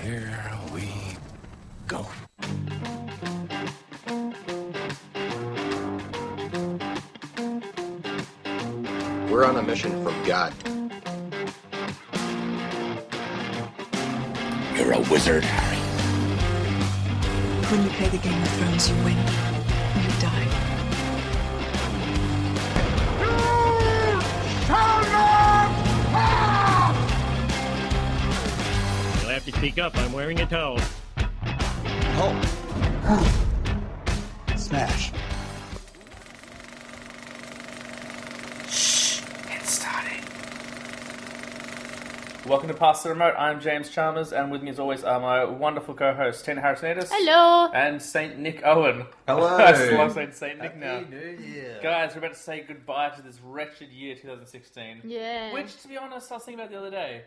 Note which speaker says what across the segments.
Speaker 1: here we go.
Speaker 2: We're on a mission from God.
Speaker 1: You're a wizard, Harry.
Speaker 3: When you play the Game of Thrones, you win or you die.
Speaker 4: You'll have to speak up. I'm wearing a towel.
Speaker 2: Oh.
Speaker 5: Smash.
Speaker 6: Welcome to Pass the Remote. I'm James Chalmers, and with me, as always, are my wonderful co-hosts Tina Harrisonidis.
Speaker 7: Hello.
Speaker 6: And Saint Nick Owen.
Speaker 2: Hello.
Speaker 6: I just love saying Saint Nick now.
Speaker 2: Year.
Speaker 6: Guys, we're about to say goodbye to this wretched year 2016.
Speaker 7: Yeah.
Speaker 6: Which, to be honest, I was thinking about the other day.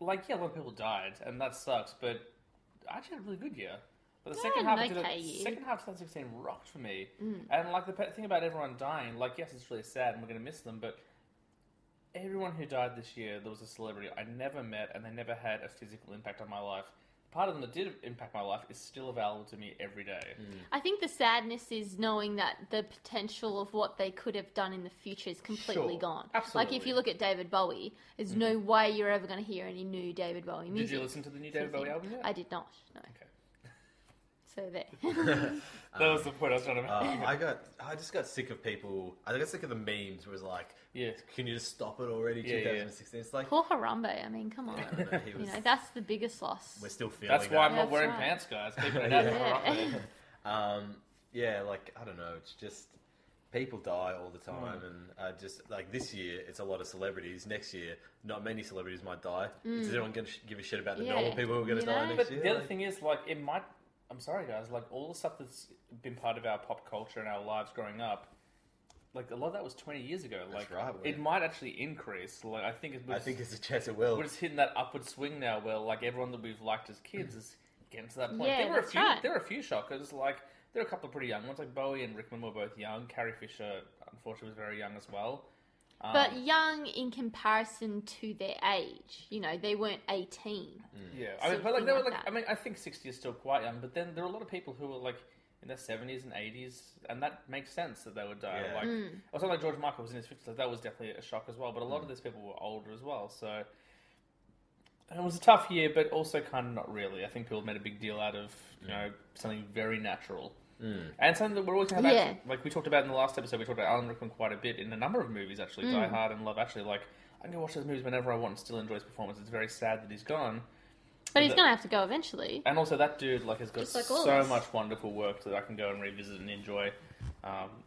Speaker 6: Like, yeah, a lot of people died, and that sucks, but I actually had a really good year. But the second
Speaker 7: Yeah,
Speaker 6: half,
Speaker 7: an
Speaker 6: of
Speaker 7: okay Mm.
Speaker 6: 2000
Speaker 7: year.
Speaker 6: second half of 2016 rocked for me. And, like, the pe- thing about everyone dying, like, yes, it's really sad and we're going to miss them, but everyone who died this year, there was a celebrity I never met and they never had a physical impact on my life. Part of them that did impact my life is still available to me every day.
Speaker 7: I think the sadness is knowing that the potential of what they could have done in the future is completely
Speaker 6: Sure.
Speaker 7: gone.
Speaker 6: Absolutely. Mm-hmm.
Speaker 7: Like if you look at David Bowie, there's no way you're ever going to hear any new David Bowie music.
Speaker 6: Did you listen to the new
Speaker 7: sort
Speaker 6: David
Speaker 7: of
Speaker 6: Bowie
Speaker 7: thing.
Speaker 6: album yet?
Speaker 7: I did not. No.
Speaker 6: Okay.
Speaker 7: So there.
Speaker 6: That was the point I was trying to make.
Speaker 8: Uh, I got, I just got sick of people. I got sick of the memes. Where it was like,
Speaker 6: Yeah.
Speaker 8: can you just stop it already?
Speaker 6: Yeah, yeah.
Speaker 8: 2016. It's like
Speaker 7: Poor Harambe. I mean, come on.
Speaker 8: I don't know, he
Speaker 7: You
Speaker 8: was-
Speaker 7: know, that's the biggest loss.
Speaker 8: we're still feeling.
Speaker 6: That's why I'm
Speaker 8: that.
Speaker 6: not
Speaker 7: That's
Speaker 6: wearing
Speaker 7: right.
Speaker 6: pants, guys. Keep it
Speaker 8: Yeah.
Speaker 6: out.
Speaker 7: Yeah.
Speaker 8: Um, yeah, like I don't know. It's just people die all the
Speaker 6: Hmm.
Speaker 8: time, and uh, just like this year, it's a lot of celebrities. Next year, not many celebrities might die. Is anyone going to give a shit about the
Speaker 7: Hmm. Yeah.
Speaker 8: normal people who are going to
Speaker 7: You
Speaker 8: die
Speaker 7: know?
Speaker 8: next
Speaker 6: But
Speaker 8: year?
Speaker 6: the other
Speaker 8: Like,
Speaker 6: thing is, like, it might. I'm sorry, guys. Like, all the stuff that's been part of our pop culture and our lives growing up, like, a lot of that was 20 years ago. Like,
Speaker 8: That's right,
Speaker 6: it
Speaker 8: yeah.
Speaker 6: might actually increase. Like, I think it was.
Speaker 8: I think there's a chance it will.
Speaker 6: we're just hitting that upward swing now, where like everyone that we've liked as
Speaker 8: Mm.
Speaker 6: kids is getting to that point.
Speaker 7: Yeah,
Speaker 6: there were a
Speaker 7: that's
Speaker 6: few.
Speaker 7: right.
Speaker 6: There were a few shockers. Like there were a couple of pretty young ones. Like Bowie and Rickman were both young. Carrie Fisher, unfortunately, was very young as well. Um,
Speaker 7: But young in comparison to their age. You know, they weren't 18.
Speaker 8: Mm.
Speaker 6: Yeah, I mean,
Speaker 7: Something
Speaker 6: but like, they were
Speaker 7: like
Speaker 6: like,
Speaker 7: that.
Speaker 6: I mean, I think sixty is still quite young, but then there are a lot of people who were like in their seventies and eighties, and that makes sense that they would die.
Speaker 8: Yeah.
Speaker 6: Like,
Speaker 7: Mm.
Speaker 6: or something like George Michael was in his fifties, like, that was definitely a shock as well. But a lot of these people were older as well, so and it was a tough year, but also kind of not really. I think people made a big deal out of you know something very natural. And something that we're always going to have,
Speaker 7: Yeah.
Speaker 6: actually- like we talked about in the last episode, we talked about Alan Rickman quite a bit in a number of movies, actually,
Speaker 7: Mm.
Speaker 6: Die Hard and Love Actually. Like, I can watch those movies whenever I want and still enjoy his performance. It's very sad that he's gone,
Speaker 7: But he's
Speaker 6: that-
Speaker 7: going to have to go
Speaker 8: Uh,
Speaker 7: eventually.
Speaker 6: and also that dude like has got
Speaker 7: Just like all of
Speaker 6: so
Speaker 7: us.
Speaker 6: much wonderful work that I can go and revisit and enjoy, um,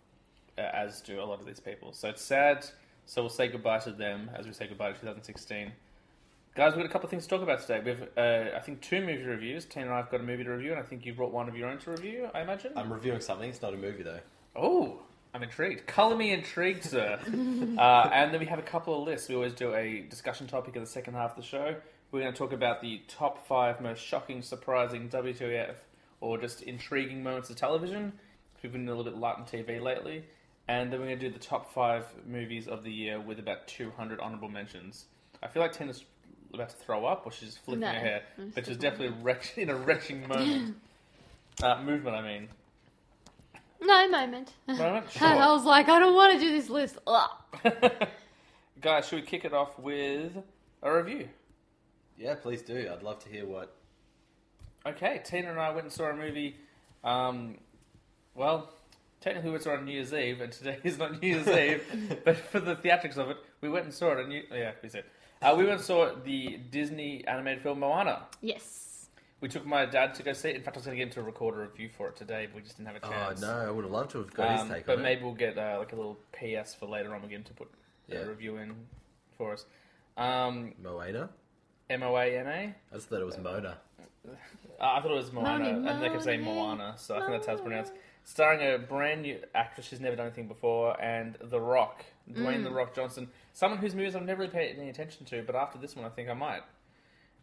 Speaker 6: a- as do a lot of these people. So it's sad. So we'll say goodbye to them as we say goodbye to 2016. Guys, we've got a couple of things to talk about today. We have, uh, I think, two movie reviews. Tina and I have got a movie to review, and I think you've brought one of your own to review, I imagine?
Speaker 8: I'm reviewing something. It's not a movie though.
Speaker 6: Oh, I'm intrigued. Colour me intrigued, sir. uh, and then we have a couple of lists. We always do a discussion topic in the second half of the show. We're going to talk about the top five most shocking, surprising WTF or just intriguing moments of television. 'cause We've been a little bit light on TV lately. And then we're going to do the top five movies of the year with about 200 honourable mentions. I feel like Tina's about to throw up, or she's just flicking
Speaker 7: No,
Speaker 6: her hair,
Speaker 7: I'm
Speaker 6: but she's
Speaker 7: flicking
Speaker 6: definitely retch- in a retching moment. uh, movement, I mean.
Speaker 7: No moment.
Speaker 6: Moment? Sure.
Speaker 7: And I was like, I don't want to do this list. Ugh.
Speaker 6: Guys, should we kick it off with a review?
Speaker 8: Yeah, please do. I'd love to hear what.
Speaker 6: Okay, Tina and I went and saw a movie. Um, well, technically we saw it on New Year's Eve, and today is not New Year's Eve, but for the theatrics of it, we went and saw it on New. Yeah, we said. Uh, we went and saw the Disney animated film Moana.
Speaker 7: Yes.
Speaker 6: We took my dad to go see it. In fact, I was going to get him to record a review for it today, but we just didn't
Speaker 8: Oh,
Speaker 6: have a chance.
Speaker 8: I would have loved to have
Speaker 6: Um, but maybe we'll get uh, like a little PS for later on. We'll get him to put
Speaker 8: Yeah.
Speaker 6: a review in for us. Um,
Speaker 8: Moana.
Speaker 6: M O A N A.
Speaker 8: I just thought it was Mona.
Speaker 6: Uh, I thought it was Moana,
Speaker 7: Moana,
Speaker 6: and they kept saying
Speaker 7: Moana,
Speaker 6: Moana, so I think that's how it's pronounced. Starring a brand new actress who's never done anything before, and The Rock,
Speaker 7: Mm.
Speaker 6: Dwayne The Rock Johnson, someone whose movies I've never really paid any attention to, but after this one, I think I might.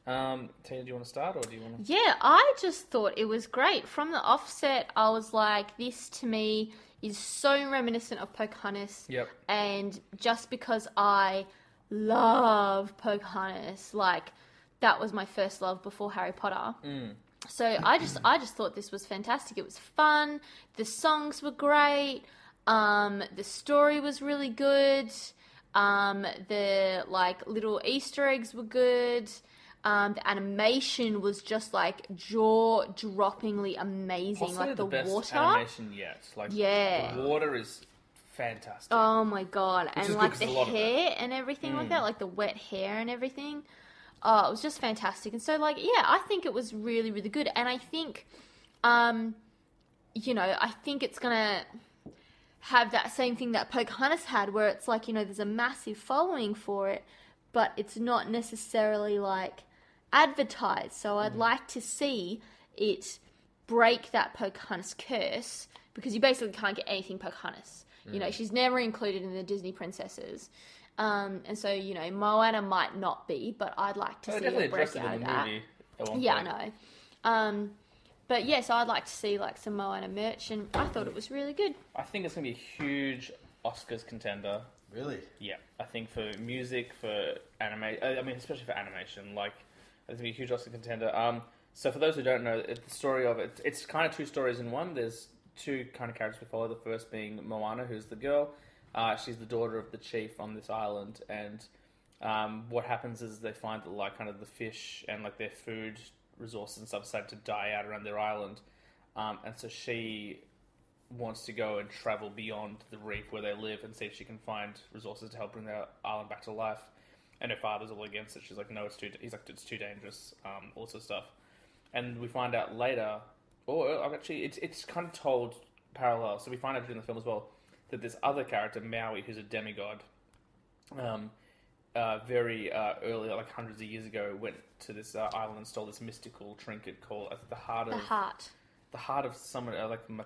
Speaker 6: Um, Tina, do you want to start, or do you want to?
Speaker 7: Yeah, I just thought it was great. From the offset, I was like, this to me is so reminiscent of Pocahontas.
Speaker 6: Yep.
Speaker 7: And just because I love Pocahontas, like that was my first love before Harry Potter.
Speaker 6: Mm.
Speaker 7: So I just I just thought this was fantastic. It was fun. The songs were great. Um, the story was really good. Um, the like little Easter eggs were good. Um, the animation was just like jaw droppingly amazing.
Speaker 6: Possibly
Speaker 7: like the,
Speaker 6: best
Speaker 7: water.
Speaker 6: animation yet. Like
Speaker 7: Yeah.
Speaker 6: the water is fantastic.
Speaker 7: Oh my god!
Speaker 6: is
Speaker 7: and
Speaker 6: good
Speaker 7: like
Speaker 6: 'cause
Speaker 7: the
Speaker 6: there's a lot of it. Hmm.
Speaker 7: hair and everything like that, like the wet hair and everything. Oh, it was just fantastic. And so, like, yeah, I think it was really, really good. And I think, um, you know, I think it's gonna have that same thing that Pocahontas had, where it's like, you know, there's a massive following for it, but it's not necessarily like advertised. So
Speaker 6: Mm.
Speaker 7: I'd like to see it break that Pocahontas curse because you basically can't get anything Pocahontas. You
Speaker 6: Mm.
Speaker 7: know, she's never included in the Disney princesses. Um, and so, you know, Moana might not be, but I'd like
Speaker 6: They
Speaker 7: to see
Speaker 6: Oh, definitely
Speaker 7: it
Speaker 6: addressed
Speaker 7: break
Speaker 6: it
Speaker 7: out
Speaker 6: in
Speaker 7: of
Speaker 6: the
Speaker 7: that.
Speaker 6: movie. at one
Speaker 7: Yeah, I
Speaker 6: point.
Speaker 7: know. Um, but yeah, so I'd like to see like some Moana merch, and I thought it was really good.
Speaker 6: I think it's going to be a huge Oscars contender.
Speaker 8: Really?
Speaker 6: Yeah, I think for music, for anime, I I mean, especially for animation, like it's gonna be a huge Oscar contender. Um, so for those who don't know, it- the story of it, it's kind of two stories in one. There's two kind of characters we follow. The first being Moana, who's the girl. Uh, she's the daughter of the chief on this island, and um, what happens is they find that like kind of the fish and like their food resources and stuff start to die out around their island, um, and so she wants to go and travel beyond the reef where they live and see if she can find resources to help bring their island back to life. And her father's all against it. She's like, no, it's too. He's like, it's too dangerous. Um, all sorts of stuff. And we find out later, or actually, it's it's kind of told parallel. So we find out during the film as well that this other character, Maui, who's a demigod, um, uh, very uh, early, like hundreds of years ago, went to this uh, island and stole this mystical trinket called uh, the heart of
Speaker 7: The heart.
Speaker 6: the heart of someone uh, like Ma-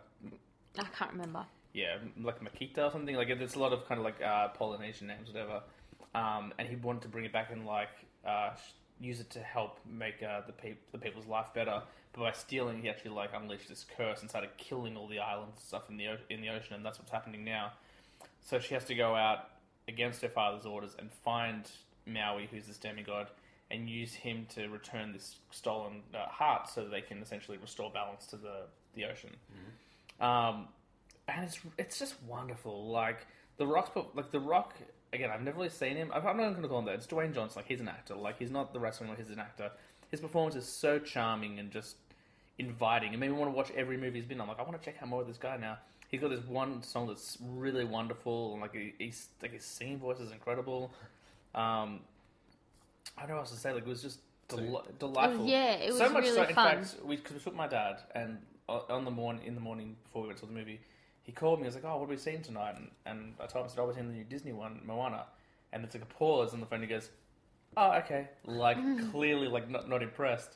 Speaker 7: I can't remember.
Speaker 6: yeah, like Makita or something. Like there's a lot of kind of like uh, Polynesian names, whatever. Um, and he wanted to bring it back and like uh, sh- use it to help make uh, the peop- the people's life better. But by stealing, he actually like unleashed this curse and started killing all the islands and stuff in the o- in the ocean, and that's what's happening now. So she has to go out against her father's orders and find Maui, who's this demigod, and use him to return this stolen uh, heart, so that they can essentially restore balance to the the ocean. Um, and it's it's just wonderful. Like the Rock's, pro- like the Rock. Again, I've never really seen him. I'm I'm not going to call him that. It's Dwayne Johnson. Like he's an actor. Like he's not the wrestling. He's an actor. His performance is so charming and just inviting. It made me want to watch every movie he's been on. Like I want to check out more of this guy now. He's got this one song that's really wonderful, and like he- he's like his singing voice is incredible. Um, I don't know what else to say. Like it was just del- delightful.
Speaker 7: yeah, it
Speaker 6: so
Speaker 7: was
Speaker 6: much so.
Speaker 7: really
Speaker 6: In
Speaker 7: fun.
Speaker 6: fact, we because we took my dad and o- on the morning in the morning before we went to the movie, he called me. He was like, "Oh, what have we seen tonight?" And, and I told him, "I said, oh, we're seeing the new Disney one, Moana." And it's like a pause on the phone. He goes, "Oh, okay." Like clearly, like not not impressed.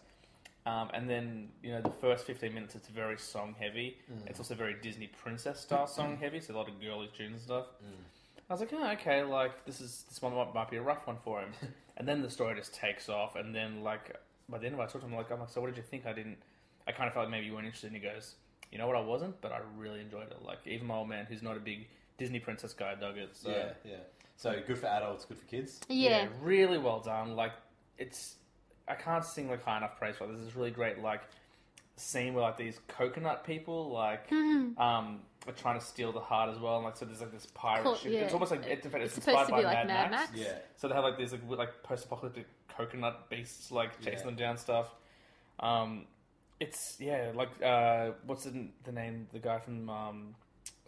Speaker 6: Um, and then you know the first fifteen minutes, it's very song heavy. It's also very Disney princess style song heavy, so a lot of girly tunes and stuff. I was like, oh, okay, like this is this one might, might be a rough one for him. and then the story just takes off, and then like by the end of it, I talked to him like, I'm like, so what did you think? I didn't. I kind of felt like maybe you weren't interested. And he goes, you know what, I wasn't, but I really enjoyed it. Like even my old man, who's not a big Disney princess guy, dug it. So
Speaker 8: Yeah, yeah. So good for adults, good for kids.
Speaker 7: Yeah,
Speaker 6: really well done. Like it's, I can't sing like high enough praise for it. There's this really great like scene where like these coconut people like
Speaker 7: Hmm.
Speaker 6: um are trying to steal the heart as well, and like so there's like this pirate
Speaker 7: Cool,
Speaker 6: ship.
Speaker 7: yeah.
Speaker 6: It's almost like it's, in fact, it's
Speaker 7: It's supposed
Speaker 6: inspired
Speaker 7: to
Speaker 6: by
Speaker 7: be like Mad Max.
Speaker 8: Yeah.
Speaker 6: so they have like these like w- like post apocalyptic coconut beasts like chasing
Speaker 8: Yeah.
Speaker 6: them down stuff. Um, it's yeah like uh, what's the, the name the guy from um,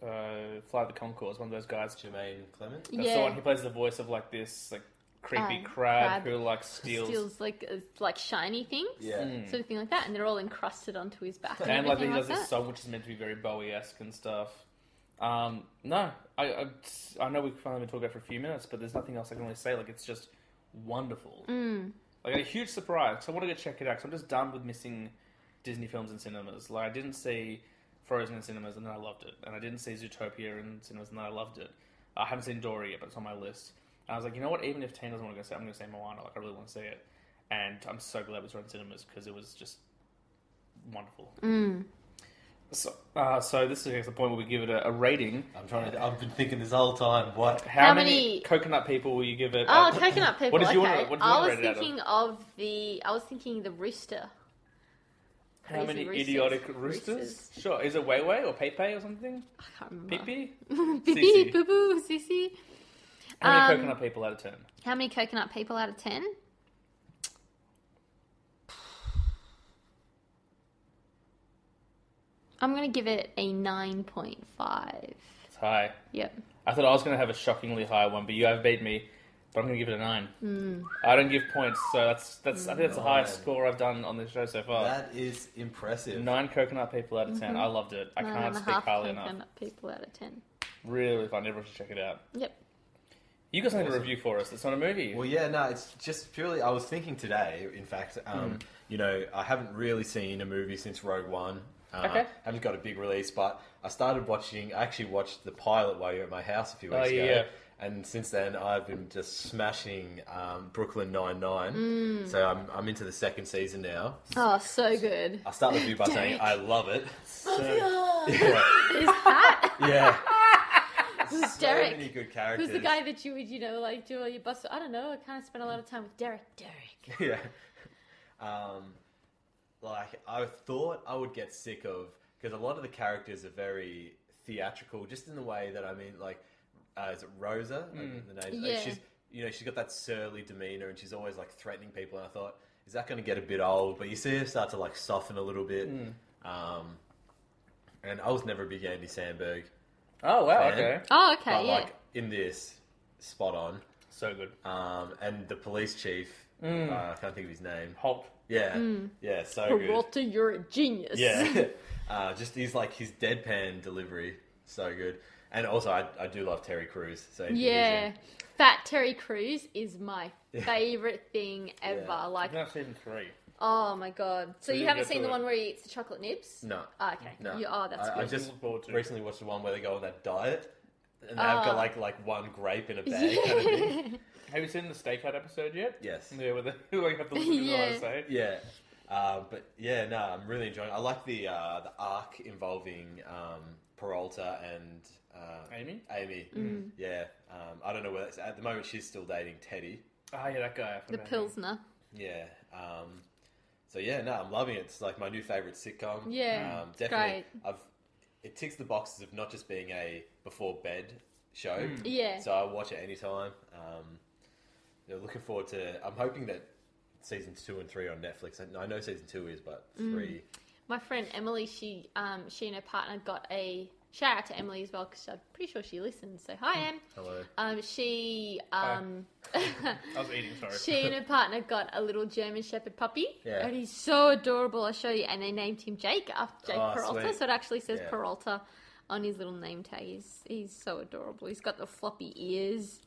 Speaker 6: uh, Fly the Concourse one of those guys.
Speaker 8: Jermaine Clement.
Speaker 6: That's the one he plays the voice of like this like creepy
Speaker 7: Um,
Speaker 6: crab,
Speaker 7: crab.
Speaker 6: who like steals.
Speaker 7: steals like uh, like shiny things,
Speaker 8: Yeah.
Speaker 7: sort of thing like that, and they're all encrusted onto his back. And,
Speaker 6: Mm. and like he
Speaker 7: everything
Speaker 6: does
Speaker 7: like
Speaker 6: this
Speaker 7: that.
Speaker 6: song which is meant to be very Bowie esque and stuff. Um, no, I, I I know we've finally been talking about it for a few minutes, but there's nothing else I can really say. Like it's just wonderful.
Speaker 7: Mm.
Speaker 6: Like a huge surprise. So I want to go check it out. Cause I'm just done with missing Disney films in cinemas. Like I didn't see Frozen in cinemas and then I loved it, and I didn't see Zootopia in cinemas and then I loved it. I haven't seen Dory yet, but it's on my list. And I was like, you know what? Even if Tane doesn't want to go see, it, I'm going to say Moana. Like I really want to see it, and I'm so glad we saw it in cinemas because it was just wonderful. So, uh, so this is the point where we give it a, a rating.
Speaker 8: I'm trying to. I've been thinking this whole time. What?
Speaker 6: How,
Speaker 7: How
Speaker 6: many,
Speaker 7: many-
Speaker 6: coconut people will you give it?
Speaker 7: Oh,
Speaker 6: Uh,
Speaker 7: coconut people.
Speaker 6: What did you
Speaker 7: okay.
Speaker 6: want? What did you
Speaker 7: I
Speaker 6: want to
Speaker 7: was
Speaker 6: rate it out of?
Speaker 7: thinking of the. I was thinking the rooster.
Speaker 6: How many
Speaker 7: Crazy roosters.
Speaker 6: idiotic roosters?
Speaker 7: Roosters.
Speaker 6: Sure. Is it Wei Wei or Pei Pei or something?
Speaker 7: I can't remember.
Speaker 6: Pee Pee?
Speaker 7: Pee
Speaker 6: Sissy.
Speaker 7: boo boo sissy.
Speaker 6: How many
Speaker 7: Um,
Speaker 6: coconut people out of 10?
Speaker 7: How many coconut people out of ten? I'm gonna give it a nine point five.
Speaker 6: It's high.
Speaker 7: Yep.
Speaker 6: I thought I was going to have a shockingly high one, but you have beat me. But I'm going to give it a 9.
Speaker 7: Hmm.
Speaker 6: I don't give points, so that's, that's I think
Speaker 8: Hmm.
Speaker 6: that's the highest
Speaker 8: Nine.
Speaker 6: score I've done on this show so far.
Speaker 8: That is impressive.
Speaker 6: Nine coconut people out of 10. I loved it. I
Speaker 7: Mm-hmm. Nine
Speaker 6: can't
Speaker 7: and a
Speaker 6: speak
Speaker 7: half
Speaker 6: highly
Speaker 7: coconut
Speaker 6: enough.
Speaker 7: people out of ten.
Speaker 6: Really fun. Everyone should check it out.
Speaker 7: Yep.
Speaker 6: You got something to
Speaker 8: Awesome.
Speaker 6: review for us. It's not a movie.
Speaker 8: Well, yeah, no, it's just purely. I was thinking today, in fact,
Speaker 6: Hmm.
Speaker 8: um, you know, I haven't really seen a movie since Rogue One. Uh,
Speaker 6: Okay.
Speaker 8: Haven't got a big release, but I started watching. I actually watched the pilot while you were at my house a few
Speaker 6: Oh,
Speaker 8: weeks
Speaker 6: yeah,
Speaker 8: ago.
Speaker 6: yeah.
Speaker 8: And since then, I've been just smashing um, Brooklyn Nine Nine.
Speaker 6: Hmm.
Speaker 8: So I'm, I'm into the second season now.
Speaker 7: Oh, so good.
Speaker 8: I start the review by saying I love it.
Speaker 7: His hat.
Speaker 8: Yeah,
Speaker 7: Who's
Speaker 8: so
Speaker 7: Derek?
Speaker 8: many good characters.
Speaker 7: Who's the guy that you would, you know, like do all your bus? I don't know. I kind of spent a lot of time with Derek. Derek.
Speaker 8: yeah. Um, like I thought I would get sick of because a lot of the characters are very theatrical, just in the way that I mean, like, uh, is it Rosa? Like, the name, like,
Speaker 7: Yeah.
Speaker 8: she's you know she's got that surly demeanor and she's always like threatening people. And I thought, is that going to get a bit old? But you see her start to like soften a little bit. Um, and I was never a big Andy Sandberg,
Speaker 6: Oh, wow.
Speaker 8: Fan.
Speaker 6: Okay.
Speaker 7: Oh, okay,
Speaker 8: but
Speaker 7: yeah.
Speaker 8: like in this, spot on.
Speaker 6: So good.
Speaker 8: Um, and the police chief,
Speaker 7: Mm.
Speaker 8: uh, I can't think of his name.
Speaker 6: Hulk.
Speaker 8: Yeah, yeah, so good.
Speaker 7: Peralta, you're a genius.
Speaker 8: Yeah, uh, just he's like his deadpan delivery, so good. And also, I, I do love Terry Crews. So if you use
Speaker 7: Yeah.
Speaker 8: him-
Speaker 7: Fat Terry Crews is my favorite thing ever.
Speaker 8: Yeah.
Speaker 7: Like,
Speaker 6: Now season three.
Speaker 7: oh my god. So,
Speaker 6: We
Speaker 7: you
Speaker 6: didn't
Speaker 7: haven't
Speaker 6: get
Speaker 7: seen
Speaker 6: to
Speaker 7: the
Speaker 6: it.
Speaker 7: one where he eats the chocolate nibs?
Speaker 8: no,
Speaker 7: Oh, okay.
Speaker 8: no.
Speaker 7: You, oh, that's
Speaker 8: I, I
Speaker 7: good.
Speaker 8: just
Speaker 6: Looking forward to it.
Speaker 8: recently watched the one where they go on that diet, and they've got
Speaker 7: Oh.
Speaker 8: like like one grape in a bag. Kind of thing.
Speaker 6: Have you seen the stakeout episode yet?
Speaker 8: Yes.
Speaker 6: Yeah, where they like, have to look at the
Speaker 7: Yeah.
Speaker 6: yeah. say.
Speaker 8: Yeah. Uh, but yeah, no, I'm really enjoying. It. I like the uh, the arc involving um, Peralta and uh,
Speaker 6: Amy?
Speaker 8: Amy, yeah. Um, I don't know whether it's, at the moment she's still dating Teddy.
Speaker 6: Ah, yeah, that guy. I
Speaker 7: the
Speaker 6: forgot his name.
Speaker 7: Pilsner.
Speaker 8: Yeah. Um, so yeah, no, I'm loving it. It's like my new favorite sitcom.
Speaker 7: Yeah,
Speaker 8: Um,
Speaker 7: it's
Speaker 8: definitely.
Speaker 7: great.
Speaker 8: I've it ticks the boxes of not just being a before bed show.
Speaker 7: Yeah.
Speaker 8: So I watch it anytime. Um, yeah, looking forward to. I'm hoping that seasons two and three are on Netflix. I, I know season two is, but
Speaker 7: Hmm.
Speaker 8: three.
Speaker 7: My friend Emily, she um, she and her partner got a shout out to Emily as well because I'm pretty sure she listens. So
Speaker 8: Hmm.
Speaker 7: hi, Em.
Speaker 8: Hello.
Speaker 7: Um, she um,
Speaker 6: I was eating, sorry.
Speaker 7: she and her partner got a little German Shepherd puppy,
Speaker 8: Yeah.
Speaker 7: and he's so adorable. I'll show you. And they named him Jake after Jake
Speaker 8: Oh,
Speaker 7: Peralta,
Speaker 8: sweet.
Speaker 7: so it actually says
Speaker 8: Yeah.
Speaker 7: Peralta on his little name tag. He's he's so adorable. He's got the floppy ears.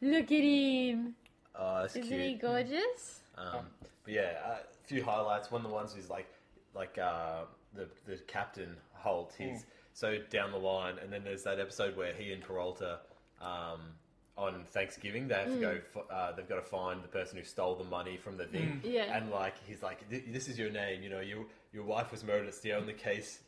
Speaker 7: Look at him!
Speaker 8: Oh, that's
Speaker 7: Isn't
Speaker 8: cute.
Speaker 7: he gorgeous?
Speaker 8: Um, but yeah, uh, a few highlights. One of the ones is like like uh, the the captain Holt. He's so down the line, and then there's that episode where he and Peralta um, on Thanksgiving they have to go. F- uh, they've got to find the person who stole the money from the thing.
Speaker 7: Yeah.
Speaker 8: and like he's like, "Th- this is your name. You know, your your wife was murdered. It's the only case.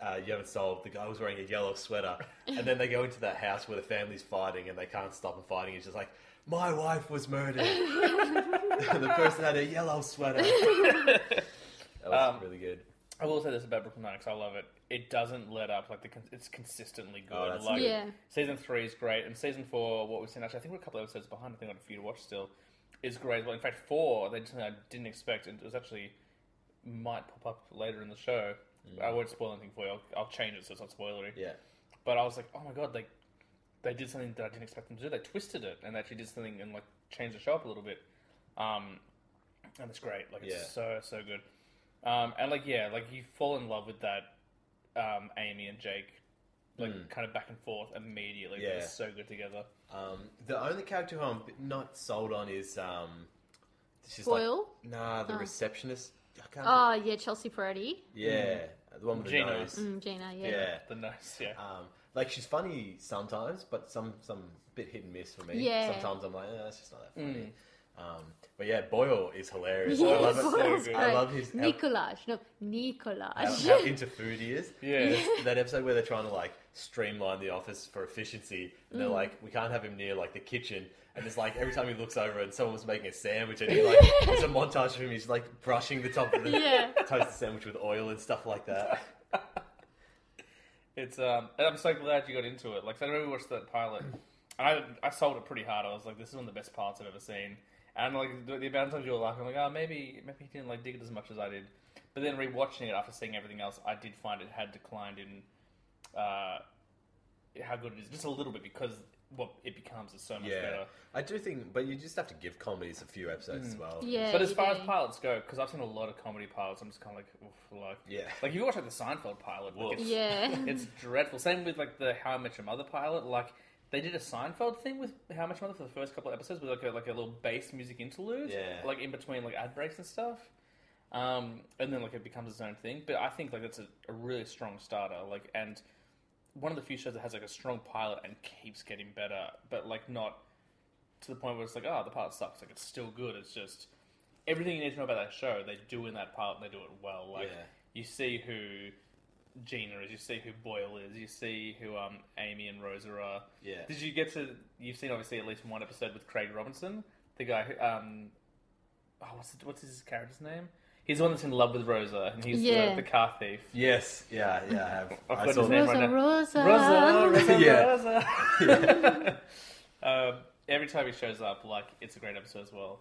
Speaker 8: Uh, you haven't solved. The guy was wearing a yellow sweater, and then they go into that house where the family's fighting, and they can't stop them fighting. He's just like, "My wife was murdered." the person had a yellow sweater. that was
Speaker 6: Um,
Speaker 8: really good.
Speaker 6: I will say this about Brooklyn Nine because I love it. It doesn't let up. Like the con- it's consistently good.
Speaker 8: Oh, that's
Speaker 6: like
Speaker 8: good.
Speaker 7: Yeah.
Speaker 6: season three is great, and season four, what we've seen actually, I think we're a couple episodes behind. I think I've got a few to watch still. Is great. Well, in fact, four they just I didn't expect, and it was actually might pop up later in the show. I won't spoil anything for you. I'll, I'll change it so it's not spoilery.
Speaker 8: Mm. Yeah.
Speaker 6: But I was like, oh my god, like they did something that I didn't expect them to do. They twisted it and they actually did something and like changed the show up a little bit. Um, and it's great. Like it's
Speaker 8: Yeah.
Speaker 6: so so good. Um, and like yeah, like you fall in love with that um, Amy and Jake, like kind of back and forth immediately.
Speaker 8: Hmm. Yeah.
Speaker 6: They're so good together.
Speaker 8: Um, the only character who I'm not sold on is um, she's
Speaker 7: Boyle?
Speaker 8: Like, nah, the receptionist. I can't
Speaker 7: Oh yeah, Chelsea Peretti,
Speaker 8: yeah, the one with
Speaker 6: Gina.
Speaker 8: the nose.
Speaker 7: mm, Gina. Yeah.
Speaker 8: Yeah.
Speaker 6: The nurse, yeah.
Speaker 8: Um, like she's funny sometimes, but some some bit hit and miss for me.
Speaker 7: Yeah.
Speaker 8: Sometimes I'm like, eh, that's just not that funny. Um, but yeah, Boyle is hilarious.
Speaker 7: Yeah,
Speaker 8: I love it.
Speaker 7: Boyle's
Speaker 8: so good. I
Speaker 7: great.
Speaker 8: love his how-
Speaker 7: Nicolaj. No, Nicolaj.
Speaker 8: how, how into food he is.
Speaker 6: Yeah.
Speaker 8: There's that episode where they're trying to like streamline the office for efficiency, and they're like, we can't have him near like the kitchen. And it's like every time he looks over and someone's making a sandwich, and he like it's a montage of him. He's like brushing the top of the
Speaker 7: Yeah.
Speaker 8: toast the sandwich with oil and stuff like that.
Speaker 6: It's um, and I'm so glad you got into it. Like, 'cause I remember we watched that pilot, and I I sold it pretty hard. I was like, this is one of the best pilots I've ever seen. And like the, the amount of times you were laughing, I'm like, oh, maybe maybe he didn't like dig it as much as I did. But then rewatching it after seeing everything else, I did find it had declined in uh, how good it is, just a little bit because what it becomes is so much
Speaker 8: Yeah,
Speaker 6: better.
Speaker 8: I do think, but you just have to give comedies a few episodes as well.
Speaker 7: yeah,
Speaker 6: But as
Speaker 7: you
Speaker 6: far
Speaker 7: do.
Speaker 6: as pilots go, because I've seen a lot of comedy pilots, I'm just kind of like, oof, like,
Speaker 8: Yeah.
Speaker 6: like if you watch like the Seinfeld pilot, like, it's,
Speaker 7: Yeah.
Speaker 6: it's dreadful. Same with like the How I Met Your Mother pilot, like. They did a Seinfeld thing with How I Met Your Mother for the first couple of episodes with like a, like a little bass music interlude,
Speaker 8: Yeah.
Speaker 6: like in between like ad breaks and stuff, um, and then like it becomes its own thing. But I think like that's a, a really strong starter, like and one of the few shows that has like a strong pilot and keeps getting better, but like not to the point where it's like, oh, the pilot sucks. Like it's still good. It's just everything you need to know about that show. They do in that pilot, and they do it well. Like
Speaker 8: Yeah.
Speaker 6: you see who Gina is, you see who Boyle is, you see who um Amy and Rosa are.
Speaker 8: Yeah.
Speaker 6: Did you get to? You've seen obviously at least one episode with Craig Robinson, the guy who um, oh, what's it, what's his character's name? He's the one that's in love with Rosa, and he's
Speaker 7: Yeah.
Speaker 6: the, the car thief.
Speaker 8: Yes, yeah, yeah. I have.
Speaker 6: I've
Speaker 8: I
Speaker 6: got
Speaker 8: saw
Speaker 6: his
Speaker 8: that.
Speaker 6: name.
Speaker 7: Rosa,
Speaker 6: right now.
Speaker 7: Rosa.
Speaker 6: Rosa, Rosa,
Speaker 8: Yeah.
Speaker 6: Rosa. um, every time he shows up, like it's a great episode as well.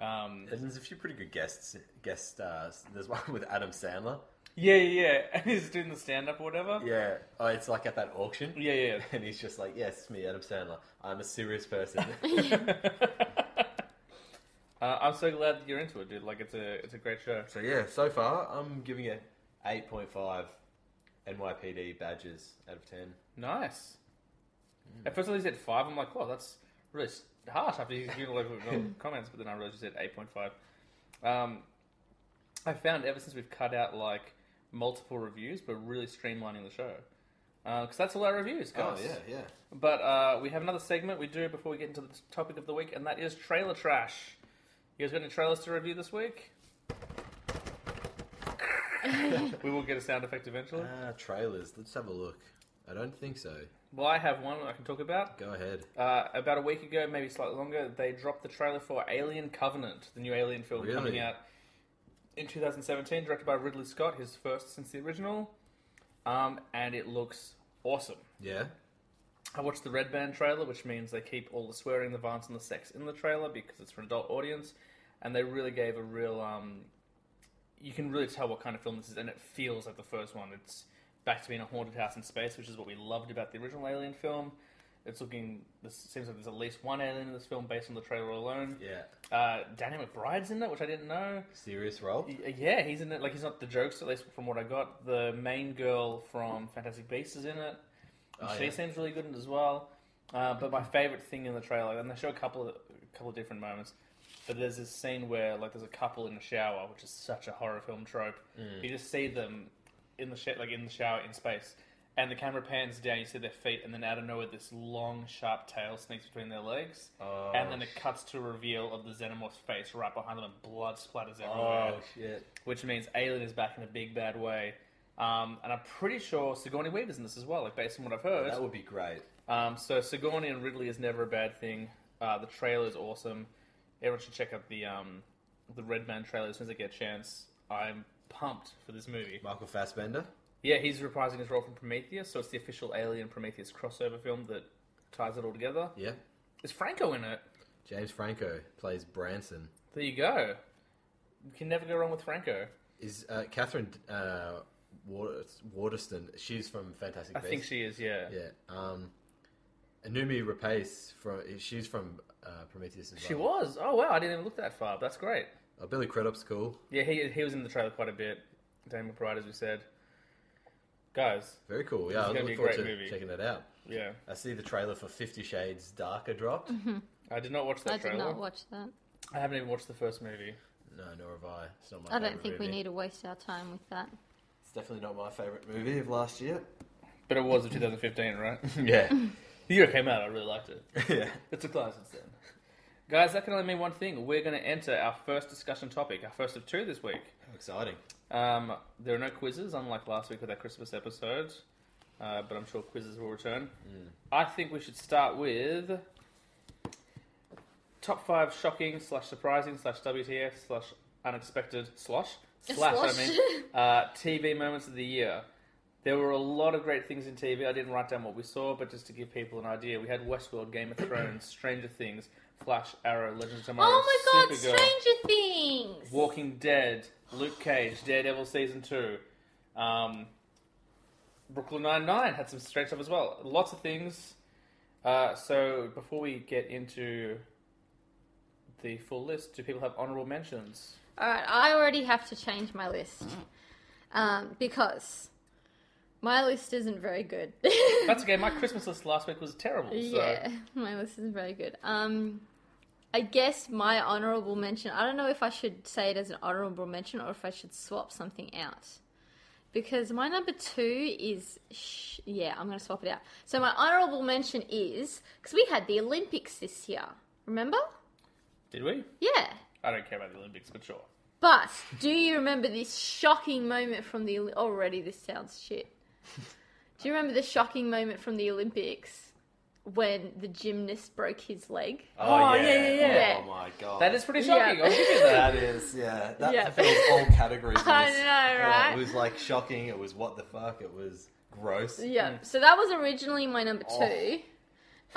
Speaker 6: Um,
Speaker 8: And There's a few pretty good guests. Guest, uh, there's one with Adam Sandler.
Speaker 6: yeah, yeah, yeah, and he's doing the stand up or whatever.
Speaker 8: Yeah, oh, it's like at that auction.
Speaker 6: Yeah, yeah.
Speaker 8: and he's just like, "Yes, it's me, Adam Sandler. I'm a serious person."
Speaker 6: Uh, I'm so glad that you're into it, dude. Like it's a it's a great show.
Speaker 8: so yeah, so far I'm giving it 8.5 NYPD badges out of 10.
Speaker 6: Nice. At first, I thought he said five. I'm like, well, that's really s- harsh after he's given all the comments. But then I realized he said eight point five. Um, I found ever since we've cut out like multiple reviews, but really streamlining the show because that's all our reviews, guys.
Speaker 8: Oh, yeah.
Speaker 6: But uh, we have another segment we do before we get into the topic of the week, and that is trailer trash. You guys got any trailers to review this week? we will get a sound effect eventually.
Speaker 8: Ah, trailers. Let's have a look. I don't think so.
Speaker 6: Well, I have one I can talk about.
Speaker 8: Go ahead.
Speaker 6: Uh, about a week ago, maybe slightly longer, they dropped the trailer for Alien Covenant, the new Alien film
Speaker 8: Really?
Speaker 6: coming out in 2017, directed by Ridley Scott, his first since the original. Um, and it looks awesome.
Speaker 8: Yeah.
Speaker 6: I watched the Red Band trailer, which means they keep all the swearing, the violence, and the sex in the trailer because it's for an adult audience, and they really gave a real. Um, you can really tell what kind of film this is, and it feels like the first one. It's back to being a haunted house in space, which is what we loved about the original Alien film. It's looking. This seems like there's at least one alien in this film based on the trailer alone.
Speaker 8: Yeah.
Speaker 6: Uh, Danny McBride's in it, which I didn't know.
Speaker 8: Serious role.
Speaker 6: Y- uh, Yeah, he's in it. Like he's not the jokes, at least from what I got. The main girl from Fantastic Beasts is in it. And
Speaker 8: Oh,
Speaker 6: she
Speaker 8: yeah.
Speaker 6: seems really good in it as well. Uh, but my favorite thing in the trailer, and they show a couple of a couple of different moments, but there's this scene where like there's a couple in a shower, which is such a horror film trope.
Speaker 8: Mm.
Speaker 6: You just see them in the sh- like in the shower in space, and the camera pans down. You see their feet, and then out of nowhere, this long sharp tail sneaks between their legs,
Speaker 8: Oh,
Speaker 6: and then it cuts to a reveal of the xenomorph's face right behind them, and blood splatters everywhere
Speaker 8: Oh shit.
Speaker 6: which means Alien is back in a big bad way. Um, and I'm pretty sure Sigourney Weaver's in this as well, like based on what I've heard.
Speaker 8: That would be great.
Speaker 6: Um, so Sigourney and Ridley is never a bad thing. Uh, the trailer's awesome. Everyone should check out the um, the Red Man trailer as soon as they get a chance. I'm pumped for this movie.
Speaker 8: Michael Fassbender.
Speaker 6: Yeah, he's reprising his role from Prometheus, so it's the official Alien Prometheus crossover film that ties it all together.
Speaker 8: Yeah.
Speaker 6: Is Franco in it?
Speaker 8: James Franco plays Branson.
Speaker 6: There you go. You can never go wrong with Franco.
Speaker 8: Is uh, Catherine uh, Water- Waterston? She's from Fantastic
Speaker 6: I
Speaker 8: Beasts.
Speaker 6: think she is, yeah.
Speaker 8: Yeah. Um, Anumi Rapace from she's from uh, Prometheus. As
Speaker 6: She
Speaker 8: well.
Speaker 6: was. Oh wow, I didn't even look that far. That's great.
Speaker 8: Uh, Billy Crudup's cool.
Speaker 6: Yeah, he he was in the trailer quite a bit. Daniel McBride, as we said. Guys,
Speaker 8: Very cool. Yeah, I'm
Speaker 6: is gonna
Speaker 8: looking
Speaker 6: be a
Speaker 8: forward to
Speaker 6: great movie.
Speaker 8: checking that out.
Speaker 6: yeah,
Speaker 8: I see the trailer for Fifty Shades Darker dropped.
Speaker 7: Mm-hmm.
Speaker 6: I did not watch that
Speaker 7: I did
Speaker 6: trailer.
Speaker 7: not watch that.
Speaker 6: I haven't even watched the first movie.
Speaker 8: no, nor have I. It's not my.
Speaker 7: I don't
Speaker 8: favorite
Speaker 7: think we
Speaker 8: movie.
Speaker 7: need to waste our time with that.
Speaker 8: It's definitely not my favorite movie of last year.
Speaker 6: But it was in 2015, right?
Speaker 8: yeah.
Speaker 6: the year it came out, I really liked it.
Speaker 8: yeah.
Speaker 6: It's a classic then. Guys, that can only mean one thing. We're going to enter our first discussion topic, our first of two this week.
Speaker 8: How exciting.
Speaker 6: Um, there are no quizzes, unlike last week with our Christmas episode, uh, but I'm sure quizzes will return. I think we should start with top five shocking slash surprising slash WTF slash unexpected slosh slash I
Speaker 7: slosh.
Speaker 6: mean uh, TV moments of the year. There were a lot of great things in TV. I didn't write down what we saw, but just to give people an idea, we had Westworld, Game of Thrones, Stranger Things, Flash, Arrow, Legends of Tomorrow,
Speaker 7: Oh my god,
Speaker 6: Supergirl.
Speaker 7: Stranger Things!
Speaker 6: Walking Dead, Luke Cage, Daredevil season two, um, Brooklyn Nine Nine had some straight stuff as well. Lots of things. Uh, so before we get into the full list, do people have honorable mentions?
Speaker 7: All right, I already have to change my list um, because my list isn't very good.
Speaker 6: That's okay. My Christmas list last week was terrible. So.
Speaker 7: Yeah, my list isn't very good. Um, I guess my honorable mention. I don't know if I should say it as an honorable mention or if I should swap something out. Because my number two is, sh- yeah, I'm going to swap it out. So my honorable mention is because we had the Olympics this year. Remember?
Speaker 6: Did we?
Speaker 7: Yeah.
Speaker 6: I don't care about the Olympics, but sure.
Speaker 7: But do you remember this shocking moment from the Oli- already this sounds shit. Do you remember the shocking moment from the Olympics when the gymnast broke his leg?
Speaker 6: Oh, yeah, yeah, yeah.
Speaker 8: Oh my god.
Speaker 6: That is pretty
Speaker 7: Yeah.
Speaker 6: shocking. I'll give you that.
Speaker 8: That is, yeah. That
Speaker 7: Yeah.
Speaker 8: fills all categories.
Speaker 7: I
Speaker 8: It was-
Speaker 7: know, right?
Speaker 8: It was like shocking. It was what the fuck. It was gross.
Speaker 7: Yeah.
Speaker 6: Mm.
Speaker 7: So that was originally my number
Speaker 6: So
Speaker 7: two,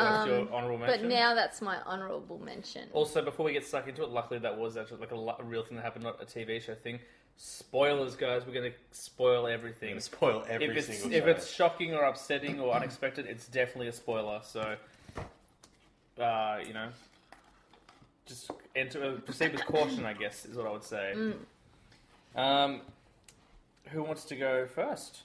Speaker 6: that's
Speaker 7: Um,
Speaker 6: your honorable Oh,
Speaker 7: but
Speaker 6: mention.
Speaker 7: now that's my honorable mention.
Speaker 6: Also, before we get stuck into it, luckily that was actually like a, lo- a real thing that happened, not a TV show thing. Spoilers, guys. We're going to spoil everything.
Speaker 8: It would spoil every
Speaker 6: if it's
Speaker 8: single
Speaker 6: if
Speaker 8: show.
Speaker 6: it's shocking or upsetting or unexpected, it's definitely a spoiler. So, uh, you know, just enter, uh, proceed with caution. I guess is what I would say. Um, who wants to go first?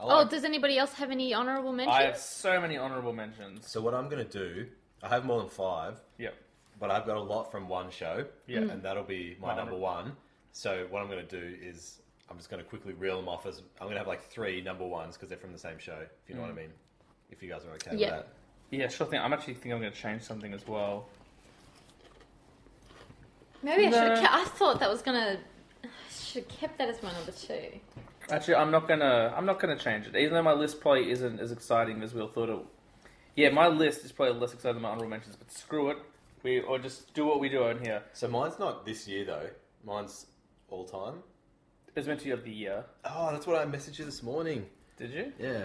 Speaker 8: I
Speaker 7: Oh,
Speaker 8: like-
Speaker 7: does anybody else have any honorable mentions?
Speaker 6: I have so many honorable mentions.
Speaker 8: so what I'm gonna do? I have more than five,
Speaker 6: Yep.
Speaker 8: but I've got a lot from one show.
Speaker 6: Yeah.
Speaker 8: And that'll be my
Speaker 6: My
Speaker 8: number
Speaker 6: number-
Speaker 8: one. So what I'm gonna do is I'm just gonna quickly reel them off as I'm gonna have like three number ones because they're from the same show. If you know what I mean. If you guys are okay
Speaker 7: Yeah.
Speaker 8: with that.
Speaker 6: Yeah, sure thing. I'm actually thinking I'm going to change something as well.
Speaker 7: Maybe I
Speaker 6: No.
Speaker 7: should. have Kept, I thought that was gonna. I should have kept that as my number two.
Speaker 6: Actually, I'm not gonna. I'm not gonna change it, even though my list probably isn't as exciting as we all thought it. Yeah, my list is probably less exciting than my honorable mentions, but screw it. We or just do what we do on here.
Speaker 8: So mine's not this year though. Mine's all time.
Speaker 6: It's meant to be of the year.
Speaker 8: Oh, that's what I messaged you this morning.
Speaker 6: Did you
Speaker 8: Yeah.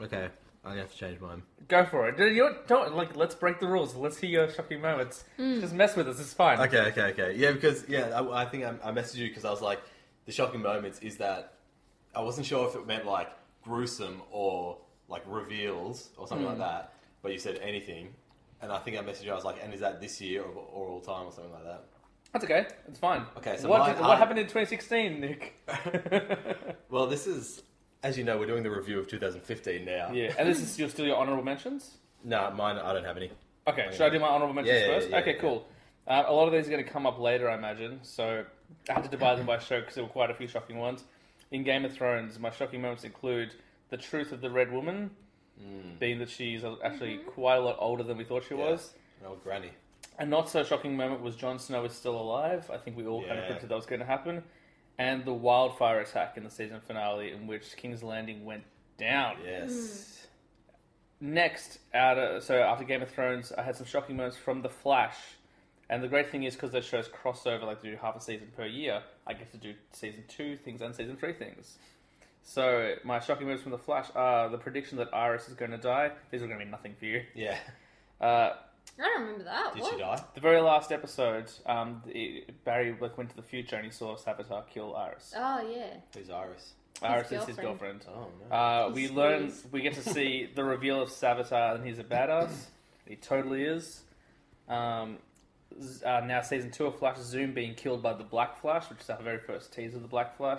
Speaker 8: Okay. I have to change mine.
Speaker 6: go for it? Did you don't like? Let's break the rules. Let's hear your shocking moments. Just mess with us. It's fine.
Speaker 8: Okay, okay, okay. Yeah, because yeah, I, I think I, I messaged you because I was like, the shocking moments is that I wasn't sure if it meant like gruesome or like reveals or something like that. But you said anything, and I think I messaged you. I was like, and is that this year or, or all time or something like that?
Speaker 6: That's okay. It's fine.
Speaker 8: Okay, so
Speaker 6: what,
Speaker 8: mine-
Speaker 6: did-
Speaker 8: I-
Speaker 6: what happened in 2016, Nick?
Speaker 8: Well, this is as you know, we're doing the review of 2015 now.
Speaker 6: yeah, and this is your, still your honorable mentions.
Speaker 8: No, mine. I don't have any.
Speaker 6: Okay, should I do my honorable mentions
Speaker 8: Oh, Yeah, yeah,
Speaker 6: first?
Speaker 8: yeah,
Speaker 6: okay,
Speaker 8: yeah.
Speaker 6: cool. Uh, a lot of these are going to come up later, I imagine. So I had to divide them by show because there were quite a few shocking ones. In Game of Thrones, my shocking moments include the truth of the Red Woman,
Speaker 8: Hmm.
Speaker 6: being that she's actually quite a lot older than we thought she was.
Speaker 8: An old granny.
Speaker 6: A not so shocking moment was Jon Snow is still alive. I think we all kind of
Speaker 8: Yeah.
Speaker 6: predicted that was going to happen. And the wildfire attack in the season finale, in which King's Landing went down.
Speaker 8: Yes.
Speaker 6: Next, out of, so after Game of Thrones, I had some shocking moments from The Flash, and the great thing is because those shows cross over, like they do half a season per year, I get to do season two things and season three things. So my shocking moments from The Flash are the prediction that Iris is going to die. These are going to be nothing for you.
Speaker 8: Yeah.
Speaker 6: Uh,
Speaker 7: I don't remember that.
Speaker 8: Did
Speaker 7: what?
Speaker 8: she die?
Speaker 6: the very last episode, um, the, Barry like went to the future and he saw Savitar kill Iris.
Speaker 7: Oh yeah.
Speaker 8: Who's Iris?
Speaker 6: Iris is his
Speaker 7: girlfriend.
Speaker 6: girlfriend.
Speaker 8: Oh no.
Speaker 6: Uh, we
Speaker 7: He's
Speaker 6: learn
Speaker 7: squeezed.
Speaker 6: we get to see the reveal of Savitar, and he's a badass. he totally is. Um, z- uh, now season two of Flash Zoom being killed by the Black Flash, which is our very first tease of the Black Flash,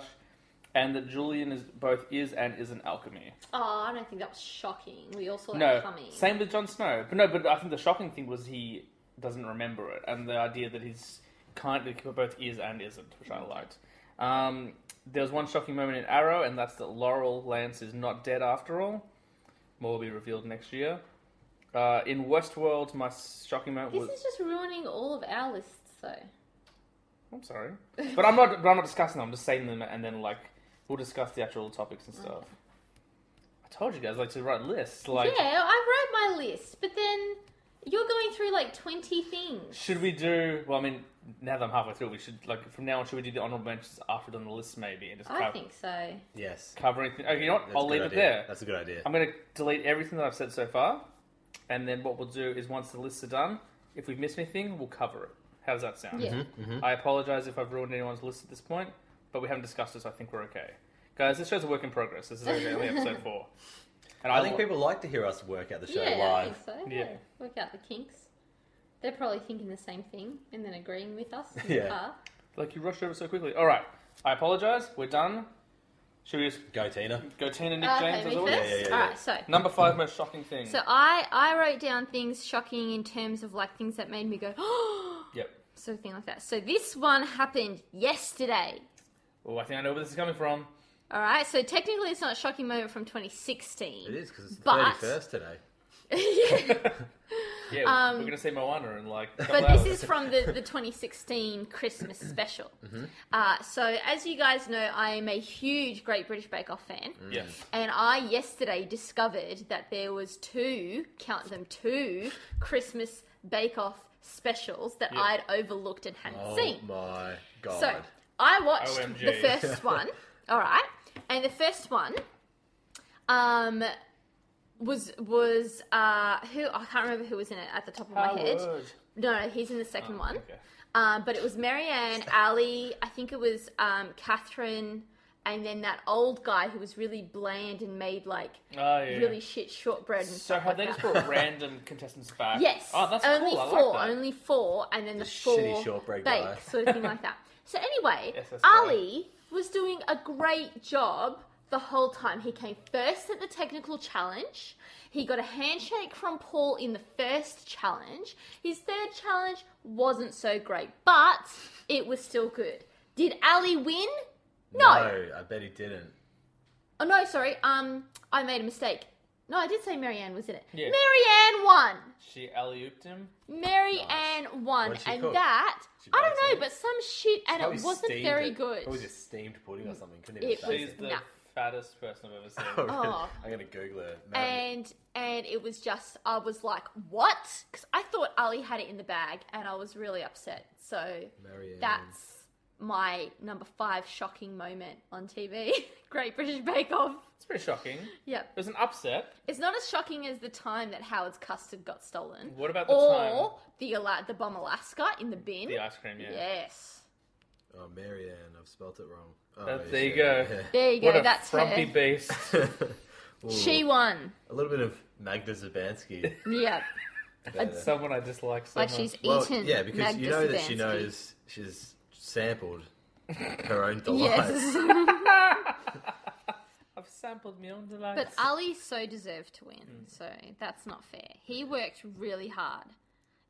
Speaker 6: and that Julian is both is and isn't alchemy.
Speaker 7: Oh, I don't think that was shocking. We all saw that
Speaker 6: no,
Speaker 7: coming.
Speaker 6: same with Jon Snow. But no, but I think the shocking thing was he doesn't remember it, and the idea that he's kind of both is and isn't, which
Speaker 7: Mm.
Speaker 6: I liked. Um, there was one shocking moment in Arrow, and that's that Laurel Lance is not dead after all. More will be revealed next year. Uh, in Westworld, my shocking moment
Speaker 7: This
Speaker 6: was.
Speaker 7: is just ruining all of our lists, though.
Speaker 6: I'm sorry, but I'm not. But I'm not discussing them. I'm just saying them, and then like we'll discuss the actual topics
Speaker 7: Oh.
Speaker 6: and stuff. I told you guys like to write lists. Like,
Speaker 7: yeah, I wrote my list, but then you're going through like 20 things.
Speaker 6: should we do? Well, I mean, now that I'm halfway through, we should like from now on, should we do the honorable mentions after done the list maybe and just
Speaker 7: I
Speaker 6: cover,
Speaker 7: think so.
Speaker 6: Mm-hmm.
Speaker 8: Yes.
Speaker 6: cover anything? Okay, you know what?
Speaker 8: That's a
Speaker 6: I'll
Speaker 8: good
Speaker 6: leave it
Speaker 8: idea.
Speaker 6: there.
Speaker 8: That's a good idea.
Speaker 6: I'm going to delete everything that I've said so far, and then what we'll do is once the lists are done, if we've missed anything, we'll cover it. How does that sound?
Speaker 7: Yeah.
Speaker 6: I apologize if I've ruined anyone's list at this point, but we haven't discussed it, so I think we're okay. Guys, this show's a work in progress. This is only only episode four. And
Speaker 8: I think
Speaker 6: lo-
Speaker 8: people like to hear us work out the show
Speaker 7: Oh. Yeah, I
Speaker 8: live.
Speaker 7: think so. Yeah.
Speaker 6: Yeah.
Speaker 7: Work out the kinks. They're probably thinking the same thing and then agreeing with us in
Speaker 8: Yeah.
Speaker 7: the car.
Speaker 6: Like, you rushed over so quickly. All right. I apologize. We're done. Should we just
Speaker 8: Go, Tina.
Speaker 6: go Tina, Nick,
Speaker 7: Uh,
Speaker 6: James,
Speaker 7: okay,
Speaker 6: as
Speaker 7: me
Speaker 6: always?
Speaker 7: first?
Speaker 8: Yeah, yeah, yeah,
Speaker 7: Alright, so.
Speaker 6: Number five most shocking thing.
Speaker 7: So I, I wrote down things shocking in terms of like things that made me go,
Speaker 6: yep.
Speaker 7: sort of thing like that. So this one happened yesterday.
Speaker 6: Oh, I think I know where this is coming from.
Speaker 7: All right, so technically it's not a shocking moment from 2016.
Speaker 8: It is because it's the
Speaker 7: But-
Speaker 8: 31st today.
Speaker 7: Yeah,
Speaker 6: Yeah,
Speaker 7: Um,
Speaker 6: we're going to see Moana in like a couple
Speaker 7: but this
Speaker 6: hours.
Speaker 7: is from the, the 2016 Christmas special.
Speaker 8: Mm-hmm.
Speaker 7: Uh, so as you guys know, I am a huge Great British Bake Off fan.
Speaker 8: Mm.
Speaker 6: Yes.
Speaker 7: And I yesterday discovered that there was two, count them two, Christmas Bake Off specials that
Speaker 6: Yeah.
Speaker 7: I'd overlooked and hadn't
Speaker 8: Oh
Speaker 7: seen.
Speaker 8: my god.
Speaker 7: So I watched
Speaker 6: OMG.
Speaker 7: the first one. All right, and the first one, um, was was uh who I can't remember who was in it at the top of my head.
Speaker 6: Howard.
Speaker 7: No, no, he's in the second one.
Speaker 6: Okay.
Speaker 7: Um, but it was Marianne, Ali. I think it was um Catherine, and then that old guy who was really bland and made like
Speaker 6: Oh, yeah.
Speaker 7: really shit shortbread and
Speaker 6: so
Speaker 7: stuff
Speaker 6: have
Speaker 7: like
Speaker 6: they
Speaker 7: that.
Speaker 6: just brought random contestants back?
Speaker 7: Yes.
Speaker 6: Oh, that's
Speaker 7: only
Speaker 6: cool. I
Speaker 7: four,
Speaker 6: like that.
Speaker 7: only four, and then the,
Speaker 8: shitty
Speaker 7: four
Speaker 8: shortbread
Speaker 7: bake
Speaker 8: guy.
Speaker 7: sort of thing like that. So anyway,
Speaker 6: Yes, that's
Speaker 7: Ali was doing a great job the whole time. He came first at the technical challenge. He got a handshake from Paul in the first challenge. His third challenge wasn't so great, but it was still good. Did Ali win? No.
Speaker 8: I bet he didn't.
Speaker 7: Oh no, sorry. Um, I made a mistake. No, I did say Marianne was in it.
Speaker 6: Yeah.
Speaker 7: Marianne won.
Speaker 6: She alley ooped him.
Speaker 7: Mary Ann won,
Speaker 8: What'd she
Speaker 7: and
Speaker 8: cook?
Speaker 7: that
Speaker 8: She baked
Speaker 7: I don't know,
Speaker 8: something?
Speaker 7: but some shit, and
Speaker 8: Probably
Speaker 7: it wasn't
Speaker 8: steamed
Speaker 7: very
Speaker 8: it.
Speaker 7: good.
Speaker 8: Probably just steamed pudding or something. Couldn't even
Speaker 7: It was-
Speaker 8: taste
Speaker 6: She's
Speaker 8: it.
Speaker 6: the
Speaker 7: Nah.
Speaker 6: fattest person I've ever seen.
Speaker 7: Oh.
Speaker 8: I'm gonna Google it. Mary-
Speaker 7: And and it was just I was like, what? Because I thought Ali had it in the bag, and I was really upset. So
Speaker 8: Mary Ann.
Speaker 7: that's my number five shocking moment on TV. Great British Bake Off.
Speaker 6: It's pretty shocking. It
Speaker 7: Yep,
Speaker 6: was an upset.
Speaker 7: it's not as shocking as the time that Howard's custard got stolen.
Speaker 6: What about the
Speaker 7: or the Ala- the bomb Alaska in the bin?
Speaker 6: The ice cream, yeah.
Speaker 7: Yes,
Speaker 8: Oh, Marianne. I've spelt it wrong. Oh,
Speaker 6: That-
Speaker 8: yeah,
Speaker 6: there you
Speaker 8: yeah,
Speaker 6: go.
Speaker 7: there you go.
Speaker 6: What a
Speaker 7: that's
Speaker 6: frumpy
Speaker 7: her.
Speaker 6: beast.
Speaker 8: yeah. Ooh,
Speaker 7: She won.
Speaker 8: A little bit of Magda Zabansky.
Speaker 7: Yeah.
Speaker 8: there.
Speaker 6: Someone I dislike so
Speaker 7: Like
Speaker 6: much.
Speaker 7: she's
Speaker 8: Well,
Speaker 7: eaten.
Speaker 8: yeah, because
Speaker 7: Magda
Speaker 8: you know that she
Speaker 7: Sabansky.
Speaker 8: knows she's sampled her own delight.
Speaker 7: Yes,
Speaker 6: I've sampled me own delights.
Speaker 7: but uh, Ali so deserved to win,
Speaker 6: Mm.
Speaker 7: so that's not fair. He worked really hard,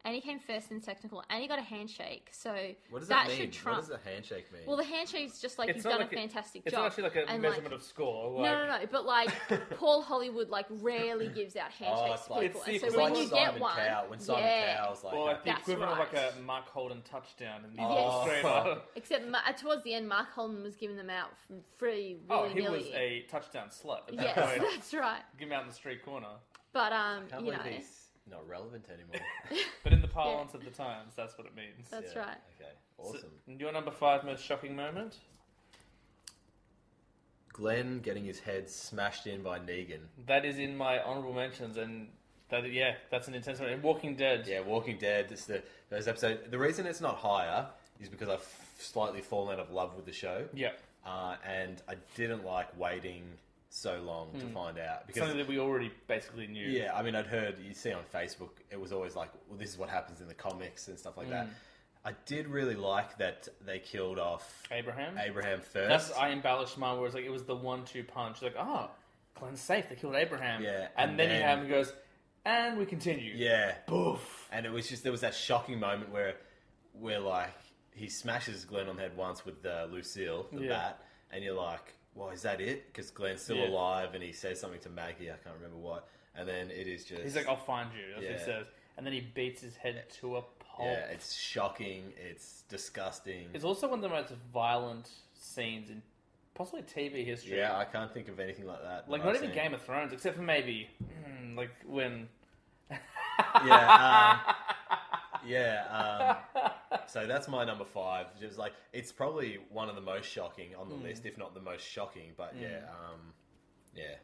Speaker 7: and he came first in technical, and he got a handshake. So
Speaker 8: What does
Speaker 7: that,
Speaker 8: that, mean?
Speaker 7: should trump.
Speaker 8: What does a handshake mean?
Speaker 7: well, the handshake's just like he's
Speaker 6: not
Speaker 7: done
Speaker 6: like
Speaker 7: a fantastic
Speaker 6: it's
Speaker 7: job.
Speaker 6: not actually like a
Speaker 7: and,
Speaker 6: measurement of score. Like,
Speaker 7: no, no, no. But like Paul Hollywood, like rarely gives out handshakes
Speaker 8: Oh, it's
Speaker 7: to
Speaker 8: like-
Speaker 7: people,
Speaker 6: It's the
Speaker 7: and so
Speaker 8: It's
Speaker 7: when
Speaker 8: like
Speaker 7: you
Speaker 8: Simon
Speaker 7: get one,
Speaker 8: Cowell, when Simon
Speaker 7: yeah.
Speaker 8: Cowell's like,
Speaker 6: Or like the
Speaker 7: That's
Speaker 6: equivalent of
Speaker 7: right.
Speaker 6: like a Mark Holden touchdown in the
Speaker 7: Oh.
Speaker 6: Australia.
Speaker 7: Except Ma- uh, towards the end, Mark Holman was giving them out f- free,
Speaker 6: Oh,
Speaker 7: willy
Speaker 6: he was
Speaker 7: nilly.
Speaker 6: a touchdown slut. At that
Speaker 7: Yes,
Speaker 6: point.
Speaker 7: that's right.
Speaker 6: Give him out in the street corner.
Speaker 7: But um,
Speaker 8: can't
Speaker 7: you know,
Speaker 8: believe he's not relevant anymore.
Speaker 6: But in the parlance of the times, that's what it means.
Speaker 7: that's
Speaker 8: Yeah,
Speaker 7: right.
Speaker 8: Okay,
Speaker 6: So,
Speaker 8: awesome.
Speaker 6: your number five most shocking moment?
Speaker 8: Glenn getting his head smashed in by Negan.
Speaker 6: That is in my honorable mentions, and that yeah, that's an intense one. And Walking Dead.
Speaker 8: Yeah, Walking Dead. It's the first episode. The reason it's not higher is because I've slightly fallen out of love with the show.
Speaker 6: Yeah.
Speaker 8: Uh, and I didn't like waiting so long to find out because
Speaker 6: Something that we already basically knew.
Speaker 8: Yeah, I mean, I'd heard you see on Facebook, it was always like, well, this is what happens in the comics and stuff like that.
Speaker 6: Mm.
Speaker 8: I did really like that they killed off
Speaker 6: Abraham.
Speaker 8: Abraham first.
Speaker 6: That's I embellished mine where it's like it was the one two punch. Like, oh, Glenn's safe, they killed Abraham.
Speaker 8: Yeah,
Speaker 6: And,
Speaker 8: and
Speaker 6: then,
Speaker 8: then-
Speaker 6: you have him goes, and we continue.
Speaker 8: yeah, boof. And it was just there was that shocking moment where, where like he smashes Glenn on the head once with uh, Lucille the
Speaker 6: Yeah.
Speaker 8: bat, and you're like, well, is that it? Because Glenn's still
Speaker 6: Yeah.
Speaker 8: alive, and he says something to Maggie. I can't remember what. and then it is just
Speaker 6: He's like, "Oh, I'll find you. That's what
Speaker 8: Yeah.
Speaker 6: he says. And then he beats his head to a pulp.
Speaker 8: yeah, it's shocking, it's disgusting.
Speaker 6: oh." It's also one of the most violent scenes in possibly TV history.
Speaker 8: yeah, I can't think of anything like that. that
Speaker 6: Like,
Speaker 8: I've
Speaker 6: not even
Speaker 8: seen.
Speaker 6: Game of Thrones, except for maybe, mm, like, when.
Speaker 8: Yeah, um, yeah. Um, so that's my number five. Just like it's probably one of the most shocking on the list, if not the most shocking. But yeah, um, yeah.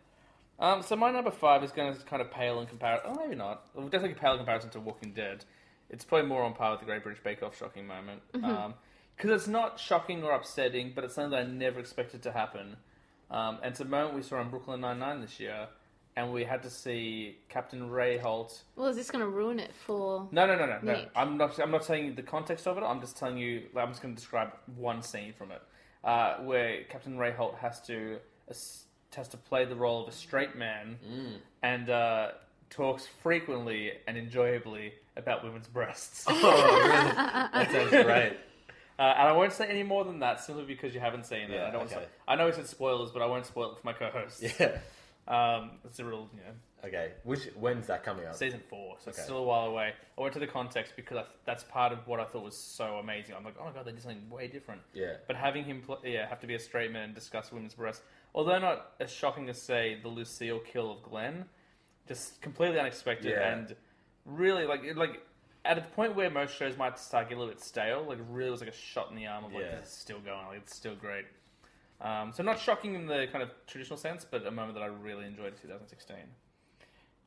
Speaker 6: Um, so my number five is going to kind of pale in comparison. Oh, maybe not. Well, definitely pale in comparison to Walking Dead. It's probably more on par with the Great British Bake Off shocking moment. because it's not shocking or upsetting, but it's something that I never expected to happen. Um, and it's a moment we saw in Brooklyn Nine Nine this year, and we had to see Captain Ray Holt.
Speaker 7: Well, is this going to ruin it for?
Speaker 6: No, no, no, no, no.
Speaker 7: Nick.
Speaker 6: I'm not. I'm not telling you the context of it. I'm just telling you. like, I'm just going to describe one scene from it, uh, where Captain Ray Holt has to ass- has to play the role of a straight man
Speaker 8: Mm.
Speaker 6: and uh, talks frequently and enjoyably about women's breasts.
Speaker 8: That sounds great.
Speaker 6: Uh, and I won't say any more than that, simply because you haven't seen it.
Speaker 8: Yeah,
Speaker 6: I don't.
Speaker 8: okay.
Speaker 6: Want to, I know it's in spoilers, but I won't spoil it for my co-host.
Speaker 8: yeah.
Speaker 6: Um, it's a real, you know,
Speaker 8: Okay. Which when's that coming out?
Speaker 6: season four, so it's
Speaker 8: Okay.
Speaker 6: still a while away. I went to the context because I, that's part of what I thought was so amazing. I'm like, oh my god, they did something way different.
Speaker 8: Yeah.
Speaker 6: But having him, pl- yeah, have to be a straight man and discuss women's breasts, although not as shocking as say the Lucille kill of Glenn, just completely unexpected
Speaker 8: Yeah.
Speaker 6: and really like it- like at a point where most shows might start get a little bit stale. Like really was like a shot in the arm of like
Speaker 8: Yeah.
Speaker 6: this is still going, like it's still great. Um, so not shocking in the kind of traditional sense, but a moment that I really enjoyed in 2016.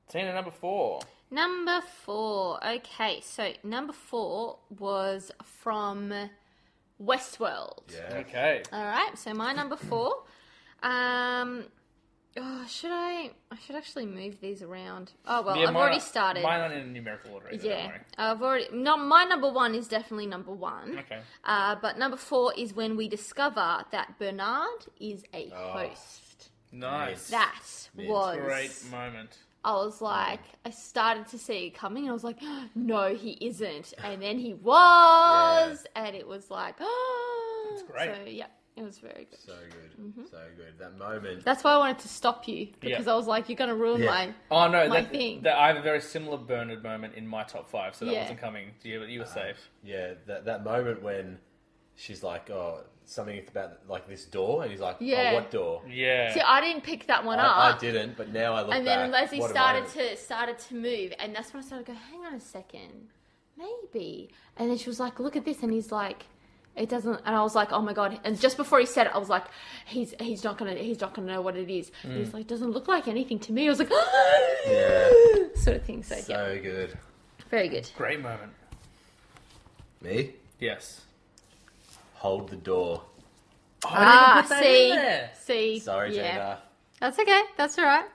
Speaker 6: Tina number four.
Speaker 7: Number four. Okay, so number four was from Westworld.
Speaker 8: Yeah.
Speaker 6: Okay.
Speaker 7: All right, so my number four. Um, oh, should I? I should actually move these around. Oh well,
Speaker 6: Yeah,
Speaker 7: I've
Speaker 6: mine
Speaker 7: already
Speaker 6: are-
Speaker 7: started.
Speaker 6: Mine aren't in numerical order. Either, Don't
Speaker 7: yeah,
Speaker 6: worry.
Speaker 7: I've already. No, my number one is definitely number one.
Speaker 6: Okay.
Speaker 7: Uh, but number four is when we discover that Bernard is a
Speaker 6: Oh.
Speaker 7: host.
Speaker 6: Nice.
Speaker 7: That
Speaker 8: Mint.
Speaker 7: was
Speaker 6: Great moment.
Speaker 7: I was like, I started to see it coming, and I was like, no, he isn't. And then he was, and it was like, oh, that's
Speaker 6: great.
Speaker 7: So yeah, it was very good.
Speaker 8: So good.
Speaker 7: Mm-hmm.
Speaker 8: So good. That moment.
Speaker 7: That's why I wanted to stop you because
Speaker 6: Yeah.
Speaker 7: I was like, you're gonna ruin
Speaker 8: Yeah.
Speaker 7: my.
Speaker 6: Oh no,
Speaker 7: My
Speaker 6: that,
Speaker 7: thing.
Speaker 6: that I have a very similar Bernard moment in my top five, so that
Speaker 7: Yeah.
Speaker 6: wasn't coming. You, you were Uh-huh. safe.
Speaker 8: Yeah. That that moment when she's like, oh, something about like this door, and he's like,
Speaker 7: Yeah.
Speaker 8: oh, what door?
Speaker 6: Yeah.
Speaker 7: See, I didn't pick that one up.
Speaker 8: I, I didn't, but now I look
Speaker 7: and
Speaker 8: back.
Speaker 7: then Leslie
Speaker 8: what a
Speaker 7: started
Speaker 8: moment.
Speaker 7: to started to move, and that's when I started to go, hang on a second, maybe. And then she was like, look at this, and he's like, it doesn't. And I was like, oh my god. And just before he said it, I was like, he's he's not gonna he's not gonna know what it is. And
Speaker 8: Mm.
Speaker 7: he's like, doesn't look like anything to me. I was like, sort of thing. So, yeah,
Speaker 8: So good.
Speaker 7: very good.
Speaker 6: Great moment.
Speaker 8: Me?
Speaker 6: Yes.
Speaker 8: Hold the door.
Speaker 7: Ah,
Speaker 6: that
Speaker 7: see,
Speaker 6: in there.
Speaker 7: see,
Speaker 8: Sorry,
Speaker 7: yeah,
Speaker 8: Gina.
Speaker 7: that's okay. That's all right.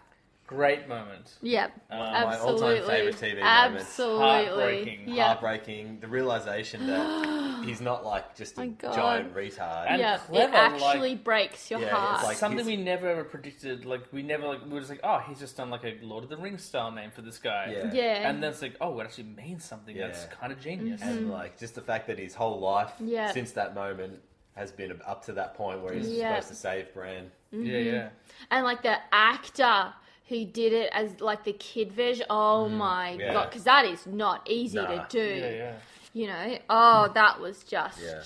Speaker 6: Great moment.
Speaker 7: Yep.
Speaker 8: Uh, my all-time
Speaker 7: absolutely.
Speaker 8: favourite TV moments.
Speaker 7: absolutely.
Speaker 6: Heartbreaking.
Speaker 7: Yeah.
Speaker 8: Heartbreaking. The realization that he's not like just
Speaker 7: My
Speaker 8: a
Speaker 7: God.
Speaker 8: giant retard.
Speaker 6: And
Speaker 7: Yeah.
Speaker 6: clever,
Speaker 7: it actually breaks your
Speaker 8: Yeah, it's
Speaker 7: heart.
Speaker 8: like-
Speaker 6: Something
Speaker 8: he's-
Speaker 6: we never ever predicted. Like we never like we were just like, oh, he's just done like a Lord of the Rings style name for this guy.
Speaker 8: Yeah.
Speaker 7: yeah.
Speaker 6: And then it's like, oh, it actually means something.
Speaker 8: Yeah.
Speaker 6: That's kind of genius.
Speaker 8: And like just the fact that his whole life
Speaker 7: Mm-hmm. Yeah.
Speaker 8: since that moment has been up to that point where he's
Speaker 7: Yeah.
Speaker 8: supposed to save Bran.
Speaker 6: Yeah, yeah.
Speaker 7: and like the actor who did it as like the kid version. Oh my
Speaker 8: Mm, yeah.
Speaker 7: god, because that is not easy to
Speaker 8: Nah.
Speaker 7: do.
Speaker 6: Yeah, yeah.
Speaker 7: You know. Oh, that was just.
Speaker 8: Yeah.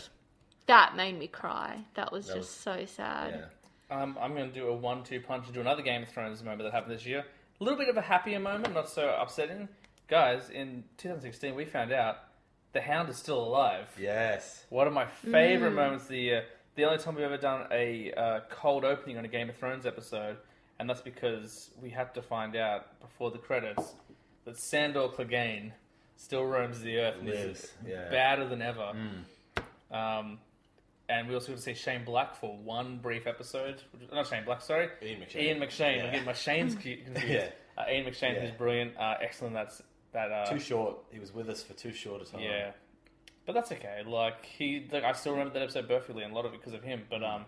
Speaker 7: That made me cry. That was just
Speaker 8: was-
Speaker 7: so sad.
Speaker 8: Yeah.
Speaker 6: Um, I'm going to do a one-two punch into another Game of Thrones moment that happened this year. A little bit of a happier moment, not so upsetting. Guys, in 2016, we found out the Hound is still alive.
Speaker 8: Yes.
Speaker 6: One of my favorite moments of the year. The only time we've ever done a uh, cold opening on a Game of Thrones episode, and that's because we had to find out before the credits that Sandor Clegane still roams the earth and is
Speaker 8: Lives, yeah. Mm.
Speaker 6: badder than ever. Um, and we also got to see Shane Black for one brief episode. Which, not Shane Black, sorry.
Speaker 8: Ian McShane.
Speaker 6: Ian McShane. I'm
Speaker 8: Yeah.
Speaker 6: getting my Shane's cu- confused.
Speaker 8: Yeah.
Speaker 6: Uh, Ian McShane,
Speaker 8: Yeah.
Speaker 6: who's brilliant. Uh, excellent. That's that. Uh,
Speaker 8: Too short. He was with us for too short a time.
Speaker 6: yeah, but that's okay. Like he, like I still remember that episode perfectly, and a lot of it because of him. But
Speaker 8: Mm.
Speaker 6: um,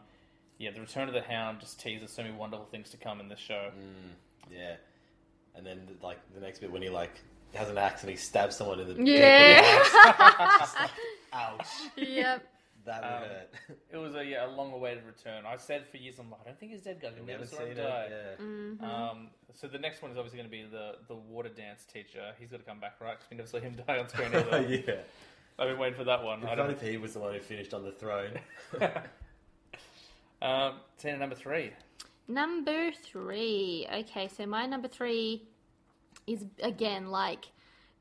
Speaker 6: yeah, the Return of the Hound just teases so many wonderful things to come in this show.
Speaker 8: Mm. Yeah. And then like the next bit when he like has an axe and he stabs someone in the dick.
Speaker 7: Yeah.
Speaker 8: Ouch.
Speaker 7: yep.
Speaker 8: That would
Speaker 6: Um,
Speaker 8: hurt.
Speaker 6: It was a yeah, a long awaited return. I said for years, I'm like, I don't think he's dead, guys. We
Speaker 8: We
Speaker 6: never
Speaker 8: haven't
Speaker 6: saw him
Speaker 8: seen it.
Speaker 6: die.
Speaker 8: Yeah.
Speaker 7: Mm-hmm.
Speaker 6: Um, so the next one is obviously going to be the the water dance teacher. He's got to come back, right? Because we never saw him die on screen either.
Speaker 7: Mm.
Speaker 8: yeah.
Speaker 6: I've been waiting for that one. I
Speaker 8: If
Speaker 6: don't.
Speaker 8: if he was the one who finished on the throne.
Speaker 6: Um, Tina number three.
Speaker 7: Number three. Okay, so my number three is again like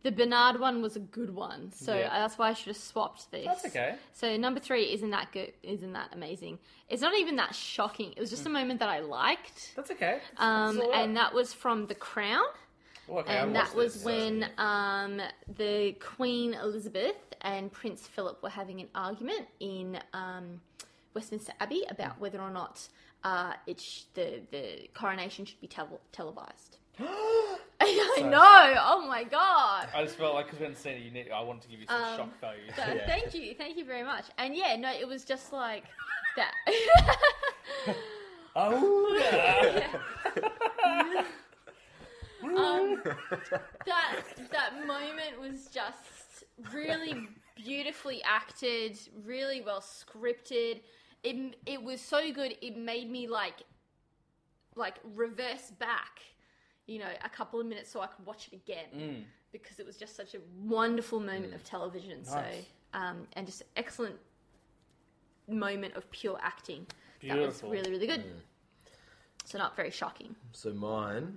Speaker 7: the Bernard one was a good one, so uh,
Speaker 6: Yeah.
Speaker 7: that's why I should have swapped this.
Speaker 6: That's okay.
Speaker 7: So number three isn't that good? Isn't that amazing? It's not even that shocking. It was just a moment that I liked,
Speaker 6: Hmm. That's okay.
Speaker 7: um,
Speaker 6: That's all right.
Speaker 7: and that was from The Crown,
Speaker 6: Oh, okay, I
Speaker 7: and
Speaker 6: watched
Speaker 7: that was
Speaker 6: this, so-
Speaker 7: when um, the Queen Elizabeth and Prince Philip were having an argument in um, Westminster Abbey about whether or not uh, it sh- the the coronation should be tel- televised. I know. Oh my god.
Speaker 6: I just felt like because we hadn't seen it, you need, I wanted to give you some
Speaker 7: Um,
Speaker 6: shock value.
Speaker 7: So
Speaker 8: Yeah.
Speaker 7: thank you, thank you very much. And yeah, no, it was just like that.
Speaker 8: Oh,
Speaker 7: um, that that moment was just really beautifully acted, really well scripted. It it was so good. It made me like like reverse back, you know, a couple of minutes so I could watch it again because it was just such a wonderful moment of television.
Speaker 6: Nice.
Speaker 7: So um, and just excellent moment of pure acting. That
Speaker 6: Beautiful.
Speaker 7: was really really good. So not very shocking.
Speaker 8: So mine,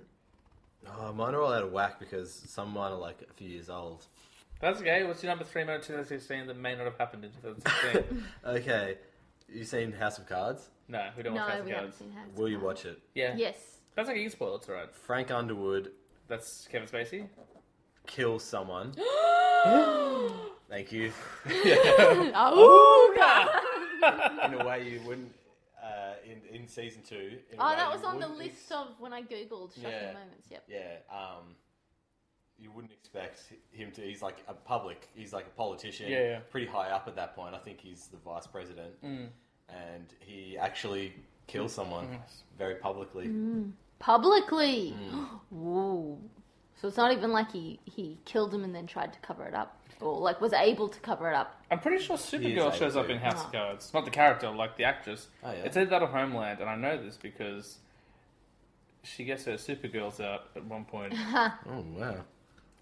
Speaker 8: oh, mine are all out of whack because some of mine are like a few years old.
Speaker 6: That's okay. What's your number three moment in 2016 that may not have happened in 2016?
Speaker 8: Okay, you seen House of Cards?
Speaker 6: no, we don't
Speaker 7: no,
Speaker 6: watch House of
Speaker 7: we haven't
Speaker 6: Cards.
Speaker 7: seen House of
Speaker 8: Will you
Speaker 7: Cards.
Speaker 8: watch it?
Speaker 6: Yeah.
Speaker 7: Yes.
Speaker 6: That's okay. You can spoil it. It's alright.
Speaker 8: Frank Underwood
Speaker 6: That's Kevin Spacey.
Speaker 8: kills someone. Thank you.
Speaker 7: Oh,
Speaker 8: In a way you wouldn't. Uh, in in season two. in a way
Speaker 7: Oh, that
Speaker 8: you
Speaker 7: was on the
Speaker 8: wouldn't
Speaker 7: list of when I googled shocking
Speaker 8: Yeah.
Speaker 7: moments. Yep.
Speaker 8: Yeah, um, you wouldn't expect him to. He's like a public. He's like a politician.
Speaker 6: Yeah, Mm. yeah.
Speaker 8: pretty high up at that point. I think he's the vice president, and he actually kills someone very publicly.
Speaker 7: Publicly.
Speaker 8: Mm.
Speaker 7: Whoa. So it's not even like he he killed him and then tried to cover it up, or like was able to cover it up.
Speaker 6: I'm pretty sure
Speaker 8: able
Speaker 6: Supergirl shows up
Speaker 8: to.
Speaker 6: in House of
Speaker 7: Oh.
Speaker 6: Cards. Not the character, like the actress.
Speaker 8: Oh, yeah?
Speaker 6: It's either that or Homeland, and I know this because she gets her Supergirls out at one point.
Speaker 8: Oh wow!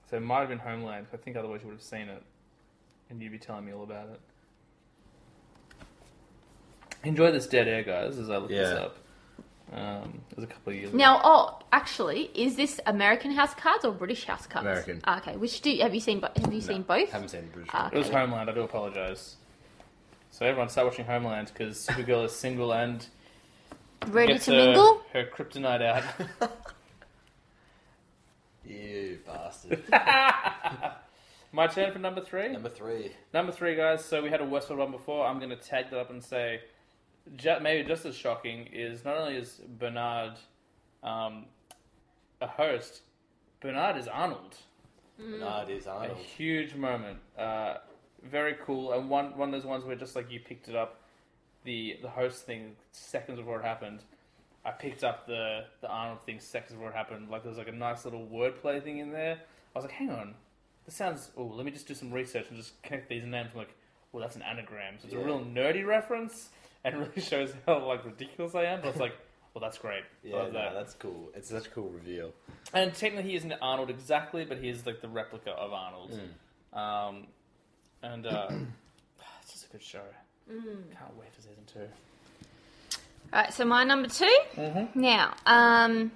Speaker 6: so it might have been Homeland. 'cause I think otherwise you would have seen it, and you'd be telling me all about it. Enjoy this dead air, guys, as I look this
Speaker 8: Yeah.
Speaker 6: up. Um, it was a couple of years ago.
Speaker 7: Now, oh, actually, is this American House Cards or British House Cards?
Speaker 8: American.
Speaker 7: Ah, okay. Which do have you seen? bo- Have you seen both?
Speaker 8: Haven't seen the British.
Speaker 7: Ah,
Speaker 6: It was
Speaker 7: okay.
Speaker 6: Homeland. I do apologize. So everyone, start watching Homeland because Supergirl is single and
Speaker 7: Ready
Speaker 6: gets
Speaker 7: to
Speaker 6: her,
Speaker 7: mingle?
Speaker 6: her kryptonite out.
Speaker 8: You bastard.
Speaker 6: My turn for number three.
Speaker 8: Number three.
Speaker 6: Number three, guys. So we had a Westworld one before. I'm going to tag that up and say, ju- maybe just as shocking is not only is Bernard um, a host, Bernard is Arnold.
Speaker 8: Bernard is
Speaker 6: A
Speaker 8: Arnold.
Speaker 6: huge moment. Uh, very cool, and one one of those ones where just like you picked it up, the the host thing seconds before it happened. I picked up the the Arnold thing seconds before it happened. Like there was like a nice little wordplay thing in there. I was like, hang on, this sounds. Oh, let me just do some research and just connect these names. I'm like, well, that's an anagram. So it's a
Speaker 8: Yeah.
Speaker 6: real nerdy reference, and really shows how like ridiculous I am. But it's like, well, that's great. I
Speaker 8: Yeah,
Speaker 6: love
Speaker 8: no,
Speaker 6: that.
Speaker 8: that's cool. It's such a cool reveal.
Speaker 6: And technically, he isn't Arnold exactly, but he is like the replica of Arnold.
Speaker 8: Hmm.
Speaker 6: Um, and uh, it's just a good show.
Speaker 7: Mm.
Speaker 6: Can't wait for season two.
Speaker 7: Alright, so my number 2
Speaker 8: Mm-hmm.
Speaker 7: Now, um,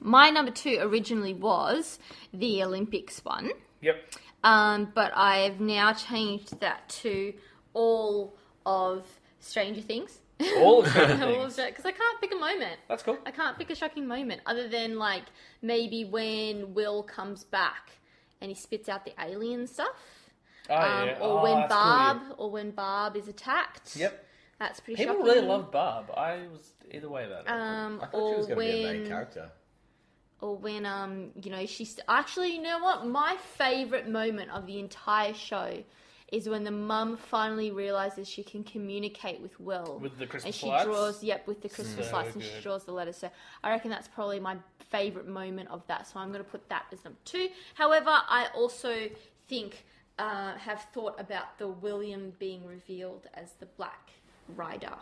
Speaker 7: my number two originally was the Olympics one,
Speaker 6: Yep.
Speaker 7: um, but I've now changed that to all of Stranger Things.
Speaker 6: All of them
Speaker 7: Because
Speaker 6: things.
Speaker 7: I can't pick a moment.
Speaker 6: That's cool.
Speaker 7: I can't pick a shocking moment other than like maybe when Will comes back and he spits out the alien stuff,
Speaker 6: Oh,
Speaker 7: um,
Speaker 6: yeah.
Speaker 7: or
Speaker 6: Oh,
Speaker 7: when
Speaker 6: that's cool, yeah.
Speaker 7: Barb, or when Barb is attacked.
Speaker 6: Yep.
Speaker 7: that's pretty.
Speaker 6: People
Speaker 7: shocking.
Speaker 6: really love Barb. I was either way about it.
Speaker 7: Um,
Speaker 8: I thought
Speaker 7: or
Speaker 8: she was going to
Speaker 7: when,
Speaker 8: be a main character.
Speaker 7: or when um you know she's actually you know what my favorite moment of the entire show is when the mum finally realizes she can communicate with Will
Speaker 6: With the Christmas
Speaker 7: and she
Speaker 6: lights?
Speaker 7: draws yep with the Christmas
Speaker 6: So
Speaker 7: lights and she
Speaker 6: good.
Speaker 7: draws the letter so I reckon that's probably my favorite moment of that so I'm gonna put that as number two however I also think uh, have thought about the William being revealed as the Black Rider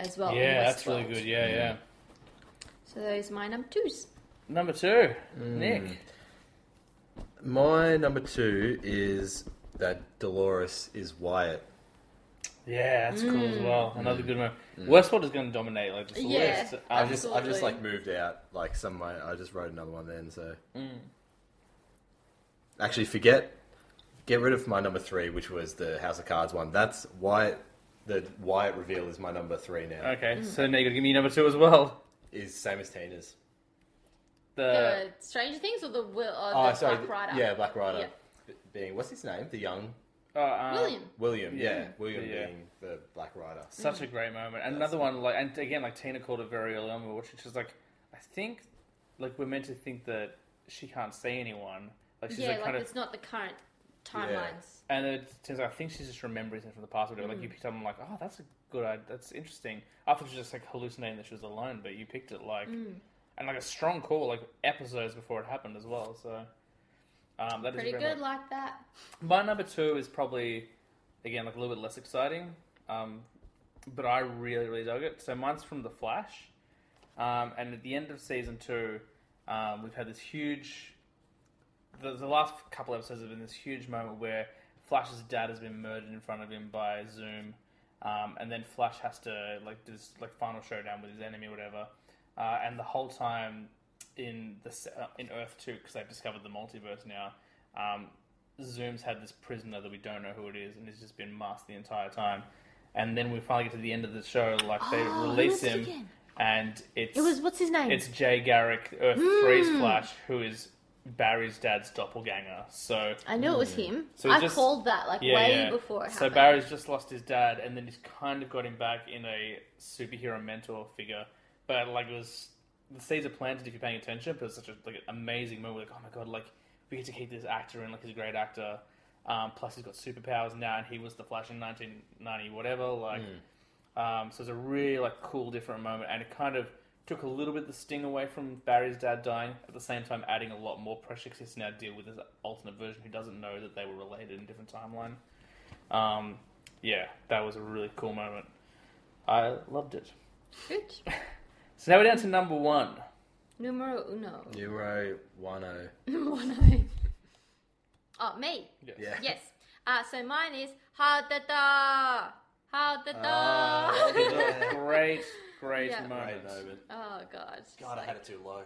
Speaker 7: as well. in
Speaker 6: Yeah, that's really
Speaker 7: Westworld.
Speaker 6: good. Yeah, yeah.
Speaker 7: So those are my number twos.
Speaker 8: Hmm.
Speaker 6: Number two, Nick.
Speaker 8: My number two is that Dolores is Wyatt.
Speaker 6: Yeah, that's cool as
Speaker 8: Hmm.
Speaker 6: well. Another good one. Westworld is going to dominate like this
Speaker 7: Hmm. Yeah.
Speaker 6: list.
Speaker 8: I
Speaker 6: Um,
Speaker 8: just I just
Speaker 7: Absolutely.
Speaker 8: like moved out like some of my I just wrote another one then so
Speaker 7: Mm.
Speaker 8: actually forget get rid of my number three which was the House of Cards one that's Wyatt the Wyatt reveal is my number three now
Speaker 6: okay, so now you got to give me number two as well.
Speaker 8: is same as Tina's
Speaker 6: The
Speaker 7: the Stranger Things or the Will? Or
Speaker 8: oh
Speaker 7: the
Speaker 8: sorry
Speaker 7: Black Rider.
Speaker 8: yeah Black Rider
Speaker 7: Yeah.
Speaker 8: B- being what's his name the young
Speaker 6: uh, uh,
Speaker 7: William.
Speaker 8: William yeah,
Speaker 6: Yeah.
Speaker 7: Mm-hmm.
Speaker 8: William
Speaker 6: Yeah.
Speaker 8: being the Black Rider
Speaker 6: Such
Speaker 7: Mm.
Speaker 6: a great moment. And another one, like, and again, like Tina called it very early on. We were watching. She's like, I think, like, we're meant to think that she can't see anyone. Like, she's
Speaker 7: Yeah,
Speaker 6: like,
Speaker 7: like,
Speaker 6: kind of,
Speaker 7: it's not the current timelines.
Speaker 6: and then it turns out I think she's just remembering something from the past. Or whatever.
Speaker 7: Mm.
Speaker 6: Like, you picked up, and like, oh, that's a good idea. That's interesting. I thought she was just like hallucinating that she was alone, but you picked it like,
Speaker 7: Mm.
Speaker 6: and like a strong call, like episodes before it happened as well. So, um, that is a
Speaker 7: Pretty
Speaker 6: great
Speaker 7: good
Speaker 6: moment.
Speaker 7: like that.
Speaker 6: My number two is probably, again, like a little bit less exciting, um, but I really, really dug it. So mine's from The Flash. Um, and at the end of season two, um, we've had this huge. The, the last couple episodes have been this huge moment where Flash's dad has been murdered in front of him by Zoom, um, and then Flash has to like do this like final showdown with his enemy, or whatever. Uh, and the whole time in the se- uh, in Earth two, because they've discovered the multiverse now, um, Zoom's had this prisoner that we don't know who it is, and he's just been masked the entire time. And then we finally get to the end of the show, like they
Speaker 7: Oh, who
Speaker 6: release
Speaker 7: is it
Speaker 6: him,
Speaker 7: again?
Speaker 6: and it's
Speaker 7: It was Hmm. what's his name?
Speaker 6: it's Jay Garrick, Earth Three's Flash, who is Barry's dad's doppelganger. So
Speaker 7: I knew it was him.
Speaker 6: Hmm. So
Speaker 7: I
Speaker 6: just-
Speaker 7: called that like
Speaker 6: yeah,
Speaker 7: way
Speaker 6: yeah.
Speaker 7: before. It
Speaker 6: so
Speaker 7: happened.
Speaker 6: Barry's just lost his dad, and then he's kind of got him back in a superhero mentor figure. But like it was, the seeds are planted if you're paying attention. But it's such a like an amazing moment. Like oh my god, like we get to keep this actor in. Like he's a great actor. Um, plus he's got superpowers now, and he was the Flash in 1990 whatever. Like. Um, so it's a really like cool, different moment, and it kind of took a little bit the sting away from Barry's dad dying, at the same time adding a lot more pressure because he has to now deal with his alternate version who doesn't know that they were related in a different timeline. Um, yeah, that was a really cool moment. I loved it.
Speaker 7: Good.
Speaker 6: So now we're down to number one.
Speaker 7: Numero uno.
Speaker 8: Euro one oh
Speaker 7: One eye. Oh, me.
Speaker 6: Yes.
Speaker 8: yeah
Speaker 7: Yes. Uh, so mine is ha da da. Ha da
Speaker 6: Ah.
Speaker 7: da.
Speaker 6: Great, great
Speaker 7: Yeah.
Speaker 6: moment.
Speaker 8: Great moment.
Speaker 7: Oh, God. It's just
Speaker 8: God I
Speaker 7: like-
Speaker 8: had it too low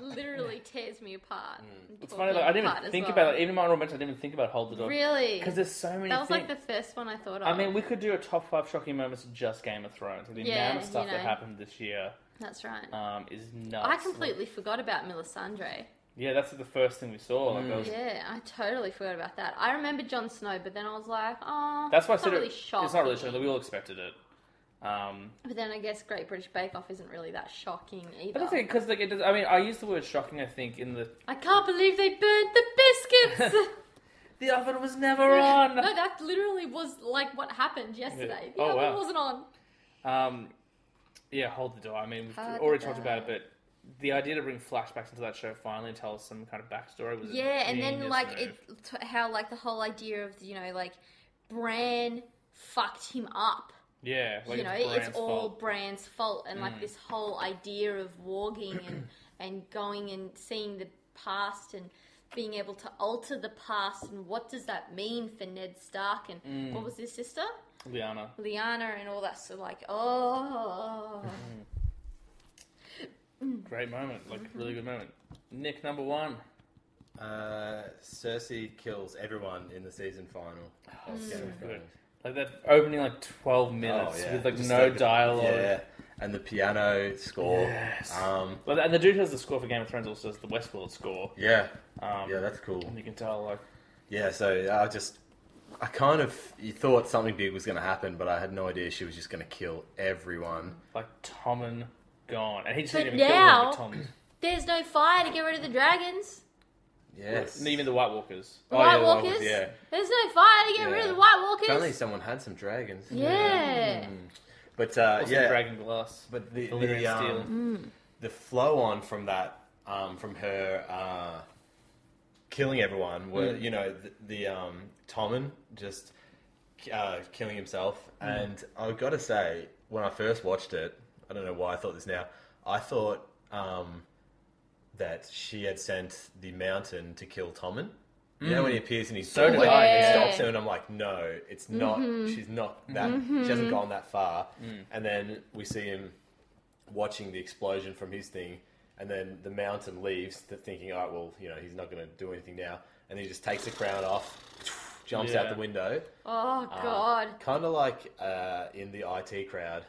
Speaker 7: literally tears me apart.
Speaker 6: Hmm. It's funny, like, I didn't even think about it. Even my romance, I didn't even think about Hold the Door.
Speaker 7: Really?
Speaker 6: Because there's so many
Speaker 7: that was
Speaker 6: things.
Speaker 7: like the first one I thought of.
Speaker 6: I mean, we could do a top five shocking moments of just Game of Thrones. The
Speaker 7: Yeah,
Speaker 6: amount of stuff
Speaker 7: you
Speaker 6: that
Speaker 7: know.
Speaker 6: happened this year
Speaker 7: That's right.
Speaker 6: um, is nuts.
Speaker 7: I completely forgot about Melisandre.
Speaker 6: Yeah, that's the first thing we saw.
Speaker 8: Mm.
Speaker 6: Like, that was-
Speaker 7: Yeah, I totally forgot about that. I remember Jon Snow, but then I was like, oh,
Speaker 6: That's why I
Speaker 7: it's not
Speaker 6: said
Speaker 7: really
Speaker 6: it,
Speaker 7: shocking.
Speaker 6: it's not really shocking. We all expected it. Um,
Speaker 7: But then I guess Great British Bake Off isn't really that shocking either.
Speaker 6: but I think because like it does. I mean, I use the word shocking. I think in the
Speaker 7: I can't believe they burnt the biscuits.
Speaker 6: the oven was never on.
Speaker 7: no, that literally was like what happened yesterday. The
Speaker 6: Oh,
Speaker 7: oven
Speaker 6: wow.
Speaker 7: wasn't on.
Speaker 6: Um, yeah, hold the door. I mean, we've
Speaker 7: Hold the
Speaker 6: already talked
Speaker 7: door.
Speaker 6: about it, but the idea to bring flashbacks into that show finally and tell us some kind of backstory was a
Speaker 7: Yeah, and then
Speaker 6: genius
Speaker 7: like
Speaker 6: move.
Speaker 7: it, t- how like the whole idea of you know like Bran fucked him up.
Speaker 6: yeah, like
Speaker 7: you know,
Speaker 6: it's,
Speaker 7: it's
Speaker 6: Bran's
Speaker 7: all
Speaker 6: fault. Mm.
Speaker 7: Bran's fault, and like this whole idea of warging and and going and seeing the past and being able to alter the past and what does that mean for Ned Stark and
Speaker 6: Mm.
Speaker 7: what was his sister
Speaker 6: Liana.
Speaker 7: Lyanna and all that. So like, oh,
Speaker 6: Great moment,
Speaker 7: Mm-hmm.
Speaker 6: like really good moment. Nick number one.
Speaker 8: Uh, Cersei kills everyone in the season final.
Speaker 7: Oh,
Speaker 8: of Game of
Speaker 6: Good.
Speaker 8: Thrones.
Speaker 6: Like that opening like twelve minutes
Speaker 8: Oh, yeah.
Speaker 6: with like
Speaker 8: Just
Speaker 6: no
Speaker 8: the-
Speaker 6: dialogue.
Speaker 8: Yeah, and the piano score. Um,
Speaker 6: Well, and the dude who has the score for Game of Thrones also has the Westworld score.
Speaker 8: yeah,
Speaker 6: Um,
Speaker 8: yeah, that's cool.
Speaker 6: and you can tell like
Speaker 8: Yeah, so I just, I kind of you thought something big was going to happen, but I had no idea she was just going to kill everyone.
Speaker 6: like Tommen gone, and he just
Speaker 7: But
Speaker 6: didn't even
Speaker 7: now-
Speaker 6: kill them.
Speaker 7: there's no fire to get rid of the dragons.
Speaker 8: Yes,
Speaker 6: Even the White Walkers.
Speaker 8: Oh, yeah, the
Speaker 7: White
Speaker 8: White
Speaker 7: Walkers.
Speaker 8: Walkers, yeah.
Speaker 7: There's no fire to get rid of
Speaker 8: Yeah.
Speaker 7: the White Walkers.
Speaker 8: apparently someone had some dragons. Hmm.
Speaker 7: yeah.
Speaker 6: Mm.
Speaker 8: but uh,
Speaker 6: Also
Speaker 8: yeah,
Speaker 6: Dragon Glass.
Speaker 8: But the
Speaker 6: Valyrian
Speaker 8: the,
Speaker 6: Mm.
Speaker 8: um, the flow on from that um, from her uh, killing everyone were
Speaker 6: Mm.
Speaker 8: you know the, the um Tommen just uh, killing himself,
Speaker 6: Mm.
Speaker 8: and I've got to say when I first watched it, I don't know why I thought this now. I thought um, that she had sent the mountain to kill Tommen. You know when he appears and he's
Speaker 6: Mm. So
Speaker 8: so
Speaker 6: did
Speaker 8: late
Speaker 6: I. Mm-hmm.
Speaker 8: and
Speaker 7: Yeah.
Speaker 8: stops him, and I'm like, no, it's not. She's not that. She hasn't gone that far. And then we see him watching the explosion from his thing, and then the mountain leaves, th- thinking, all right, well, you know, he's not going to do anything now. And he just takes the crown off, jumps out
Speaker 6: Yeah.
Speaker 8: the window.
Speaker 7: Oh god.
Speaker 8: Kind of like uh, in the IT crowd.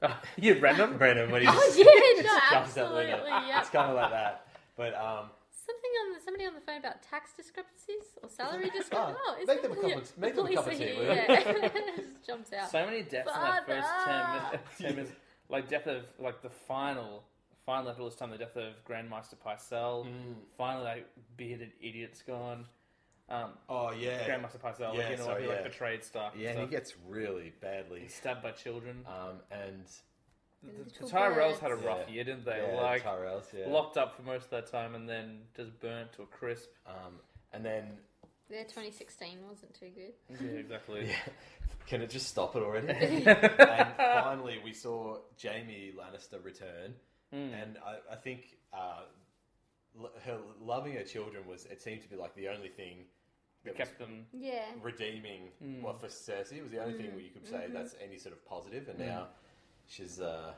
Speaker 6: you random.
Speaker 8: Brennan, when he just
Speaker 7: Oh, yeah, no,
Speaker 8: jumps out the
Speaker 7: absolutely.
Speaker 8: window.
Speaker 7: Yep.
Speaker 8: It's kind of like that. But um,
Speaker 7: Something on the, somebody on the phone about tax discrepancies or salary
Speaker 8: Ah,
Speaker 7: discrepancies. Oh, it's
Speaker 8: make
Speaker 7: the
Speaker 8: them a
Speaker 7: poli-
Speaker 8: cup of- make them a
Speaker 7: police
Speaker 8: cup of
Speaker 7: are
Speaker 8: tea,
Speaker 7: here,
Speaker 8: will you?
Speaker 7: Yeah. just jumps out.
Speaker 6: So many deaths in that first
Speaker 7: Father!
Speaker 6: ten minutes. Like death of like the final final level this time, the death of Grandmaster Pycelle.
Speaker 8: Mm.
Speaker 6: Finally, like bearded idiots gone. Um,
Speaker 8: oh yeah,
Speaker 6: Grandmaster Pycelle,
Speaker 8: Yeah,
Speaker 6: like, you know,
Speaker 8: sorry,
Speaker 6: like,
Speaker 8: yeah.
Speaker 6: like betrayed stuff.
Speaker 8: yeah, and he
Speaker 6: stuff.
Speaker 8: gets really badly.
Speaker 6: He's stabbed by children.
Speaker 8: Um, and
Speaker 6: the
Speaker 7: Little
Speaker 6: Tyrells had a
Speaker 7: birds.
Speaker 6: rough
Speaker 8: Yeah.
Speaker 6: year, didn't they?
Speaker 8: yeah,
Speaker 6: like
Speaker 8: Tyrells, yeah.
Speaker 6: locked up for most of that time, and then just burnt to a crisp.
Speaker 8: Um, and then
Speaker 7: Their 2016 wasn't too good.
Speaker 6: Yeah, exactly.
Speaker 8: Can it just stop it already? and finally, we saw Jamie Lannister return, and I, I think uh, lo- her loving her children was it seemed to be like the only thing that was
Speaker 6: Kept them.
Speaker 7: Yeah.
Speaker 8: redeeming. Well, for Cersei, it was the only thing where you could say that's any sort of positive, and now she's uh,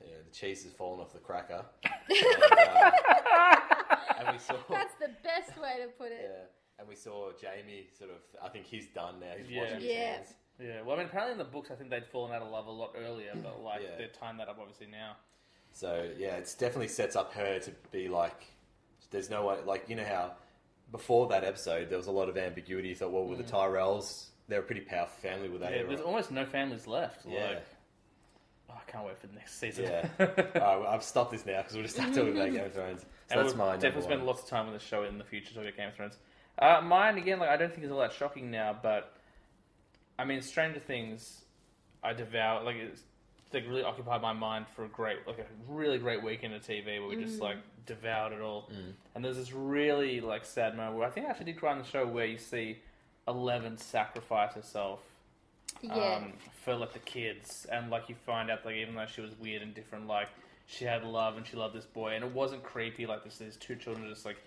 Speaker 8: yeah, the cheese has fallen off the cracker, and, uh, and we saw
Speaker 7: That's the best way to put
Speaker 8: yeah,
Speaker 7: it.
Speaker 8: and we saw Jamie sort of. I think he's done now. He's
Speaker 6: Yeah.
Speaker 8: watching his
Speaker 7: Yeah.
Speaker 8: hands.
Speaker 6: Yeah. Well, I mean, apparently in the books, I think they'd fallen out of love a lot earlier, but like
Speaker 8: Yeah.
Speaker 6: they've timed that up obviously now.
Speaker 8: So yeah, it's definitely sets up her to be like, there's no one like you know how before that episode there was a lot of ambiguity. You thought, well, were the Tyrells? They're a pretty powerful family, were they?
Speaker 6: Mm. Yeah, there's
Speaker 8: Or-
Speaker 6: almost no families left.
Speaker 8: yeah.
Speaker 6: Like, oh, I can't wait for the next season.
Speaker 8: yeah. All right, well, I've stopped this now because we'll just start talking about Game of Thrones. So
Speaker 6: and
Speaker 8: that's
Speaker 6: we'll
Speaker 8: my number
Speaker 6: definitely
Speaker 8: one.
Speaker 6: spend lots of time on the show in the future talking about Game of Thrones. Uh, mine again, like I don't think it's all that shocking now, but I mean, Stranger Things, I devour like it's like really occupied my mind for a great like a really great weekend of TV where we just like devoured it all.
Speaker 8: Mm.
Speaker 6: And there's this really like sad moment where I think I actually did cry on the show where you see Eleven sacrifice herself
Speaker 7: Yeah.
Speaker 6: um, for like the kids, and like you find out like even though she was weird and different, like she had love and she loved this boy, and it wasn't creepy. Like this, these two children just like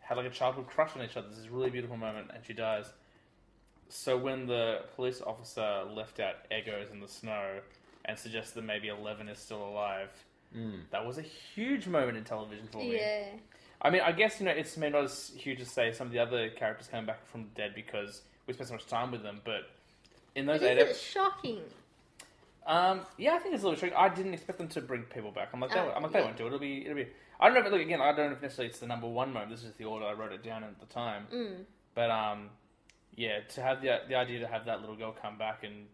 Speaker 6: had like a childhood crush on each other. This is a really beautiful moment, and she dies. So when the police officer left out Egos in the snow and suggested that maybe Eleven is still alive, that was a huge moment in television for me.
Speaker 7: yeah.
Speaker 6: I mean, I guess you know it's maybe not as huge as say some of the other characters coming back from the dead because we spent so much time with them, but. In those
Speaker 7: But
Speaker 6: eight
Speaker 7: isn't
Speaker 6: episodes,
Speaker 7: it shocking?
Speaker 6: um, yeah, I think it's a little tricky. I didn't expect them to bring people back. I'm like, they,
Speaker 7: Uh,
Speaker 6: I'm like, they
Speaker 7: yeah.
Speaker 6: won't do it. It'll be, it'll be. I don't know. But look, again, I don't know if necessarily it's the number one moment. This is the order I wrote it down in at the time.
Speaker 7: Mm.
Speaker 6: But um, yeah, to have the the idea to have that little girl come back and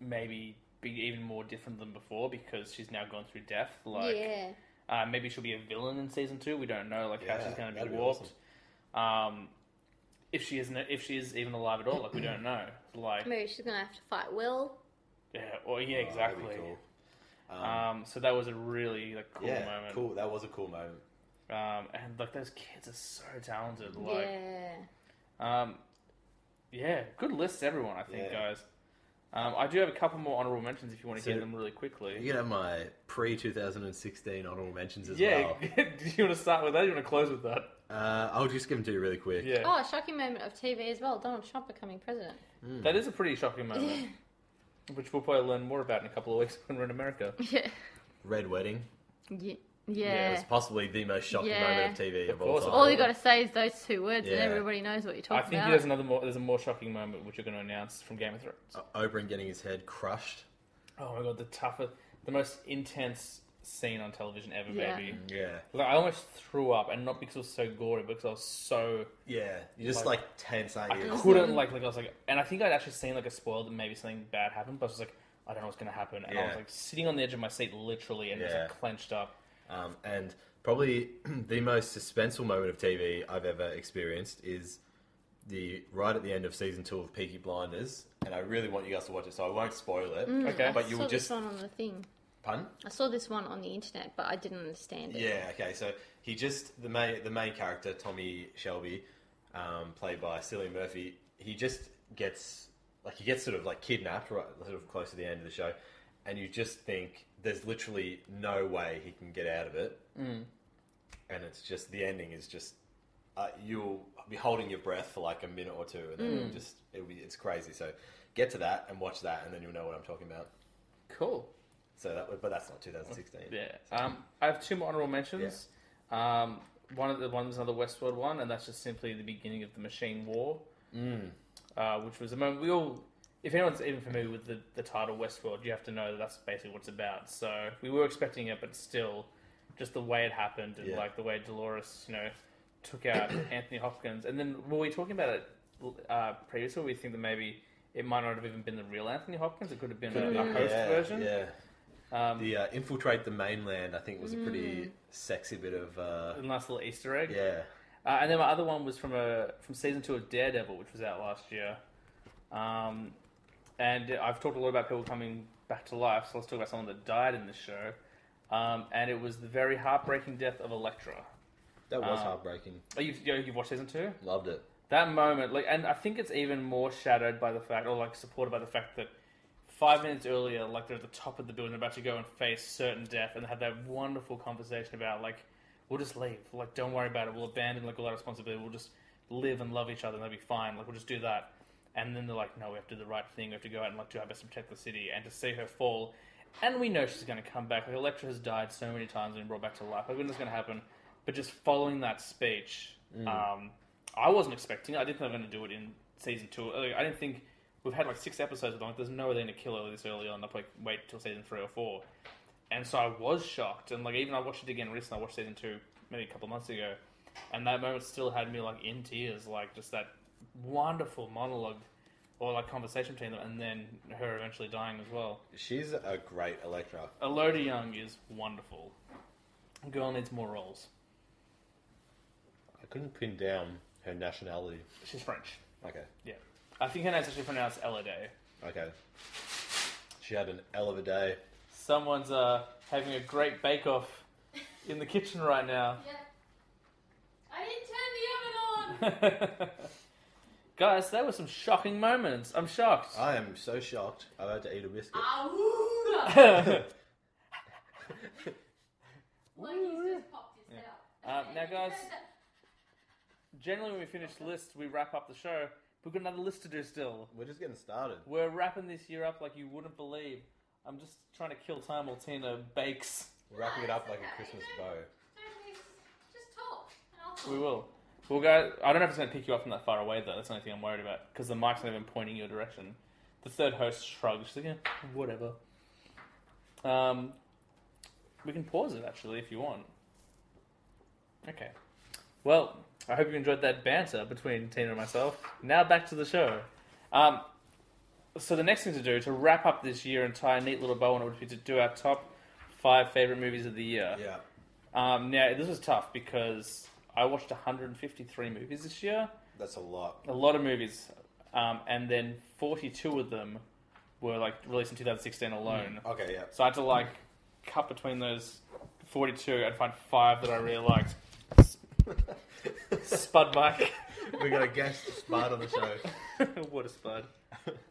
Speaker 6: maybe be even more different than before because she's now gone through death. Like,
Speaker 7: yeah.
Speaker 6: uh, maybe she'll be a villain in season two. We don't know, like how
Speaker 8: Yeah,
Speaker 6: she's going to be
Speaker 8: that'd be
Speaker 6: warped. Um, if she isn't, if she is even alive at all, like we don't know. Like,
Speaker 7: Maybe she's going to have to fight Will.
Speaker 6: yeah, or yeah,
Speaker 8: Oh, that'd be
Speaker 6: exactly.
Speaker 8: cool.
Speaker 6: Um, so that was a really like cool
Speaker 8: yeah,
Speaker 6: moment.
Speaker 8: cool. That was a cool moment.
Speaker 6: Um, and like those kids are so talented. Like,
Speaker 7: yeah.
Speaker 6: yeah. um, yeah, good lists everyone. I think
Speaker 8: Yeah.
Speaker 6: guys. Um, I do have a couple more honorable mentions if you want to
Speaker 8: So-
Speaker 6: hear them really quickly.
Speaker 8: You can have my pre 2016 honorable mentions as
Speaker 6: yeah,
Speaker 8: well.
Speaker 6: do you want to start with that? Or do you want to close with that?
Speaker 8: Uh, I'll just give them to you really quick.
Speaker 6: Yeah,
Speaker 7: Oh, a shocking moment of TV as well. Donald Trump becoming president.
Speaker 6: that is a pretty shocking moment, which we'll probably learn more about in a couple of weeks when we're in America.
Speaker 7: Yeah.
Speaker 8: Red Wedding.
Speaker 7: Yeah.
Speaker 8: It was possibly the most shocking
Speaker 7: Yeah.
Speaker 8: moment of TV of,
Speaker 6: Of
Speaker 8: all
Speaker 6: course.
Speaker 8: time.
Speaker 7: All you got to say is those two words,
Speaker 8: Yeah.
Speaker 7: and everybody knows what you're
Speaker 6: I
Speaker 7: talking
Speaker 6: think
Speaker 7: about.
Speaker 6: there's another more. There's a more shocking moment which you're going to announce from Game of Thrones.
Speaker 8: Oberyn getting his head crushed.
Speaker 6: Oh my god, the toughest, the most intense scene on television ever,
Speaker 7: Yeah.
Speaker 6: baby.
Speaker 8: Yeah.
Speaker 6: Like, I almost threw up, and not because it was so gory, but because I was so
Speaker 8: Yeah. You're just
Speaker 6: Like-
Speaker 8: like, tense, aren't
Speaker 6: I
Speaker 8: you?
Speaker 6: couldn't like like I was like, and I think I'd actually seen like a spoiler that maybe something bad happened, but I was like, I don't know what's gonna happen, and I was
Speaker 8: Yeah.
Speaker 6: like sitting on the edge of my seat literally, and it was
Speaker 8: Yeah.
Speaker 6: like clenched up.
Speaker 8: Um, and probably the most suspenseful moment of TV I've ever experienced is the right at the end of season two of Peaky Blinders. And I really want you guys to watch it, so I won't spoil it.
Speaker 6: Okay,
Speaker 8: But
Speaker 7: I
Speaker 8: you
Speaker 7: saw
Speaker 8: will
Speaker 7: this
Speaker 8: just
Speaker 7: one on the thing.
Speaker 8: pun.
Speaker 7: I saw this one on the internet, but I didn't understand it.
Speaker 8: Yeah. Okay. So he just the main the main character Tommy Shelby um, played by Cillian Murphy, he just gets like he gets sort of like kidnapped right sort of close to the end of the show, and you just think there's literally no way he can get out of it, and it's just the ending is just. Uh, you'll be holding your breath for like a minute or two, and then it'll just it'll be, it's crazy. So get to that and watch that, and then you'll know what I'm talking about.
Speaker 6: Cool.
Speaker 8: So that, but that's not 2016.
Speaker 6: Yeah. Um, I have two more honorable mentions. Um, one of the one's another Westworld one, and that's just simply the beginning of the Machine War, mm. uh, which was a moment we all. If anyone's even familiar with the, the title Westworld, you have to know that that's basically what it's about. So we were expecting it, but still, just the way it happened and
Speaker 8: Yeah.
Speaker 6: like the way Dolores, you know, took out Anthony Hopkins, and then were we talking about it uh, previously? We think that maybe it might not have even been the real Anthony Hopkins; it could have been a, a host
Speaker 8: yeah,
Speaker 6: version.
Speaker 8: Yeah.
Speaker 6: Um,
Speaker 8: The uh, infiltrate the mainland, I think, was a pretty sexy bit of uh,
Speaker 6: a nice little Easter egg.
Speaker 8: yeah.
Speaker 6: Uh, and then my other one was from a from season two of Daredevil, which was out last year. Um, and I've talked a lot about people coming back to life, so let's talk about someone that died in the show. Um, and it was the very heartbreaking death of Elektra.
Speaker 8: That was
Speaker 6: Uh,
Speaker 8: heartbreaking.
Speaker 6: Oh, you've, you know, you've watched season two?
Speaker 8: Loved it.
Speaker 6: That moment, like, and I think it's even more shadowed by the fact, or like supported by the fact that five minutes earlier, like they're at the top of the building, they're about to go and face certain death, and they have that wonderful conversation about like, we'll just leave, like, don't worry about it, we'll abandon like all that responsibility, we'll just live and love each other, and they'll be fine, like, we'll just do that. And then they're like, no, we have to do the right thing, we have to go out and like do our best to protect the city, and to see her fall, and we know she's going to come back. Like, Electra has died so many times and been brought back to life. Like, we know it's going to happen. But just following that speech, um, I wasn't expecting it. I didn't think they were going to do it in season two. Like, I didn't think we've had like six episodes with them. Like, there's no way they're going to kill her this early on. They'll probably wait till season three or four. And so I was shocked. And like, even I watched it again recently. I watched season two maybe a couple months ago, and that moment still had me like in tears. Like just that wonderful monologue or like conversation between them, and then her eventually dying as well.
Speaker 8: She's a great Electra.
Speaker 6: Elodie Young is wonderful. Girl needs more roles.
Speaker 8: I couldn't pin down her nationality.
Speaker 6: She's French.
Speaker 8: Okay.
Speaker 6: Yeah. I think her name's actually pronounced Elodie.
Speaker 8: Okay. She had an hell of a day.
Speaker 6: Someone's uh, having a great bake-off in the kitchen right now.
Speaker 7: Yeah. I didn't turn the oven on.
Speaker 6: Guys, there were some shocking moments. I'm shocked.
Speaker 8: I am so shocked. I had to eat a biscuit.
Speaker 7: Ah, like he's just popped his head up.
Speaker 6: Um, now, guys- Generally, when we finish lists, we wrap up the show. We've got another list to do still.
Speaker 8: We're just getting started.
Speaker 6: We're wrapping this year up like you wouldn't believe. I'm just trying to kill time while Tina bakes.
Speaker 8: We're wrapping it up like a Christmas bow.
Speaker 7: Just talk. and I'll talk.
Speaker 6: We will. We'll go. I don't know if it's going to pick you up from that far away, though. That's the only thing I'm worried about because the mic's not even pointing your direction. The third host shrugs. She's like, "Yeah, whatever. Um, we can pause it actually if you want. Okay. Well, I hope you enjoyed that banter between Tina and myself. Now back to the show. Um, so the next thing to do to wrap up this year and tie a neat little bow on it would be to do our top five favorite movies of the year.
Speaker 8: Yeah.
Speaker 6: Um, now this was tough because I watched 153 movies this year,
Speaker 8: That's a lot.
Speaker 6: a lot of movies, um, and then 42 of them were like released in 2016 alone.
Speaker 8: Okay, yeah.
Speaker 6: So I had to like cut between those 42 and find five that I really liked. Spud Mike,
Speaker 8: we got a guest spot on the show.
Speaker 6: what a spud.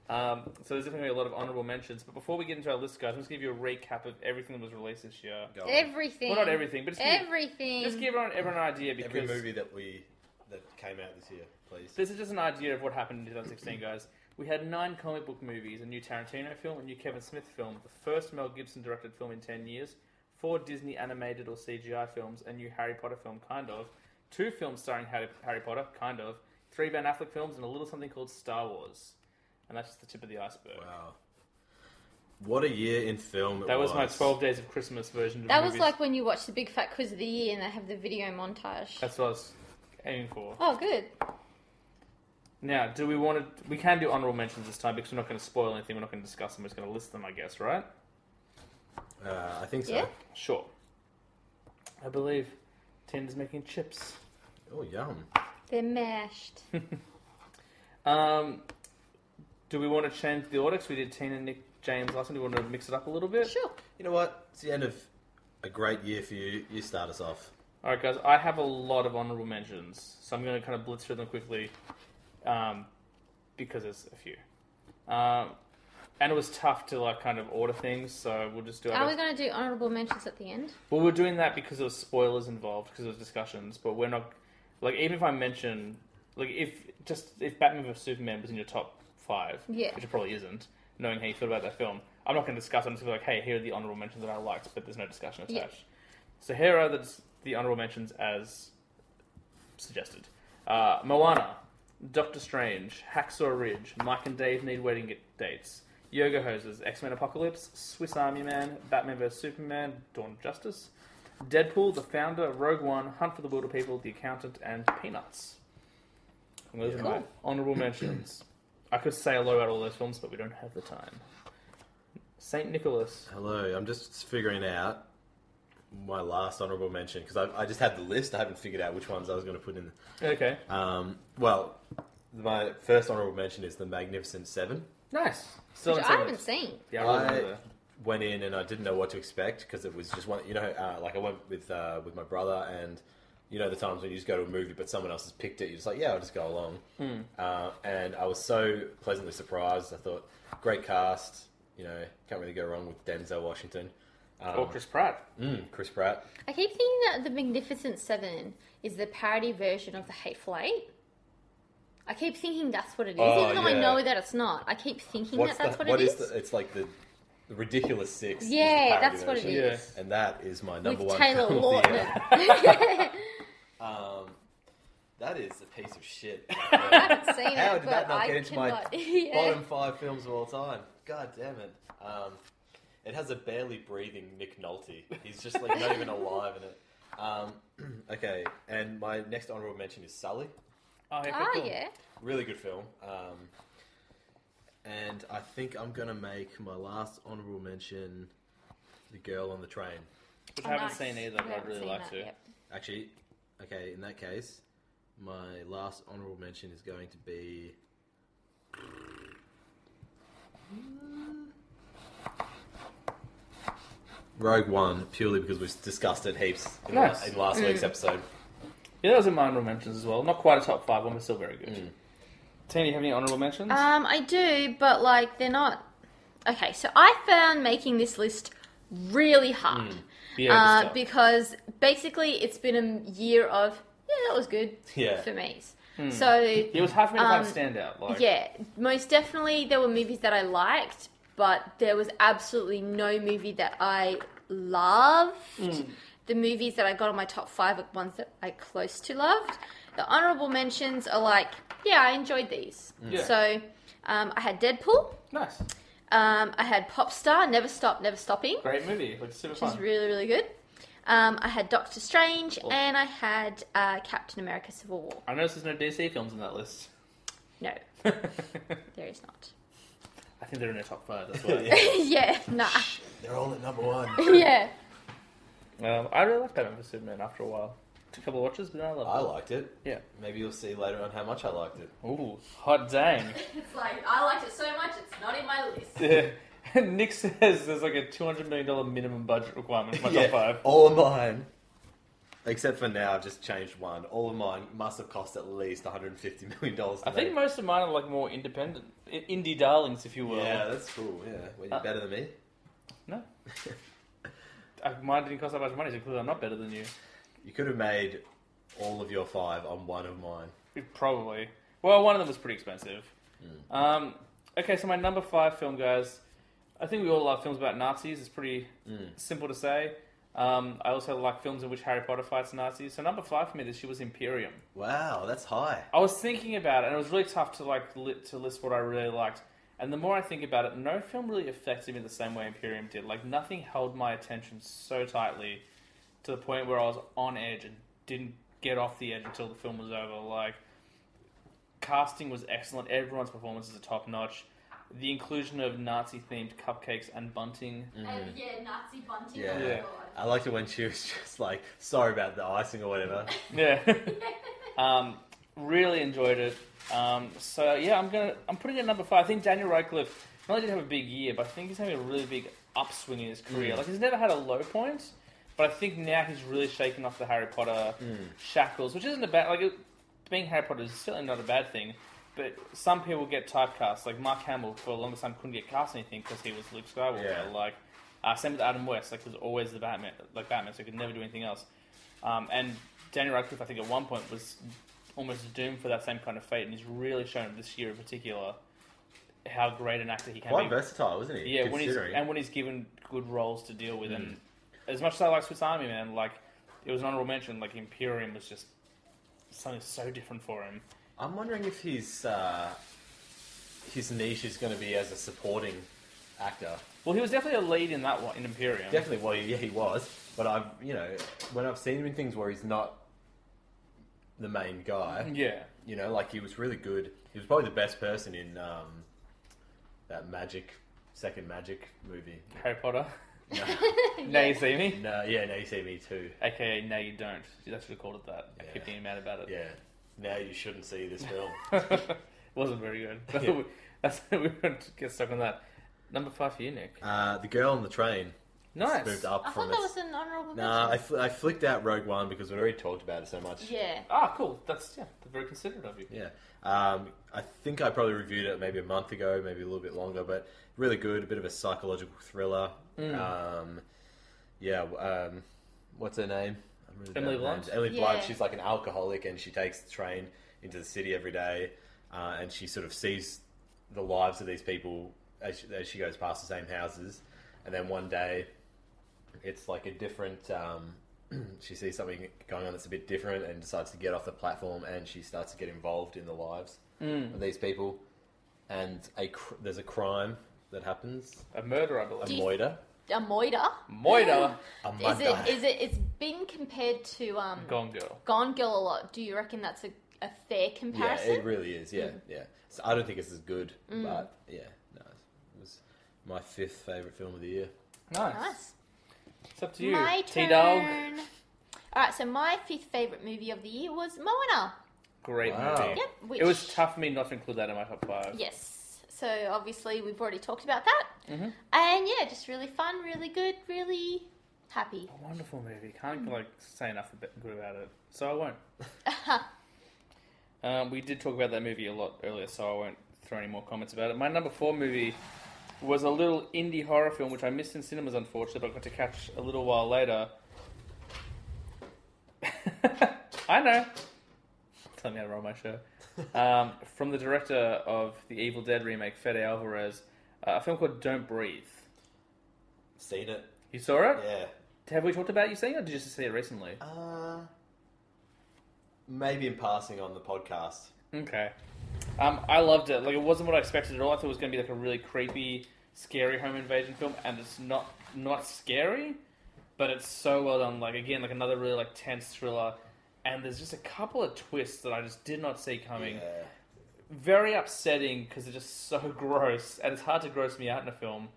Speaker 6: Um, so there's definitely a lot of honorable mentions. But before we get into our list, guys, I'm just give you a recap of everything that was released this year.
Speaker 8: Go on.
Speaker 7: Everything.
Speaker 6: Well, not everything, but just give-
Speaker 7: Everything.
Speaker 6: Just give everyone, everyone an idea because
Speaker 8: Every movie that we that came out this year, please.
Speaker 6: This is just an idea of what happened in 2016, guys. We had nine comic book movies, a new Tarantino film, a new Kevin Smith film, the first Mel Gibson directed film in 10 years, four Disney animated or CGI films, a new Harry Potter film, kind of, two films starring Harry, Harry Potter, kind of, three Van Affleck films, and a little something called Star Wars. And that's just the tip of the iceberg.
Speaker 8: Wow. What a year in film it
Speaker 6: That was my 12 Days of Christmas version of
Speaker 5: That was
Speaker 6: movies.
Speaker 5: like when you watch the Big Fat Quiz of the Year and they have the video montage.
Speaker 6: That's what I was aiming for.
Speaker 5: Oh, good.
Speaker 6: Now, do we want to... We can do honorable mentions this time because we're not going to spoil anything, we're not going to discuss them, we're just going to list them, I guess, right?
Speaker 8: Uh, I think so.
Speaker 5: Yeah?
Speaker 6: Sure. I believe Tinder's making chips.
Speaker 8: Oh, yum.
Speaker 5: They're mashed.
Speaker 6: Um, do we want to change the order? 'Cause we did Tina, Nick, James last time. Do we want to mix it up a little bit?
Speaker 5: sure.
Speaker 8: You know what? It's the end of a great year for you. You start us off.
Speaker 6: All right, guys. I have a lot of honorable mentions, so I'm going to kind of blitz through them quickly, um, because there's a few. Um, and it was tough to like kind of order things, so we'll just do. our
Speaker 5: Are we
Speaker 6: best.
Speaker 5: going to do honourable mentions at the end?
Speaker 6: Well, we're doing that because there was spoilers involved, because there was discussions. But we're not like even if I mention like if just if Batman vs Superman was in your top five,
Speaker 5: Yeah.
Speaker 6: which it probably isn't, knowing how you feel about that film, I'm not going to discuss. it. I'm just gonna be like, hey, here are the honorable mentions that I liked, but there's no discussion attached.
Speaker 5: Yeah.
Speaker 6: So here are the, the honorable mentions as suggested: uh, Moana, Doctor Strange, Hacksaw Ridge, Mike and Dave Need Wedding Dates, Yoga Hoses, X Men Apocalypse, Swiss Army Man, Batman vs Superman, Dawn of Justice, Deadpool, The Founder, Rogue One, Hunt for the Wilder People, The Accountant, and Peanuts. And those are my honorable mentions. I could say hello about all those films, but we don't have the time. Saint Nicholas.
Speaker 8: Hello, I'm just figuring out my last honourable mention because I, I just had the list. I haven't figured out which ones I was going to put in.
Speaker 6: Okay.
Speaker 8: Um, well, my first honourable mention is the Magnificent Seven.
Speaker 6: Nice. Still
Speaker 5: Which I
Speaker 6: Saint
Speaker 5: haven't
Speaker 6: Nicholas.
Speaker 5: seen.
Speaker 6: Yeah, I
Speaker 8: I-
Speaker 6: wasn't there.
Speaker 8: Went in and I didn't know what to expect because it was just one. You know, uh, like I went with uh, with my brother and. You know the times when you just go to a movie, but someone else has picked it. You're just like, yeah, I'll just go along.
Speaker 5: Hmm.
Speaker 8: Uh, and I was so pleasantly surprised. I thought, great cast. You know, can't really go wrong with Denzel Washington. Um,
Speaker 6: Or Chris Pratt.
Speaker 8: mm, Chris Pratt.
Speaker 5: I keep thinking that The Magnificent Seven is the parody version of The Hateful Eight. I keep thinking that's what it is,
Speaker 8: Oh,
Speaker 5: even though I
Speaker 8: yeah.
Speaker 5: know that it's not. I keep thinking that that's what,
Speaker 8: what
Speaker 5: it
Speaker 8: is
Speaker 5: is.
Speaker 8: the, uh, it's like the, the ridiculous six. is the
Speaker 5: Yeah,
Speaker 8: parody
Speaker 5: that's what it
Speaker 8: version.
Speaker 5: is.
Speaker 8: And that is my number
Speaker 5: With
Speaker 8: one.
Speaker 5: Taylor
Speaker 8: film of the
Speaker 5: Lautner.
Speaker 8: year. Um, that is a piece of shit.
Speaker 5: I haven't seen
Speaker 8: How
Speaker 5: it,
Speaker 8: did
Speaker 5: but
Speaker 8: that not
Speaker 5: I
Speaker 8: get into
Speaker 5: cannot.
Speaker 8: my
Speaker 5: Yeah.
Speaker 8: bottom five films of all time? God damn it. Um, it has a barely breathing Nick Nolte. He's just like not even alive in it. Um, okay, and my next honorable mention is Sully.
Speaker 6: Oh, yeah.
Speaker 5: Ah,
Speaker 6: cool.
Speaker 5: yeah.
Speaker 8: Really good film. Um, and I think I'm going to make my last honorable mention The Girl on the Train.
Speaker 6: Which
Speaker 5: Oh,
Speaker 6: I haven't
Speaker 5: nice.
Speaker 6: seen either,
Speaker 5: I
Speaker 6: but I'd
Speaker 5: haven't
Speaker 6: really
Speaker 5: seen
Speaker 6: like
Speaker 5: that,
Speaker 6: to.
Speaker 5: yep.
Speaker 8: Actually, okay, in that case, my last honorable mention is going to be. uh, Rogue One, purely because we've discussed it heaps in,
Speaker 6: Nice. Mm.
Speaker 8: la- in last week's episode.
Speaker 6: Yeah, those are my honorable mentions as well. Not quite a top five one, but still very good. Tina, you have any honorable mentions?
Speaker 7: Um, I do, but like they're not. Okay, so I found making this list really
Speaker 6: Mm,
Speaker 7: hard
Speaker 6: yeah,
Speaker 7: uh,
Speaker 6: good stuff.
Speaker 7: because basically it's been a year of yeah, that was good
Speaker 8: Yeah.
Speaker 7: for me.
Speaker 6: Hmm.
Speaker 7: So
Speaker 6: it was hard for me to find a
Speaker 7: um,
Speaker 6: standout. Like,
Speaker 7: yeah, most definitely there were movies that I liked, but there was absolutely no movie that I loved.
Speaker 6: Hmm.
Speaker 7: The movies that I got on my top five are ones that I close to loved. The honorable mentions are like, yeah, I enjoyed these.
Speaker 6: Yeah.
Speaker 7: So um, I had Deadpool.
Speaker 6: nice,
Speaker 7: Um, I had Popstar, Never Stop, Never Stopping, which
Speaker 6: great movie, like super
Speaker 7: is
Speaker 6: fun.
Speaker 7: really, really good. Um, I had Doctor Strange, and I had uh, Captain America Civil War.
Speaker 6: I noticed there's no DC films in that list.
Speaker 7: No,
Speaker 6: I
Speaker 7: there is not.
Speaker 6: think they're in the top five. That's why.
Speaker 7: yeah, nah.
Speaker 8: They're all at number one.
Speaker 7: yeah.
Speaker 6: Um, I really liked Batman vs Superman after a while. Took a couple of watches, but then I
Speaker 8: I
Speaker 6: loved
Speaker 8: liked it.
Speaker 6: it. Yeah.
Speaker 8: Maybe you'll see later on how much I liked it.
Speaker 6: Ooh, hot dang.
Speaker 7: It's like I liked it so much it's not in my list.
Speaker 6: Nick says there's like a two hundred million dollar minimum budget requirement for my top five.
Speaker 8: All of mine. Except for now, I've just changed one. All of mine must have cost at least $150 million. To
Speaker 6: I think
Speaker 8: make.
Speaker 6: most of mine are like more independent, i- indie darlings, if you will.
Speaker 8: Yeah, that's cool. Yeah. Were you
Speaker 6: Uh,
Speaker 8: better than me?
Speaker 6: No. I- Mine didn't cost that much money, so clearly I'm not better than you.
Speaker 8: You could have made all of your five on one of mine.
Speaker 6: Probably. Well, one of them was pretty expensive. Um, okay, so my number five film, guys. I think we all love films about Nazis. It's pretty simple to say. Um, I also like films in which Harry Potter fights Nazis. So number five for me this year was Imperium.
Speaker 8: Wow, that's high.
Speaker 6: I was thinking about it, and it was really tough to like li- to list what I really liked. And the more I think about it, no film really affected me the same way Imperium did. Like nothing held my attention so tightly to the point where I was on edge and didn't get off the edge until the film was over. Like casting was excellent. Everyone's performances are top notch. The inclusion of Nazi themed cupcakes and bunting.
Speaker 7: And yeah, Nazi bunting. Oh
Speaker 8: Yeah.
Speaker 6: Mm. Yeah.
Speaker 8: I liked it when she was just like, sorry about the icing or whatever.
Speaker 6: Yeah. um, really enjoyed it. Um, so yeah, I'm gonna I'm putting it at number five. I think Daniel Radcliffe not only did have a big year, but I think he's having a really big upswing in his career. Like he's never had a low point, But I think now he's really shaking off the Harry Potter shackles, which isn't a bad like it, being Harry Potter is certainly not a bad thing. But some people get typecast, like Mark Hamill for the longest time couldn't get cast anything because he was Luke Skywalker.
Speaker 8: Yeah.
Speaker 6: Like uh, same with Adam West, like he was always the Batman, like Batman, so he could never do anything else. Um, and Daniel Radcliffe, I think at one point was almost doomed for that same kind of fate, and he's really shown this year in particular how great an actor he can
Speaker 8: Quite
Speaker 6: be.
Speaker 8: versatile, isn't he?
Speaker 6: Yeah, when he's
Speaker 8: considering. Hmm.
Speaker 6: and when he's given good roles to deal with, and as much as I like Swiss Army Man, like it was an honorable mention. Like Imperium was just something so different for him.
Speaker 8: I'm wondering if his uh, his niche is going to be as a supporting actor.
Speaker 6: Well, he was definitely a lead in that one in Imperium.
Speaker 8: Definitely, well, yeah, he was. But I've, you know, when I've seen him in things where he's not the main guy,
Speaker 6: Yeah,
Speaker 8: you know, like he was really good. He was probably the best person in um, that Magic second Magic movie.
Speaker 6: Harry Potter.
Speaker 8: No,
Speaker 6: Now you see me.
Speaker 8: no, yeah, now you see me too.
Speaker 6: AKA now you don't. I should have called it that. I
Speaker 8: Yeah.
Speaker 6: keep being mad about it.
Speaker 8: Yeah, now you shouldn't see this film.
Speaker 6: it wasn't very good. That's
Speaker 8: Yeah.
Speaker 6: we, that's we won't get stuck on that. Number five for you, Nick.
Speaker 8: uh, the girl on the train
Speaker 6: Nice.
Speaker 8: moved up
Speaker 7: I
Speaker 8: from
Speaker 7: thought that
Speaker 8: its-
Speaker 7: was an honourable mention.
Speaker 8: Nah, I, fl- I flicked out Rogue One because we'd already talked about it so much.
Speaker 7: Yeah.
Speaker 6: Ah, cool. That's yeah, very considerate of you.
Speaker 8: Yeah. Um, I think I probably reviewed it maybe a month ago, maybe a little bit longer, but really good. A bit of a psychological thriller.
Speaker 6: Mm.
Speaker 8: Um, yeah. w- Um, what's her name? I'm really bad
Speaker 6: Emily
Speaker 8: with
Speaker 6: Blunt?
Speaker 8: names. Emily
Speaker 7: Yeah.
Speaker 8: Blunt. She's like an alcoholic and she takes the train into the city every day uh, and she sort of sees the lives of these people as she, as she goes past the same houses. And then one day it's like a different. Um, she sees something going on that's a bit different and decides to get off the platform, and she starts to get involved in the lives of these people. And a cr- there's a crime that happens.
Speaker 6: A murder, I
Speaker 8: A
Speaker 6: believe.
Speaker 7: you-
Speaker 8: moiter.
Speaker 7: A moiter?
Speaker 6: Moira,
Speaker 8: A
Speaker 7: Is
Speaker 8: murder.
Speaker 7: it? Is it? It's been compared to um,
Speaker 6: Gone Girl.
Speaker 7: Gone Girl a lot. Do you reckon that's a, a fair
Speaker 8: yeah,
Speaker 7: comparison?
Speaker 8: it really is. Yeah, yeah. So I don't think it's as good, but yeah, no, it was my fifth favorite film of the year.
Speaker 6: Nice.
Speaker 7: nice.
Speaker 6: It's up to you.
Speaker 7: My
Speaker 6: T
Speaker 7: turn.
Speaker 6: Dog.
Speaker 7: All right, so my fifth favorite movie of the year was Moana.
Speaker 6: Great
Speaker 8: Wow.
Speaker 6: movie.
Speaker 7: Yep, which
Speaker 6: It was tough for me not to include that in my top five.
Speaker 7: Yes. So obviously we've already talked about that, and yeah, just really fun, really good, really happy.
Speaker 6: A wonderful movie. Can't like say enough ab- good about it. So I won't. um, we did talk about that movie a lot earlier, so I won't throw any more comments about it. My number four movie was a little indie horror film which I missed in cinemas, unfortunately, but I got to catch a little while later. I know. Tell me how to roll my show. Um, from the director of the Evil Dead remake, Fede Alvarez, uh, a film called Don't Breathe.
Speaker 8: Seen it?
Speaker 6: You saw it?
Speaker 8: Yeah.
Speaker 6: Have we talked about you seeing it, or did you just see it recently?
Speaker 8: Uh, maybe in passing on the podcast.
Speaker 6: Okay. Um, I loved it. Like, it wasn't what I expected at all. I thought it was going to be like a really creepy, scary home invasion film, and it's not not scary, but it's so well done. Like, again, like another really like tense thriller, and there's just a couple of twists that I just did not see coming.
Speaker 8: Yeah.
Speaker 6: Very upsetting because they're just so gross, and it's hard to gross me out in a film.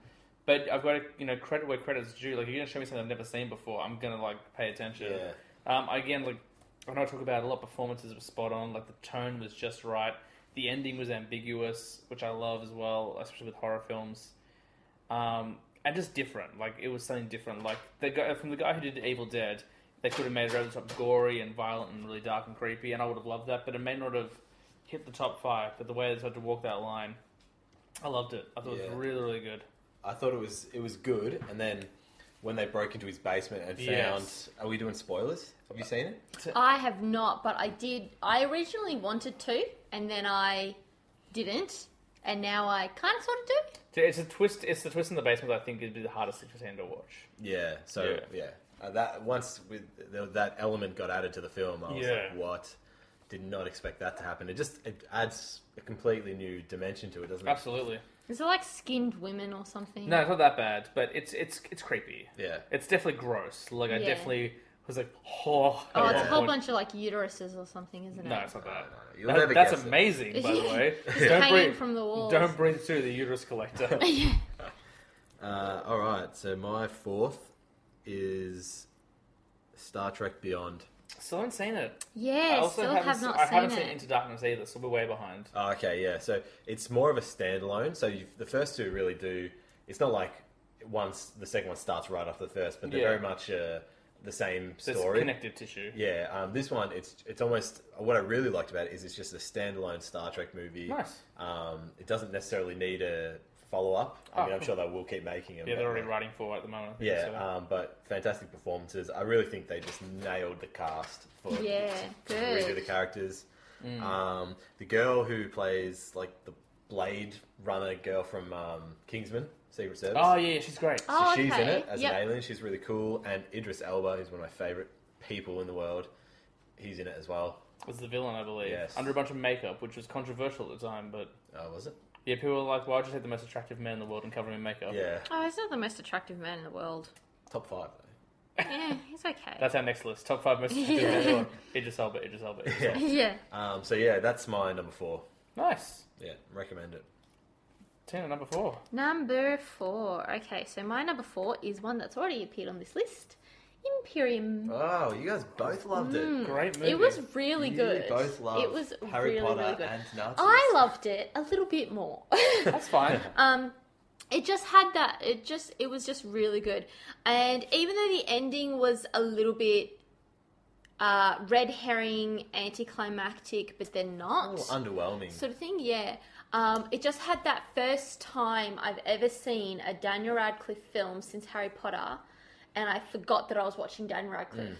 Speaker 6: But I've got to, you know, credit where credit's due. Like, if you're going to show me something I've never seen before, I'm going to like pay attention.
Speaker 8: Yeah.
Speaker 6: Um, again, like I know I talk about it a lot, performances were spot on. Like the tone was just right. The ending was ambiguous, which I love as well, especially with horror films. Um, and just different. Like it was something different. Like the guy from the guy who did Evil Dead, they could have made it over the top gory and violent and really dark and creepy, and I would have loved that. But it may not have hit the top five. But the way they had to walk that line, I loved it. I thought it
Speaker 8: Yeah.
Speaker 6: was really, really good.
Speaker 8: I thought it was it was good, and then when they broke into his basement and found,
Speaker 6: Yes.
Speaker 8: are we doing spoilers? Have you seen it?
Speaker 7: I have not, but I did. I originally wanted to, and then I didn't, and now I kind of sort of do.
Speaker 6: It's a twist. It's the twist in the basement. that I think would be the hardest thing for Sam to watch.
Speaker 8: Yeah. So yeah, Uh, that once with th that element got added to the film, I was
Speaker 6: Yeah.
Speaker 8: like, what? Did not expect that to happen. It just it adds a completely new dimension to it, doesn't it?
Speaker 6: Absolutely.
Speaker 7: Is it like skinned women or something?
Speaker 6: No, it's not that bad, but it's it's it's creepy.
Speaker 8: Yeah.
Speaker 6: It's definitely gross. Like I
Speaker 7: Yeah.
Speaker 6: definitely was like, oh.
Speaker 7: Oh,
Speaker 6: at
Speaker 7: it's a
Speaker 6: one
Speaker 7: whole
Speaker 6: point.
Speaker 7: bunch of like uteruses or something, isn't it?
Speaker 6: No, it's not that.
Speaker 8: You'll
Speaker 6: That-
Speaker 8: never
Speaker 6: that's
Speaker 8: guess it.
Speaker 6: amazing, by the way.
Speaker 7: Just hanging from the walls.
Speaker 6: Don't breathe through the uterus collector.
Speaker 7: yeah.
Speaker 8: Uh, all right. So my fourth is Star Trek Beyond.
Speaker 6: still haven't seen it.
Speaker 7: Yeah,
Speaker 6: I also
Speaker 7: still
Speaker 6: haven't,
Speaker 7: have
Speaker 6: se-
Speaker 7: not
Speaker 6: I
Speaker 7: seen
Speaker 6: haven't
Speaker 7: it.
Speaker 6: seen Into Darkness either, so we're way behind.
Speaker 8: Oh, okay, yeah. So it's more of a standalone. So you've, the first two really do. It's not like once the second one starts right off the first, but they're
Speaker 6: Yeah.
Speaker 8: very much a, the same
Speaker 6: So it's
Speaker 8: story.
Speaker 6: connective tissue.
Speaker 8: Yeah, um, this one it's it's almost what I really liked about it is it's just a standalone Star Trek movie.
Speaker 6: Nice.
Speaker 8: Um, it doesn't necessarily need a follow up. I
Speaker 6: Oh,
Speaker 8: mean, I'm
Speaker 6: cool.
Speaker 8: sure they will keep making them.
Speaker 6: Yeah, they're
Speaker 8: but-
Speaker 6: already writing for it at the moment. I think,
Speaker 8: Yeah,
Speaker 6: so.
Speaker 8: um, but fantastic performances. I really think they just nailed the cast for
Speaker 5: Yeah,
Speaker 8: to
Speaker 5: good.
Speaker 8: redo the characters.
Speaker 6: Mm.
Speaker 8: Um, the girl who plays like the Blade Runner girl from um, Kingsman, Secret Service.
Speaker 6: oh yeah, she's great.
Speaker 7: Oh.
Speaker 8: So she's in
Speaker 7: okay.
Speaker 8: it as
Speaker 7: Yep.
Speaker 8: an alien. She's really cool. And Idris Elba is one of my favorite people in the world. He's in it as well.
Speaker 6: Was the villain, I believe,
Speaker 8: Yes.
Speaker 6: under a bunch of makeup, which was controversial at the time. But
Speaker 8: Oh, was it?
Speaker 6: yeah, people were like, "Why would you take the most attractive man in the world and cover him in makeup?"
Speaker 8: Yeah,
Speaker 5: Oh, he's not the most attractive man in the world.
Speaker 8: top five. Though.
Speaker 5: Yeah, he's okay.
Speaker 6: That's our next list: top five most attractive men in the world. Idris Elba, Idris Elba. Idris Elba.
Speaker 5: yeah.
Speaker 8: Um, so yeah, that's my number four.
Speaker 6: Nice.
Speaker 8: Yeah, recommend it.
Speaker 6: Ten at number four.
Speaker 5: Number four. Okay, so my number four is one that's already appeared on this list Imperium.
Speaker 8: Oh, you guys both loved it.
Speaker 6: Great movie.
Speaker 5: It was Mm, really
Speaker 8: You
Speaker 5: good.
Speaker 8: both loved
Speaker 5: it was
Speaker 8: Harry
Speaker 5: really,
Speaker 8: Potter
Speaker 5: really good.
Speaker 8: and Nazis.
Speaker 5: I loved it a little bit more.
Speaker 6: That's fine.
Speaker 7: um it just had that it just it was just really good and even though the ending was a little bit uh red herring anticlimactic but then
Speaker 8: A
Speaker 7: not
Speaker 8: little underwhelming.
Speaker 7: sort of thing yeah um it just had that first time i've ever seen a daniel radcliffe film since harry potter and i forgot that i was watching daniel radcliffe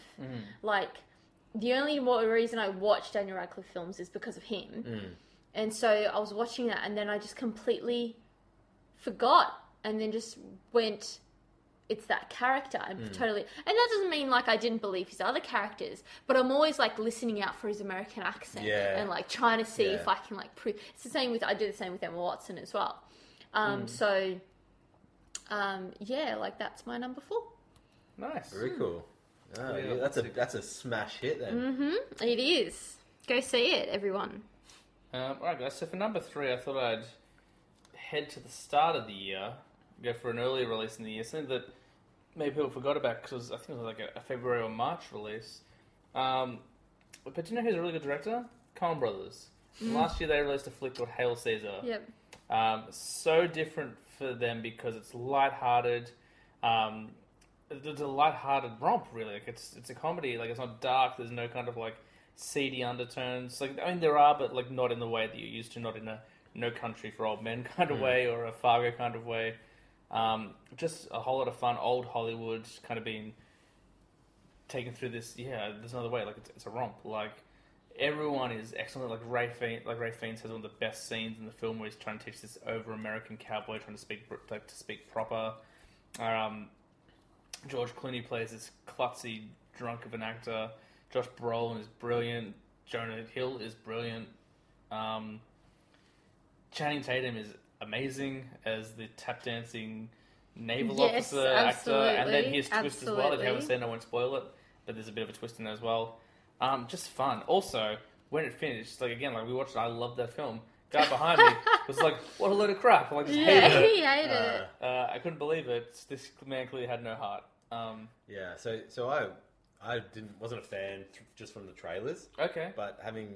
Speaker 7: like the only wa- reason i watch daniel radcliffe films is because of him and so I was watching that, and then I just completely forgot, and then just went, "It's that character," and totally. And that doesn't mean like I didn't believe his other characters, but I'm always like listening out for his American accent
Speaker 8: Yeah.
Speaker 7: and like trying to see
Speaker 8: Yeah.
Speaker 7: if I can like prove. It's the same with I do the same with Emma Watson as well. Um,
Speaker 6: Mm.
Speaker 7: So, um, yeah, like that's my number four.
Speaker 6: nice.
Speaker 8: Very cool. Oh,
Speaker 6: Yeah,
Speaker 8: yeah, that's a
Speaker 6: that's
Speaker 8: that's a smash hit then.
Speaker 5: Mm-hmm.
Speaker 7: It is. Go see it, everyone.
Speaker 6: Um, all right, guys. So for number three, I thought I'd head to the start of the year, go for an early release in the year, something that maybe people forgot about because I think it was like a, a February or March release. Um, but do you know who's a really good director? Coen Brothers. Last year they released a flick called Hail Caesar.
Speaker 7: Yep.
Speaker 6: Um, so different for them because it's lighthearted. Um, it's a lighthearted romp, really. Like it's it's a comedy. Like it's not dark. There's no kind of like seedy undertones. Like I mean, there are, but like not in the way that you're used to. Not in a no country for old men kind of way or a Fargo kind of way. Um, just a whole lot of fun. Old Hollywood kind of being taken through this. Yeah, there's another way. Like it's, it's a romp. Like everyone is excellent. Like Ray Fiennes, like Ray Fiennes has one of the best scenes in the film where he's trying to teach this over American cowboy trying to speak br- like to speak proper. Um, George Clooney plays this klutzy drunk of an actor. Josh Brolin is brilliant. Jonah Hill is brilliant. Um, Channing Tatum is amazing as the tap dancing naval
Speaker 7: Yes,
Speaker 6: officer actor, and then
Speaker 7: absolutely,
Speaker 6: he has twist as well. If you haven't
Speaker 7: absolutely.
Speaker 6: seen, it, I won't spoil it, but there's a bit of a twist in there as well. Um, just fun. Also, when it finished, like again, like we watched, it, I loved that film. Guy behind me was like, "What a load of crap!" I like just hated
Speaker 7: Yeah,
Speaker 6: it.
Speaker 7: he hated it.
Speaker 6: Uh, I couldn't believe it. This man clearly had no heart. Um,
Speaker 8: Yeah. So so I I didn't wasn't a fan th- just from the trailers,
Speaker 6: okay.
Speaker 8: but having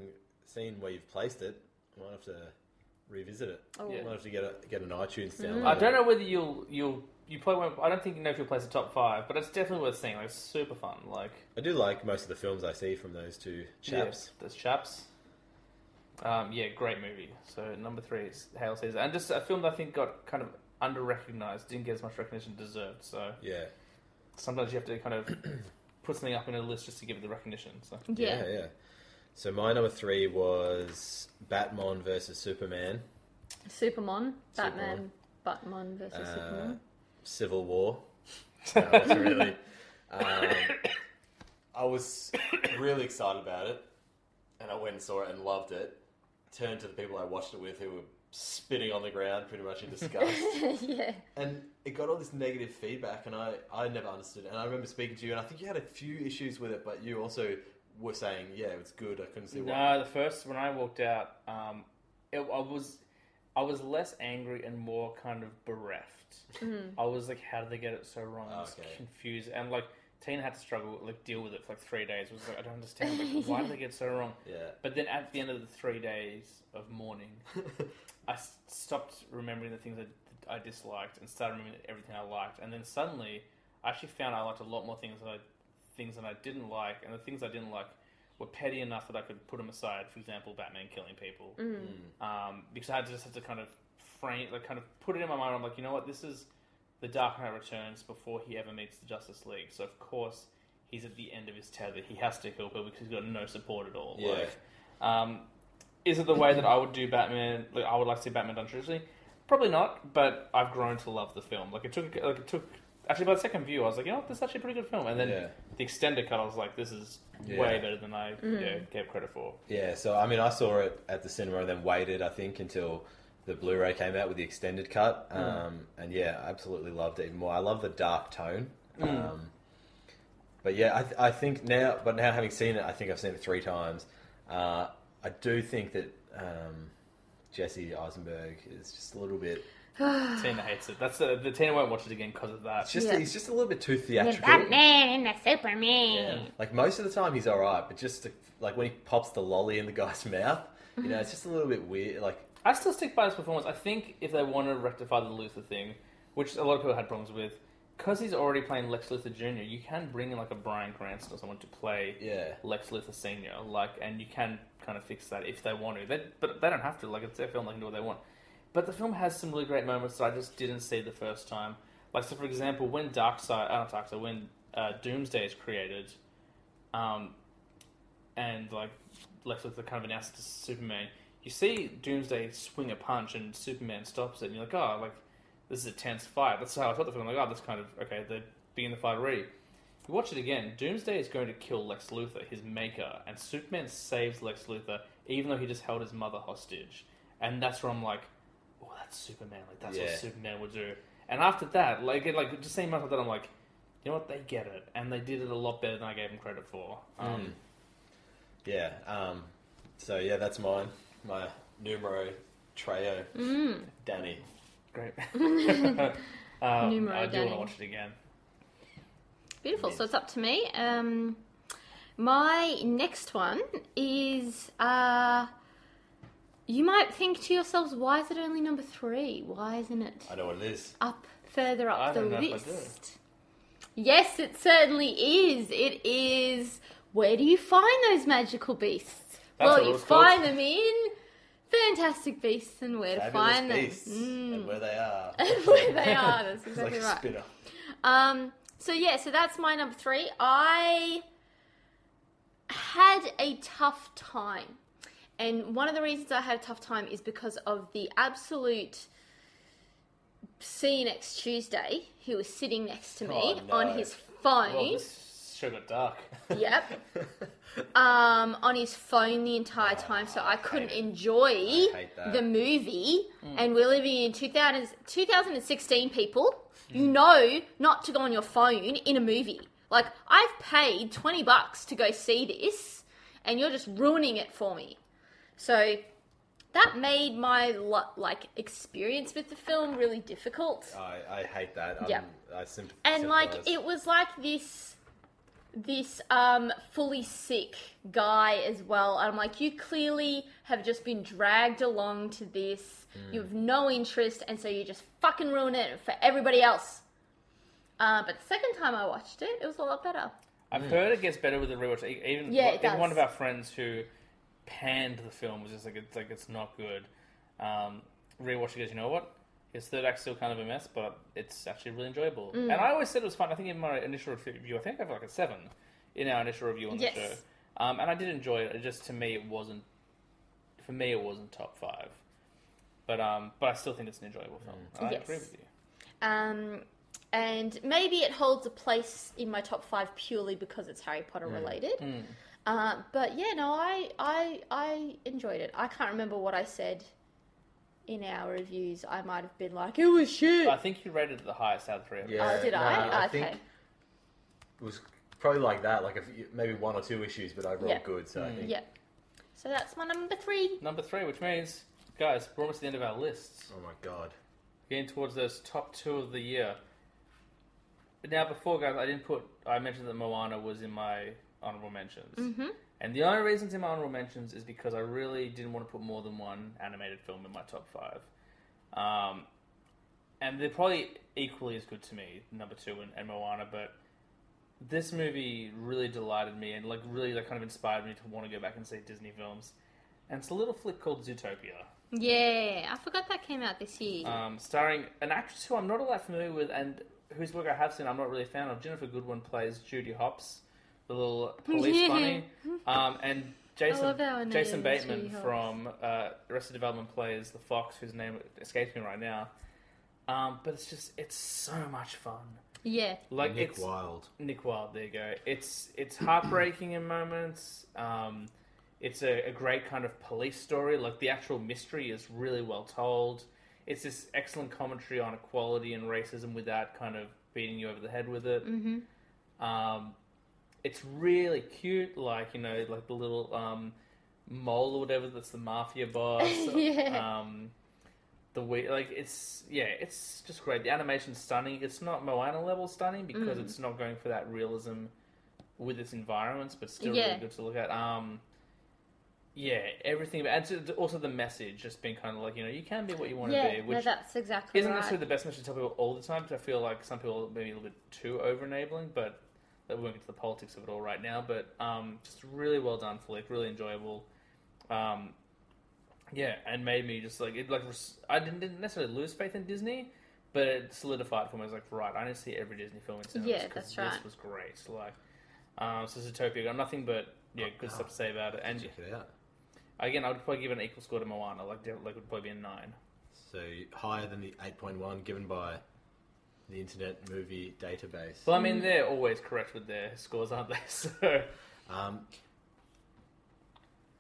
Speaker 8: seen where you've placed it, I might have to revisit it.
Speaker 6: Yeah.
Speaker 8: Might have to get a, get an iTunes download.
Speaker 6: Oh. Mm. I don't know whether you'll you'll you probably won't. I don't think you know if you'll place the top five, but it's definitely worth seeing. Like it's super fun. Like
Speaker 8: I do like most of the films I see from those two chaps.
Speaker 6: Yeah, those chaps. Um, yeah, great movie. So number three is Hail Caesar, and just a film that I think got kind of under recognized, didn't get as much recognition deserved. So
Speaker 8: Yeah.
Speaker 6: sometimes you have to kind of put something up in a list just to give it the recognition. So
Speaker 7: Yeah.
Speaker 8: Yeah, yeah. So my number three was Batman versus Superman,
Speaker 7: Superman, Batman, Batman versus
Speaker 8: Uh,
Speaker 7: Superman.
Speaker 8: Civil War. No, that's really. Um, I was really excited about it, and I went and saw it and loved it. Turned to the people I watched it with, who were spitting on the ground, pretty much in disgust.
Speaker 7: yeah.
Speaker 8: and it got all this negative feedback, and I, I never understood. it. And I remember speaking to you, and I think you had a few issues with it, but you also were saying, "Yeah, it was good. I couldn't see why."
Speaker 6: no, the first when I walked out, um, it, I was I was less angry and more kind of bereft. I was like, how did they get it so wrong? I was
Speaker 8: Okay.
Speaker 6: confused and like. Tina had to struggle, like deal with it for like three days. It was like, I don't understand. Like, why did they get it so wrong?
Speaker 8: Yeah.
Speaker 6: But then at the end of the three days of mourning, I s- stopped remembering the things that I disliked and started remembering everything I liked. And then suddenly, I actually found I liked a lot more things than I things that I didn't like, and the things I didn't like were petty enough that I could put them aside. For example, Batman killing people, um, because I just had to kind of frame, like, kind of put it in my mind. I'm like, you know what, this is the Dark Knight Returns before he ever meets the Justice League. So of course he's at the end of his tether. He has to kill people because he's got no support at all.
Speaker 8: Yeah.
Speaker 6: Like, um, is it the way that I would do Batman? Like, I would like to see Batman done traditionally. Probably not, but I've grown to love the film. Like it took, like it took. Actually, by the second view, I was like, you know, what, this is actually a pretty good film. And then
Speaker 8: Yeah.
Speaker 6: the extended cut, I was like, this is
Speaker 8: Yeah.
Speaker 6: way better than I yeah, gave credit for.
Speaker 8: Yeah, so I mean, I saw it at the cinema and then waited, I think, until the Blu-ray came out with the extended cut. Um, and yeah, I absolutely loved it even more. I love the dark tone. Um, but yeah, I, th- I think now, but now having seen it, I think I've seen it three times. Uh, I do think that um, Jesse Eisenberg is just a little bit.
Speaker 6: Tina hates it. That's the, the Tina won't watch it again because of that.
Speaker 8: It's just
Speaker 9: Yeah.
Speaker 8: he's just a little bit too
Speaker 7: The
Speaker 8: theatrical.
Speaker 7: Batman and the Superman.
Speaker 8: Like most of the time, he's all right, but just to, like when he pops the lolly in the guy's mouth, you know, it's just a little bit weird. Like
Speaker 6: I still stick by his performance. I think if they want to rectify the Luther thing, which a lot of people had problems with, because he's already playing Lex Luthor Jr., you can bring in like a Brian Cranston or someone to play
Speaker 8: Yeah.
Speaker 6: Lex Luthor Sr. Like, and you can kind of fix that if they want to. They, but they don't have to. Like, it's their film; they can do what they want. But the film has some really great moments that I just didn't see the first time. Like, so for example, when Darkseid, uh, not Darkseid, when uh, Doomsday is created, um, and like Lex Luthor kind of announced to Superman, you see Doomsday swing a punch and Superman stops it, and you're like, oh, like this is a tense fight. That's how I thought the film. Like, oh, that's kind of okay. They begin the fight already. You watch it again. Doomsday is going to kill Lex Luthor, his maker, and Superman saves Lex Luthor, even though he just held his mother hostage. And that's where I'm like, oh, that's Superman. Like that's
Speaker 8: Yeah.
Speaker 6: what Superman would do. And after that, like, it- like just seeing much like that, I'm like, you know what? They get it, and they did it a lot better than I gave them credit for.
Speaker 8: Mm.
Speaker 6: Um,
Speaker 8: Yeah. Um, so yeah, that's mine. My numero trio.
Speaker 7: Mm.
Speaker 8: Danny.
Speaker 6: Great. um, I do
Speaker 9: Numero
Speaker 6: want to
Speaker 9: Danny.
Speaker 6: watch it again.
Speaker 7: Beautiful. So it's up to me. Um, my next one is uh, you might think to yourselves, why is it only number three? Why isn't it
Speaker 8: I know what it is.
Speaker 7: up further up
Speaker 6: I
Speaker 7: the
Speaker 6: don't know if I do.
Speaker 7: list? Yes, it certainly is. It is. Where do you find those magical beasts?
Speaker 6: That's what
Speaker 7: well,
Speaker 6: it
Speaker 7: you
Speaker 6: was called.
Speaker 7: find them in Fantastic Beasts and Where to
Speaker 8: Fabulous
Speaker 7: Find
Speaker 8: beasts
Speaker 7: Them.
Speaker 8: and where they are.
Speaker 7: Mm, where they are. That's
Speaker 8: It's like
Speaker 7: exactly
Speaker 8: a
Speaker 7: right.
Speaker 8: spinner.
Speaker 7: Um, so yeah, so that's my number three. I had a tough time. And one of the reasons I had a tough time is because of the absolute see you next Tuesday who was sitting next to
Speaker 8: Oh,
Speaker 7: me
Speaker 8: no.
Speaker 7: on his phone.
Speaker 6: Well, this show got dark.
Speaker 7: Yep. um, on his phone the entire time, so I couldn't
Speaker 8: hate it.
Speaker 7: enjoy
Speaker 8: I hate that. Mm.
Speaker 7: the movie. And we're living in 2000, 2016, people.
Speaker 8: Mm.
Speaker 7: You know not to go on your phone in a movie. Like, I've paid 20 bucks to go see this, and you're just ruining it for me. So that made my lo- like experience with the film really difficult
Speaker 8: I, I hate that. I'm,
Speaker 7: Yeah.
Speaker 8: I sympath-
Speaker 7: and like
Speaker 8: sympathise.
Speaker 7: it was like this this um fully sick guy as well i'm like you clearly have just been dragged along to this you have no interest and so you just fucking ruin it for everybody else uh, but the second time i watched it it was a lot better
Speaker 6: I've heard it gets better with the rewatch. E- Even,
Speaker 7: Yeah, it
Speaker 6: even one
Speaker 7: does.
Speaker 6: of our friends who panned the film was just like, it's like it's not good. Um, rewatch it goes, you know what? His third act's still kind of a mess, but it's actually really enjoyable.
Speaker 7: Mm.
Speaker 6: And I always said it was fun. I think in my initial review, I think I have like a seven in our initial review on the
Speaker 7: Yes.
Speaker 6: show. Um, and I did enjoy it. It just to me, it wasn't. For me, it wasn't top five. But um, but I still think it's an enjoyable film. And I
Speaker 7: Yes.
Speaker 6: agree with you.
Speaker 7: um and maybe it holds a place in my top five purely because it's harry potter
Speaker 6: Mm.
Speaker 7: related Uh, but yeah, no, I, I I enjoyed it. I can't remember what I said in our reviews. I might have been like, "It was shit."
Speaker 6: I uh, think you rated it the highest out of three. of them.
Speaker 8: Yeah,
Speaker 7: oh, did
Speaker 8: no,
Speaker 7: I?
Speaker 8: I
Speaker 7: okay.
Speaker 8: think it was probably like that. Like a few, maybe one or two issues, but overall
Speaker 7: Yeah.
Speaker 8: good. So I think.
Speaker 7: Yeah. So that's my number three.
Speaker 6: Number three, which means, guys, we're almost at the end of our lists.
Speaker 8: Oh my god.
Speaker 6: Getting towards those top two of the year. Now, before, guys, I didn't put. I mentioned that Moana was in my honorable mentions. Mm-hmm. And the only reason it's in my honorable mentions is because I really didn't want to put more than one animated film in my top five. Um, and they're probably equally as good to me, number two and, and Moana, but this movie really delighted me and like really like kind of inspired me to want to go back and see Disney films. And it's a little flick called Zootopia,
Speaker 5: Yeah, I forgot that came out this year.
Speaker 6: um, starring an actress who I'm not all that familiar with and whose work I have seen I'm not really a fan of. Jennifer Goodwin plays Judy Hopps, the little police
Speaker 5: Yeah.
Speaker 6: bunny, um, and Jason
Speaker 5: love our name,
Speaker 6: Jason
Speaker 5: Judy
Speaker 6: Bateman
Speaker 5: Hopps.
Speaker 6: from uh, Arrested Development plays the fox whose name escapes me right now. Um, but it's just it's so much fun.
Speaker 5: yeah,
Speaker 6: Like
Speaker 8: Nick
Speaker 6: it's,
Speaker 8: Wilde.
Speaker 6: Nick Wilde. There you go. It's it's heartbreaking in moments. Um, it's a, a great kind of police story. Like the actual mystery is really well told. It's this excellent commentary on equality and racism without kind of beating you over the head with it. Um, it's really cute. Like you know, like the little um, mole or whatever that's the mafia boss.
Speaker 5: Yeah.
Speaker 6: Um, the way like it's yeah it's just great the animation's stunning it's not moana level stunning because
Speaker 5: Mm.
Speaker 6: it's not going for that realism with its environments but still
Speaker 5: Yeah.
Speaker 6: really good to look at um yeah everything and so- also the message just being kind of like you know you can be what you want to
Speaker 5: yeah.
Speaker 6: be
Speaker 5: no,
Speaker 6: which
Speaker 5: that's exactly
Speaker 6: isn't
Speaker 5: right.
Speaker 6: necessarily the best message to tell people all the time because i feel like some people may be a little bit too over enabling but that we won't get to the politics of it all right now but um just really well done flick really enjoyable um yeah, and made me just like it. Like res- I didn't, didn't necessarily lose faith in Disney, but it solidified for me. I was like, right, I need to see every Disney film in cinemas
Speaker 5: Yeah,
Speaker 6: 'cause
Speaker 5: that's
Speaker 6: This
Speaker 5: right.
Speaker 6: was great. Like, um, so Zootopia got nothing but yeah, good stuff to say about it. And
Speaker 8: Check it out.
Speaker 6: again, I would probably give it an equal score to Moana. Like, de- like it would probably be a nine.
Speaker 8: So higher than the 8.1 given by the Internet Movie Database.
Speaker 6: But I mean,
Speaker 5: Mm.
Speaker 6: they're always correct with their scores, aren't they? So
Speaker 8: Um,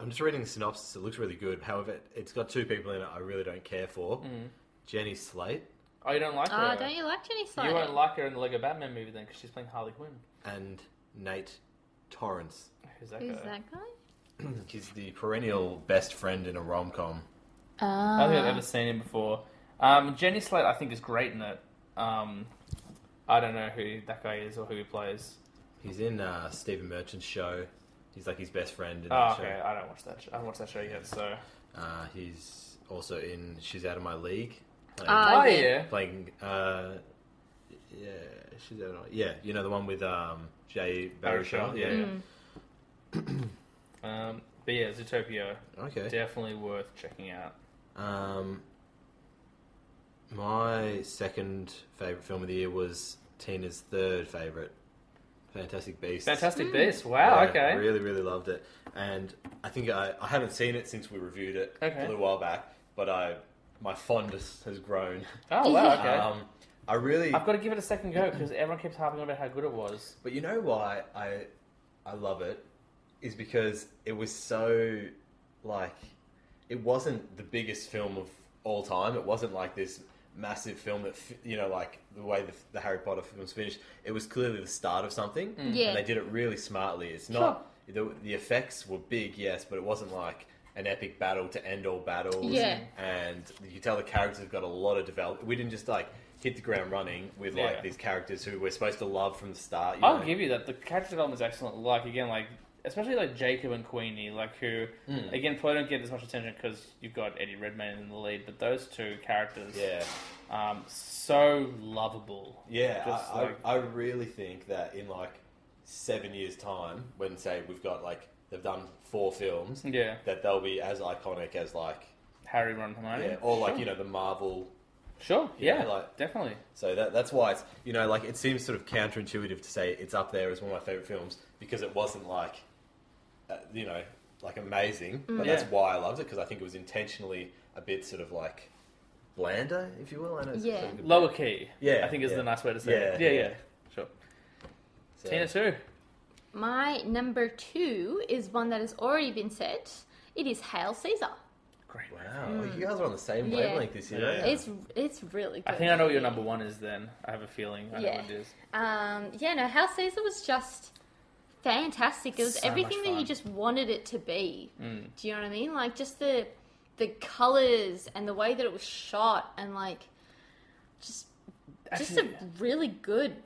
Speaker 8: I'm just reading the synopsis. It looks really good. However, it- it's got two people in it I really don't care for.
Speaker 6: Mm.
Speaker 8: Jenny Slate
Speaker 6: oh, you don't like her?
Speaker 5: Ah, don't you like Jenny Slate?
Speaker 6: You won't like her in the Lego Batman movie then, because she's playing Harley Quinn.
Speaker 8: and Nate Torrance.
Speaker 6: Who's that
Speaker 5: Who's
Speaker 6: guy?
Speaker 5: that guy?
Speaker 8: He's the perennial best friend in a rom com.
Speaker 6: I don't think I've ever seen him before. Um, Jenny Slate, I think, is great in it. Um, I don't know who that guy is or who he plays.
Speaker 8: He's in uh, Stephen Merchant's show. He's like his best friend in
Speaker 6: Oh,
Speaker 8: that
Speaker 6: okay.
Speaker 8: show.
Speaker 6: I don't watch that. Show. I haven't watched that show yet. So,
Speaker 8: Uh, he's also in She's Out of My League. Playing,
Speaker 5: Ah,
Speaker 6: oh
Speaker 5: yeah.
Speaker 6: yeah,
Speaker 8: playing uh, yeah, She's Out of My Yeah, you know the one with um, Jay Baruchel?
Speaker 6: Baruchel,
Speaker 8: Yeah.
Speaker 5: Mm,
Speaker 6: Um, but yeah, Zootopia
Speaker 8: Okay.
Speaker 6: definitely worth checking out.
Speaker 8: Um, my second favorite film of the year was Tina's third favorite, Fantastic Beasts.
Speaker 6: Fantastic Beasts. Wow.
Speaker 8: Yeah,
Speaker 6: okay.
Speaker 8: Really, really loved it, and I think I, I haven't seen it since we reviewed it
Speaker 6: Okay.
Speaker 8: a little while back, but I my fondness has grown.
Speaker 6: Oh wow. Okay.
Speaker 8: Um, I really,
Speaker 6: I've got to give it a second go because everyone keeps harping on about how good it was.
Speaker 8: but you know why I I love it is because it was so like it wasn't the biggest film of all time. It wasn't like this massive film that fi- you know like the way the, the Harry Potter films finished. It was clearly the start of something,
Speaker 7: Hmm.
Speaker 6: Mm.
Speaker 5: Yeah.
Speaker 8: and they did it really smartly. It's not the, the effects were big, yes, but it wasn't like an epic battle to end all battles.
Speaker 5: Yeah.
Speaker 8: and you can tell the characters have got a lot of development. We didn't just like hit the ground running with
Speaker 6: Yeah.
Speaker 8: like these characters who we're supposed to love from the start. you
Speaker 6: I'll
Speaker 8: know.
Speaker 6: give you that. The character development is excellent. Like again, like especially like Jacob and Queenie, like who
Speaker 8: Hmm.
Speaker 6: again probably don't get as much attention because you've got Eddie Redmayne in the lead, but those two characters,
Speaker 8: Yeah,
Speaker 6: um, so lovable.
Speaker 8: yeah.
Speaker 6: Just
Speaker 8: I,
Speaker 6: like-
Speaker 8: I, I really think that in like seven years' time, when say we've got like they've done four films,
Speaker 6: Yeah,
Speaker 8: that they'll be as iconic as like
Speaker 6: Harry Ron Hermione.
Speaker 8: yeah, or like
Speaker 6: sure.
Speaker 8: you know the Marvel.
Speaker 6: sure,
Speaker 8: Yeah,
Speaker 6: yeah,
Speaker 8: like-
Speaker 6: definitely.
Speaker 8: So that that's why it's you know like it seems sort of counterintuitive to say it's up there as one of my favorite films because it wasn't like uh, you know like amazing,
Speaker 5: Mm.
Speaker 8: but
Speaker 6: Yeah.
Speaker 8: that's why I loved it because I think it was intentionally a bit sort of like blander, if you will. I know. it's
Speaker 5: Yeah.
Speaker 8: sort of a good-
Speaker 6: Lower key,
Speaker 8: Yeah,
Speaker 6: I think is
Speaker 8: yeah.
Speaker 6: the nice way to say it.
Speaker 8: Yeah,
Speaker 6: Yeah,
Speaker 8: yeah.
Speaker 6: yeah, sure.
Speaker 8: so-
Speaker 6: Tina too.
Speaker 5: My number two is one that has already been said. It is Hail Caesar.
Speaker 6: Great.
Speaker 8: Wow, you guys are on the same
Speaker 5: Mm. Yeah.
Speaker 8: wavelength this year.
Speaker 6: Yeah.
Speaker 8: aren't you?
Speaker 5: It's it's really good.
Speaker 6: I think I know what your number one is. Then I have a feeling. I know
Speaker 5: Yeah.
Speaker 6: what it is.
Speaker 5: Um, yeah, no, House Caesar was just fantastic. It was
Speaker 6: So
Speaker 5: everything that
Speaker 6: much fun. Mm.
Speaker 5: you just wanted it to be. Do you know what I mean? Like just the the colors and the way that it was shot, and like just just a
Speaker 6: Actually-
Speaker 5: really good,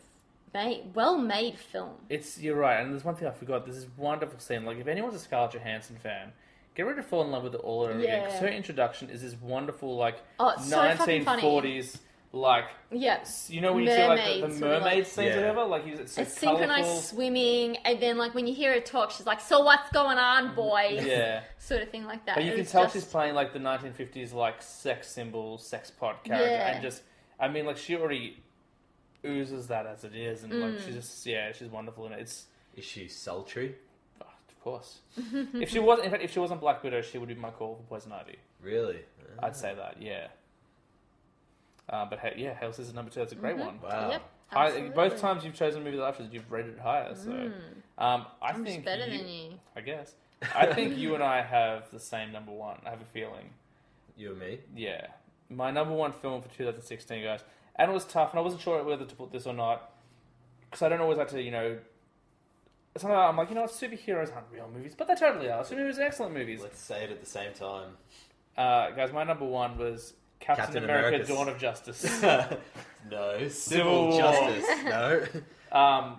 Speaker 5: made, well made film.
Speaker 6: It's you're right, and there's one thing I forgot. There's this wonderful scene. Like if anyone's a Scarlett Johansson fan, get ready to fall in love with it all over again.
Speaker 5: Yeah.
Speaker 6: Because her introduction is this wonderful like
Speaker 5: Oh, it's so fucking funny.
Speaker 6: 1940s like
Speaker 5: Yes.
Speaker 6: you know when you see like the, the
Speaker 5: Mermaids or, like-
Speaker 6: mermaid scenes or
Speaker 8: Yeah.
Speaker 6: whatever, like it's, it's so
Speaker 5: It's synchronized
Speaker 6: colourful.
Speaker 5: swimming, and then like when you hear her talk, she's like, "So what's going on, boys?"
Speaker 6: Mm, Yeah.
Speaker 5: sort of thing like that.
Speaker 6: But you
Speaker 5: It
Speaker 6: can
Speaker 5: was
Speaker 6: tell
Speaker 5: just-
Speaker 6: she's playing like the 1950s, like sex symbol, sex pod character,
Speaker 5: Yeah.
Speaker 6: and just I mean, like she already oozes that as it is, and
Speaker 5: Mm.
Speaker 6: like she's just yeah, she's wonderful, and it's
Speaker 8: Is she sultry?
Speaker 6: oh, of course. if she was, in fact, if she wasn't Black Widow, she would be my call for Poison Ivy.
Speaker 8: Really?
Speaker 6: I'd say that, yeah. Uh, but hey, yeah, Hail Scissors number two. That's a great one.
Speaker 8: Wow.
Speaker 5: Yep. Mm-hmm.
Speaker 6: High-
Speaker 5: absolutely. Mm.
Speaker 6: both times you've chosen movie life is you've rated it higher. So um, I
Speaker 5: I'm just
Speaker 6: think
Speaker 5: better
Speaker 6: you-
Speaker 5: than you.
Speaker 6: I guess. I think you and I have the same number one. I have a feeling.
Speaker 8: You and me?
Speaker 6: Yeah. My number one film for 2016, guys. And it was tough, and I wasn't sure whether to put this or not. Because I don't always like to, you know. Sometimes I'm like, you know what, superheroes aren't real movies, but they totally are. Superheroes are excellent movies.
Speaker 8: Let's say it at the same time.
Speaker 6: Uh, guys, my number one was Captain,
Speaker 8: Captain
Speaker 6: America
Speaker 8: America's-
Speaker 6: Dawn of Justice.
Speaker 8: no. Civil
Speaker 6: War.
Speaker 8: justice. No.
Speaker 6: Um,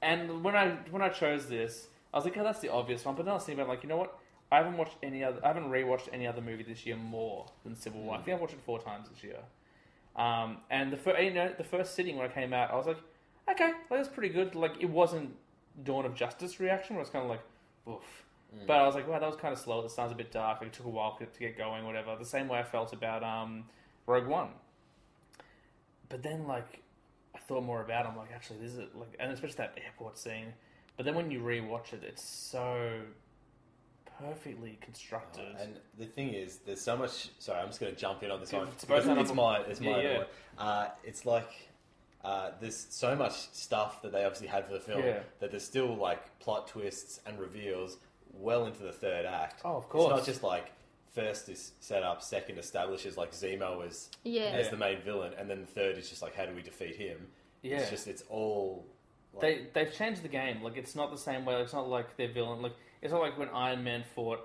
Speaker 6: and when I when I chose this, I was like, oh, that's the obvious one. But then I was thinking about, it, like, you know what? I haven't watched any other. I haven't rewatched any other movie this year more than Civil War. I think I've watched it four times this year. Um, and the first, you know, the first sitting when I came out, I was like, okay, that was pretty good. Like, it wasn't Dawn of Justice reaction where it's kind of like, oof. But I was like, wow, that was kind of slow. The sounds a bit dark. It took a while to get going, whatever. The same way I felt about um, Rogue One. But then, like, I thought more about. It. I'm like, actually, this is like, and especially that airport scene. But then when you rewatch it, it's so perfectly constructed.
Speaker 8: Uh, And the thing is, there's so much. Sorry, I'm just going to jump in on this
Speaker 6: Yeah,
Speaker 8: one.
Speaker 6: it's both
Speaker 8: because
Speaker 6: our
Speaker 8: it's
Speaker 6: number-
Speaker 8: mine. It's
Speaker 6: Yeah,
Speaker 8: mine.
Speaker 6: yeah.
Speaker 8: anyway. Uh, it's like uh, there's so much stuff that they obviously had for the film
Speaker 6: Yeah.
Speaker 8: that there's still like plot twists and reveals well into the third act.
Speaker 6: Oh, of
Speaker 8: It's
Speaker 6: course.
Speaker 8: not just like first is set up, second establishes like Zemo as
Speaker 5: Yeah.
Speaker 8: as
Speaker 6: Yeah.
Speaker 8: the main villain, and then the third is just like how do we defeat him?
Speaker 6: Yeah.
Speaker 8: It's just it's all. Like,
Speaker 6: they they've changed the game. Like, it's not the same way. It's not like their villain. Like, it's not like when Iron Man fought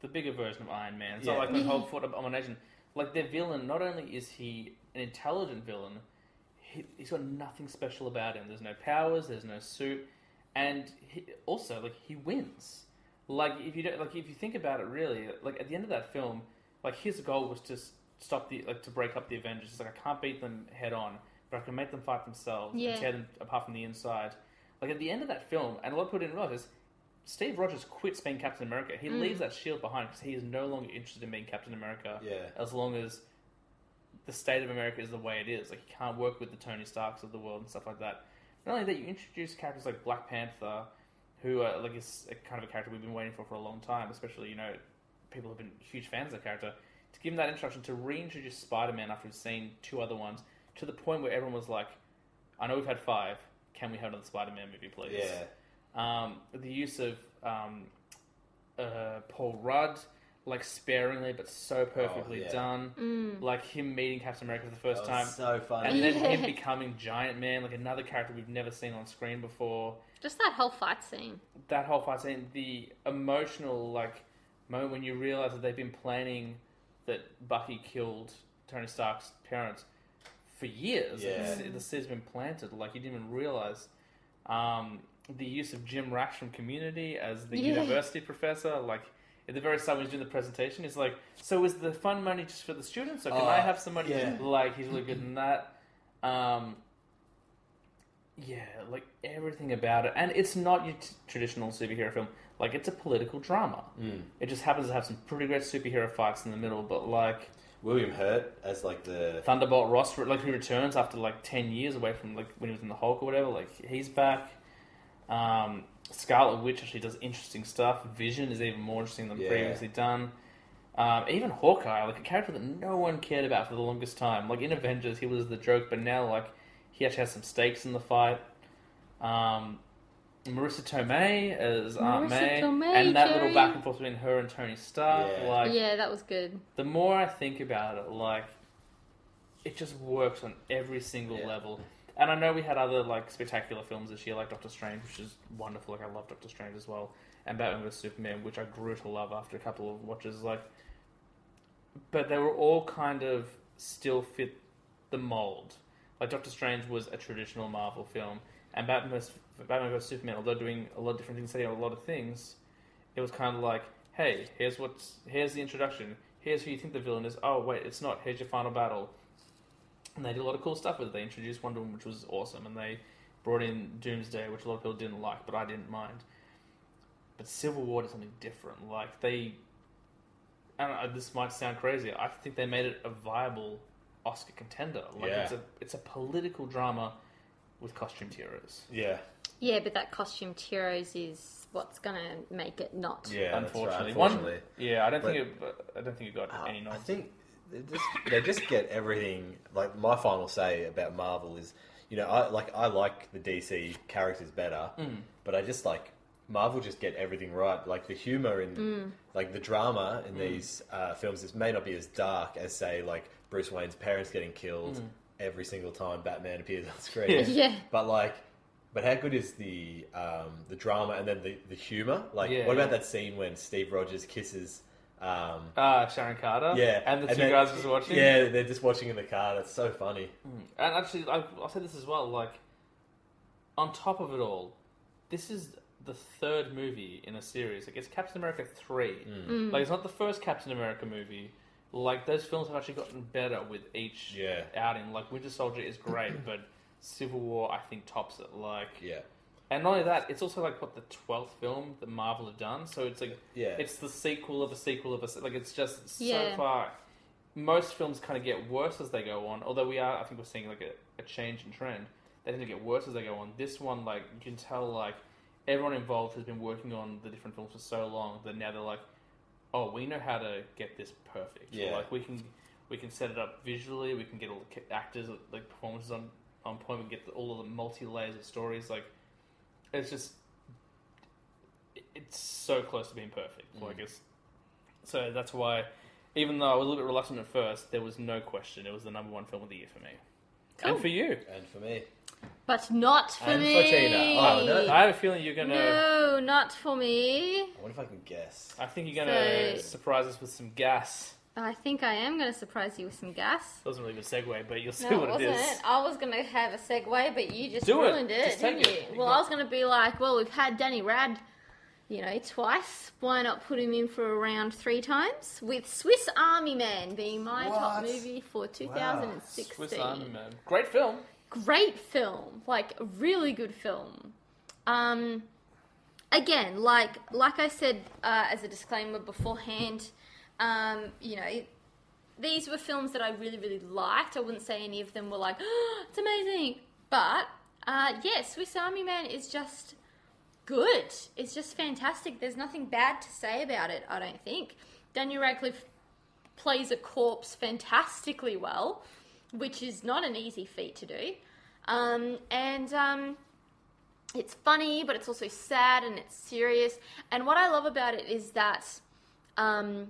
Speaker 6: the bigger version of Iron Man. It's
Speaker 8: Yeah.
Speaker 6: not like when Hulk fought Abomination. Like their villain, not only is he an intelligent villain, he, he's got nothing special about him. There's no powers. There's no suit, and he, also like he wins. Like if you don't, like if you think about it, really, like at the end of that film, like his goal was to s- stop the like to break up the Avengers. It's like I can't beat them head on, but I can make them fight themselves
Speaker 5: Yeah.
Speaker 6: and tear them apart from the inside. Like at the end of that film, and a lot of people didn't realize, Steve Rogers quits being Captain America. He leaves that shield behind because he is no longer interested in being Captain America.
Speaker 8: Yeah.
Speaker 6: As long as the state of America is the way it is, like you can't work with the Tony Starks of the world and stuff like that. Not only that, you introduce characters like Black Panther, who uh, like is a kind of a character we've been waiting for for a long time. Especially you know, people have been huge fans of the character. To give him that introduction, to reintroduce Spider Man after we've seen two other ones, to the point where everyone was like, "I know we've had five. Can we have another Spider Man movie, please?"
Speaker 8: yeah.
Speaker 6: um, the use of um, uh, Paul Rudd, like sparingly but so perfectly
Speaker 8: yeah. Oh,
Speaker 6: done, like him meeting Captain America for the
Speaker 8: That
Speaker 6: first
Speaker 8: was
Speaker 6: time,
Speaker 8: so funny.
Speaker 6: and then him
Speaker 5: Yeah.
Speaker 6: becoming Giant Man, like another character we've never seen on screen before.
Speaker 5: Just that whole fight scene.
Speaker 6: That whole fight scene, the emotional like moment when you realize that they've been planning that Bucky killed Tony Stark's parents for years.
Speaker 8: Yeah.
Speaker 6: Like, the- the seed's been planted. Like you didn't even realize um, the use of Jim Rash from Community as the
Speaker 5: Yeah.
Speaker 6: university professor, like at the very start when he's doing the presentation, he's like, "So is the fun money just for the students, or can
Speaker 8: Oh,
Speaker 6: I have some money?"
Speaker 8: yeah.
Speaker 6: Like he's really good in that. Um, yeah, like everything about it, and it's not your t- traditional superhero film. Like it's a political drama. It just happens to have some pretty great superhero fights in the middle, but like
Speaker 8: William Hurt as like the
Speaker 6: Thunderbolt Ross, like who returns after like ten years away from like when he was in the Hulk or whatever, like he's back. Um, Scarlet Witch actually does interesting stuff. Vision is even more interesting than
Speaker 8: Yeah.
Speaker 6: previously done. Um, even Hawkeye, like a character that no one cared about for the longest time. Like in Avengers, he was the joke, but now like he actually has some stakes in the fight. Um, Marissa Tomei as Aunt
Speaker 5: Marissa
Speaker 6: May,
Speaker 5: Tomei,
Speaker 6: and that
Speaker 5: Jerry.
Speaker 6: little back and forth between her and Tony Stark.
Speaker 8: Yeah.
Speaker 6: Like
Speaker 5: Yeah, that was good.
Speaker 6: the more I think about it, like it just works on every single
Speaker 8: Yeah.
Speaker 6: level. And I know we had other like spectacular films this year, like Doctor Strange, which is wonderful. Like I love Doctor Strange as well, and Batman vs Superman, which I grew to love after a couple of watches. Like, but they were all kind of still fit the mold. Like Doctor Strange was a traditional Marvel film, and Batman vs Batman vs Superman, although doing a lot of different things, saying a lot of things, it was kind of like, hey, here's what's here's the introduction. Here's who you think the villain is. Oh wait, it's not. Here's your final battle. and they did a lot of cool stuff with it. They introduced Wonder Woman, which was awesome, and they brought in Doomsday, which a lot of people didn't like, but I didn't mind. But Civil War did something different. Like they, I don't know, this might sound crazy. I think they made it a viable Oscar contender. Like
Speaker 8: Yeah.
Speaker 6: it's a it's a political drama with costumed heroes.
Speaker 8: Yeah,
Speaker 7: Yeah, but that costume heroes is what's gonna make it not.
Speaker 8: yeah.
Speaker 6: unfortunately,
Speaker 8: that's right, unfortunately.
Speaker 6: one. Yeah, I don't think it, I don't think it got
Speaker 8: Uh,
Speaker 6: any.
Speaker 8: I
Speaker 6: nods.
Speaker 8: think they just, they just get everything. Like my final say about Marvel is, you know, I like I like the DC characters better,
Speaker 6: Mm.
Speaker 8: but I just like Marvel just get everything right. Like the humor and like the drama
Speaker 6: Mm.
Speaker 8: in these uh, films, this may not be as dark as say like Bruce Wayne's parents getting killed every single time Batman appears on screen.
Speaker 6: Mm. Yeah.
Speaker 7: Yeah.
Speaker 8: But like, but how good is the um, the drama and then the, the humor? Like,
Speaker 6: Yeah,
Speaker 8: what about
Speaker 6: yeah.
Speaker 8: that scene when Steve Rogers kisses? Um,
Speaker 6: Ah, Sharon Carter.
Speaker 8: yeah,
Speaker 6: and the two
Speaker 8: then-
Speaker 6: guys just watching.
Speaker 8: Yeah, they're just watching in the car. That's so funny.
Speaker 6: And actually, I, I'll say this as well. Like, on top of it all, this is the third movie in a series. Like, it's Captain America three.
Speaker 8: Hmm.
Speaker 6: Like, it's not the first Captain America movie. Like, those films have actually gotten better with each
Speaker 8: Yeah.
Speaker 6: outing. Like, Winter Soldier is great, but Civil War I think tops it. Like,
Speaker 8: Yeah,
Speaker 6: and not only that, it's also like what the twelfth film that Marvel have done. So it's like
Speaker 8: Yeah.
Speaker 6: it's the sequel of a sequel of a se- like it's just so
Speaker 7: Yeah.
Speaker 6: far. Most films kind of get worse as they go on. Although we are, I think we're seeing like a, a change in trend. They tend to get worse as they go on. This one, like you can tell, like everyone involved has been working on the different films for so long that now they're like, oh, we know how to get this perfect.
Speaker 8: Yeah.
Speaker 6: Like we can we can set it up visually. We can get all the ca- actors like performances on on point. We can get the, all of the multi layers of stories. Like it's just it- it's so close to being perfect. Like it's so that's why. Even though I was a little bit reluctant at first, there was no question it was the number one film of the year for me,
Speaker 7: Cool.
Speaker 6: and for you.
Speaker 8: and for me,
Speaker 7: But not for
Speaker 8: And
Speaker 7: me.
Speaker 8: for Tina. Oh, no.
Speaker 6: I have a feeling you're gonna.
Speaker 7: No, not for me.
Speaker 8: I wonder if I can guess.
Speaker 6: I think you're gonna
Speaker 7: So-
Speaker 6: surprise us with some gas.
Speaker 7: I think I am going to surprise you with some gas.
Speaker 6: Doesn't really be a segue, but you'll see
Speaker 7: No, it
Speaker 6: what
Speaker 7: wasn't.
Speaker 6: it is.
Speaker 7: I was going to have a segue, but you just
Speaker 6: Do it.
Speaker 7: ruined it,
Speaker 6: Just take
Speaker 7: didn't
Speaker 6: it.
Speaker 7: you? Well, I was going to be like, well, we've had Danny Rad, you know, twice. Why not put him in for around three times? With Swiss Army Man being my top
Speaker 8: What?
Speaker 7: movie for 2016.
Speaker 6: Swiss Army Man, great film.
Speaker 7: great film, like a really good film. Um, again, like like I said uh, as a disclaimer beforehand, um, you know, these were films that I really really liked. I wouldn't say any of them were like it's amazing, but uh, yeah, Swiss Army Man is just good. It's just fantastic. There's nothing bad to say about it. I don't think Daniel Radcliffe plays a corpse fantastically well, which is not an easy feat to do. Um, and um, it's funny, but it's also sad and it's serious. And what I love about it is that um,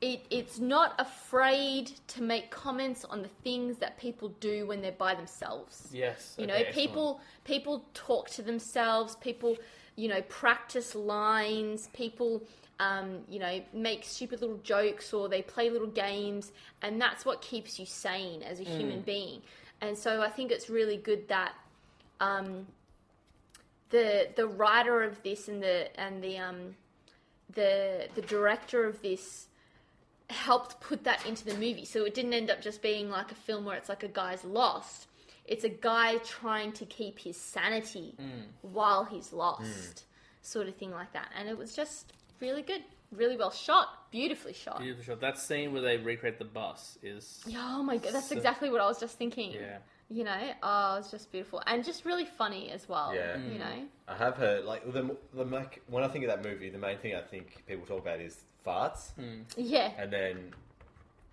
Speaker 7: it, it's not afraid to make comments on the things that people do when they're by themselves
Speaker 6: Yes,
Speaker 7: you
Speaker 6: okay,
Speaker 7: know
Speaker 6: excellent.
Speaker 7: people people talk to themselves people you know practice lines people um, you know make stupid little jokes or they play little games and that's what keeps you sane as a human
Speaker 6: Mm.
Speaker 7: being and so i think it's really good that um, the the writer of this and the and the um, the the director of this helped put that into the movie. So it didn't end up just being like a film where it's like a guy's lost. It's a guy trying to keep his sanity
Speaker 6: Mm.
Speaker 7: while he's lost, sort of thing like that. And it was just really good, really well shot, beautifully shot.
Speaker 6: Beautiful shot. That scene where they recreate the bus is
Speaker 7: Yeah, Oh my god, that's
Speaker 6: So-
Speaker 7: exactly what I was just thinking.
Speaker 6: yeah.
Speaker 7: You know, oh, it's just beautiful and just really funny as well.
Speaker 8: Yeah.
Speaker 6: Mm.
Speaker 7: You know,
Speaker 8: I have heard like the, the Mac, when I think of that movie, the main thing I think people talk about is farts,
Speaker 6: Mm.
Speaker 7: yeah.
Speaker 8: and then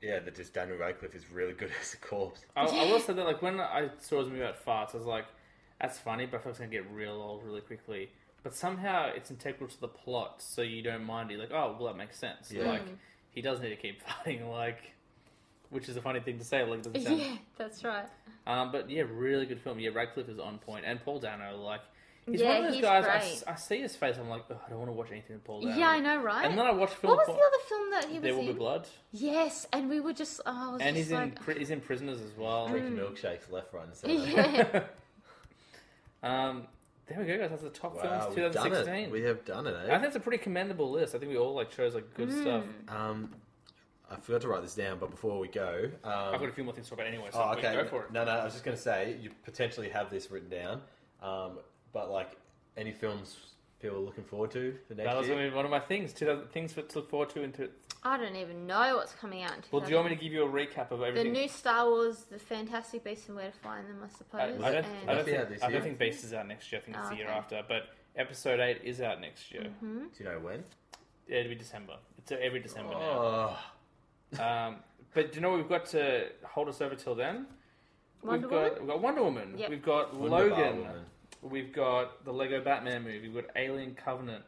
Speaker 8: yeah, that just Daniel Radcliffe is really good as a corpse.
Speaker 6: I, I will say that like when I saw his movie about farts, I was like, "That's funny," but I thought it's gonna get real old really quickly. But somehow it's integral to the plot, so you don't mind. it. You're like, "Oh, well, that makes sense."
Speaker 8: Yeah.
Speaker 6: Like he does need to keep fighting, like, which is a funny thing to say. Like, it doesn't sound.
Speaker 7: Yeah, that's right.
Speaker 6: Um, but yeah, really good film. Yeah, Radcliffe is on point, and Paul Dano, like, he's
Speaker 7: Yeah,
Speaker 6: one of those
Speaker 7: he's
Speaker 6: guys. I
Speaker 7: great.
Speaker 6: s- I, see his face, I'm like, "Ugh, I don't want to watch anything with Paul Dano.
Speaker 7: Yeah, I know, right?
Speaker 6: And then I watched film.
Speaker 7: what was the
Speaker 6: with Paul-
Speaker 7: other film that he was
Speaker 6: There will
Speaker 7: in?
Speaker 6: be blood,
Speaker 7: Yes, and we were just. Oh, I was
Speaker 6: and
Speaker 7: just
Speaker 6: he's in
Speaker 7: like,
Speaker 6: pri- he's in prisoners as well.
Speaker 8: Drinking milkshakes left, right, and center.
Speaker 7: yeah.
Speaker 6: Um, there we go, guys. That's the top
Speaker 8: Wow,
Speaker 6: films
Speaker 8: we've done
Speaker 6: 2016.
Speaker 8: it. We have done it.
Speaker 6: I
Speaker 8: Eh?
Speaker 7: Hmm.
Speaker 6: think it's a pretty commendable list. I think we all like chose like good stuff.
Speaker 8: um, I forgot to write this down, but before we go, um,
Speaker 6: I've got a few more things to talk about anyway, so
Speaker 8: Oh,
Speaker 6: we
Speaker 8: okay.
Speaker 6: can go for it.
Speaker 8: No, no, I was just going to say, you potentially have this written down, um, but like any films people are looking forward to for next
Speaker 6: That was
Speaker 8: year?
Speaker 6: gonna be one of my things. Two other things to look forward to. Into
Speaker 5: I don't even know what's coming out. In
Speaker 6: well, do you want me to give you a recap of
Speaker 5: The
Speaker 6: everything?
Speaker 5: new Star Wars, The Fantastic Beasts and Where to Find Them, I
Speaker 6: I, I
Speaker 5: suppose.
Speaker 6: don't, I don't,
Speaker 5: and
Speaker 8: That'd be
Speaker 6: think,
Speaker 8: out this
Speaker 6: I don't
Speaker 8: year.
Speaker 6: think Beast is out next year. I think it's
Speaker 5: Oh,
Speaker 6: the year
Speaker 5: okay. Mm-hmm.
Speaker 6: after. But Episode Eight is out next year.
Speaker 8: Do you know when?
Speaker 6: It'll be December. It's uh, every December
Speaker 8: Oh,
Speaker 6: now. Um, but do you know what we've got to hold us over till then?
Speaker 5: Wonder
Speaker 6: we've got
Speaker 5: Woman?
Speaker 6: we've got Wonder Woman.
Speaker 5: Yep.
Speaker 6: We've got
Speaker 8: Wonder
Speaker 6: Logan.
Speaker 8: Woman.
Speaker 6: We've got the Lego Batman movie. We've got Alien Covenant.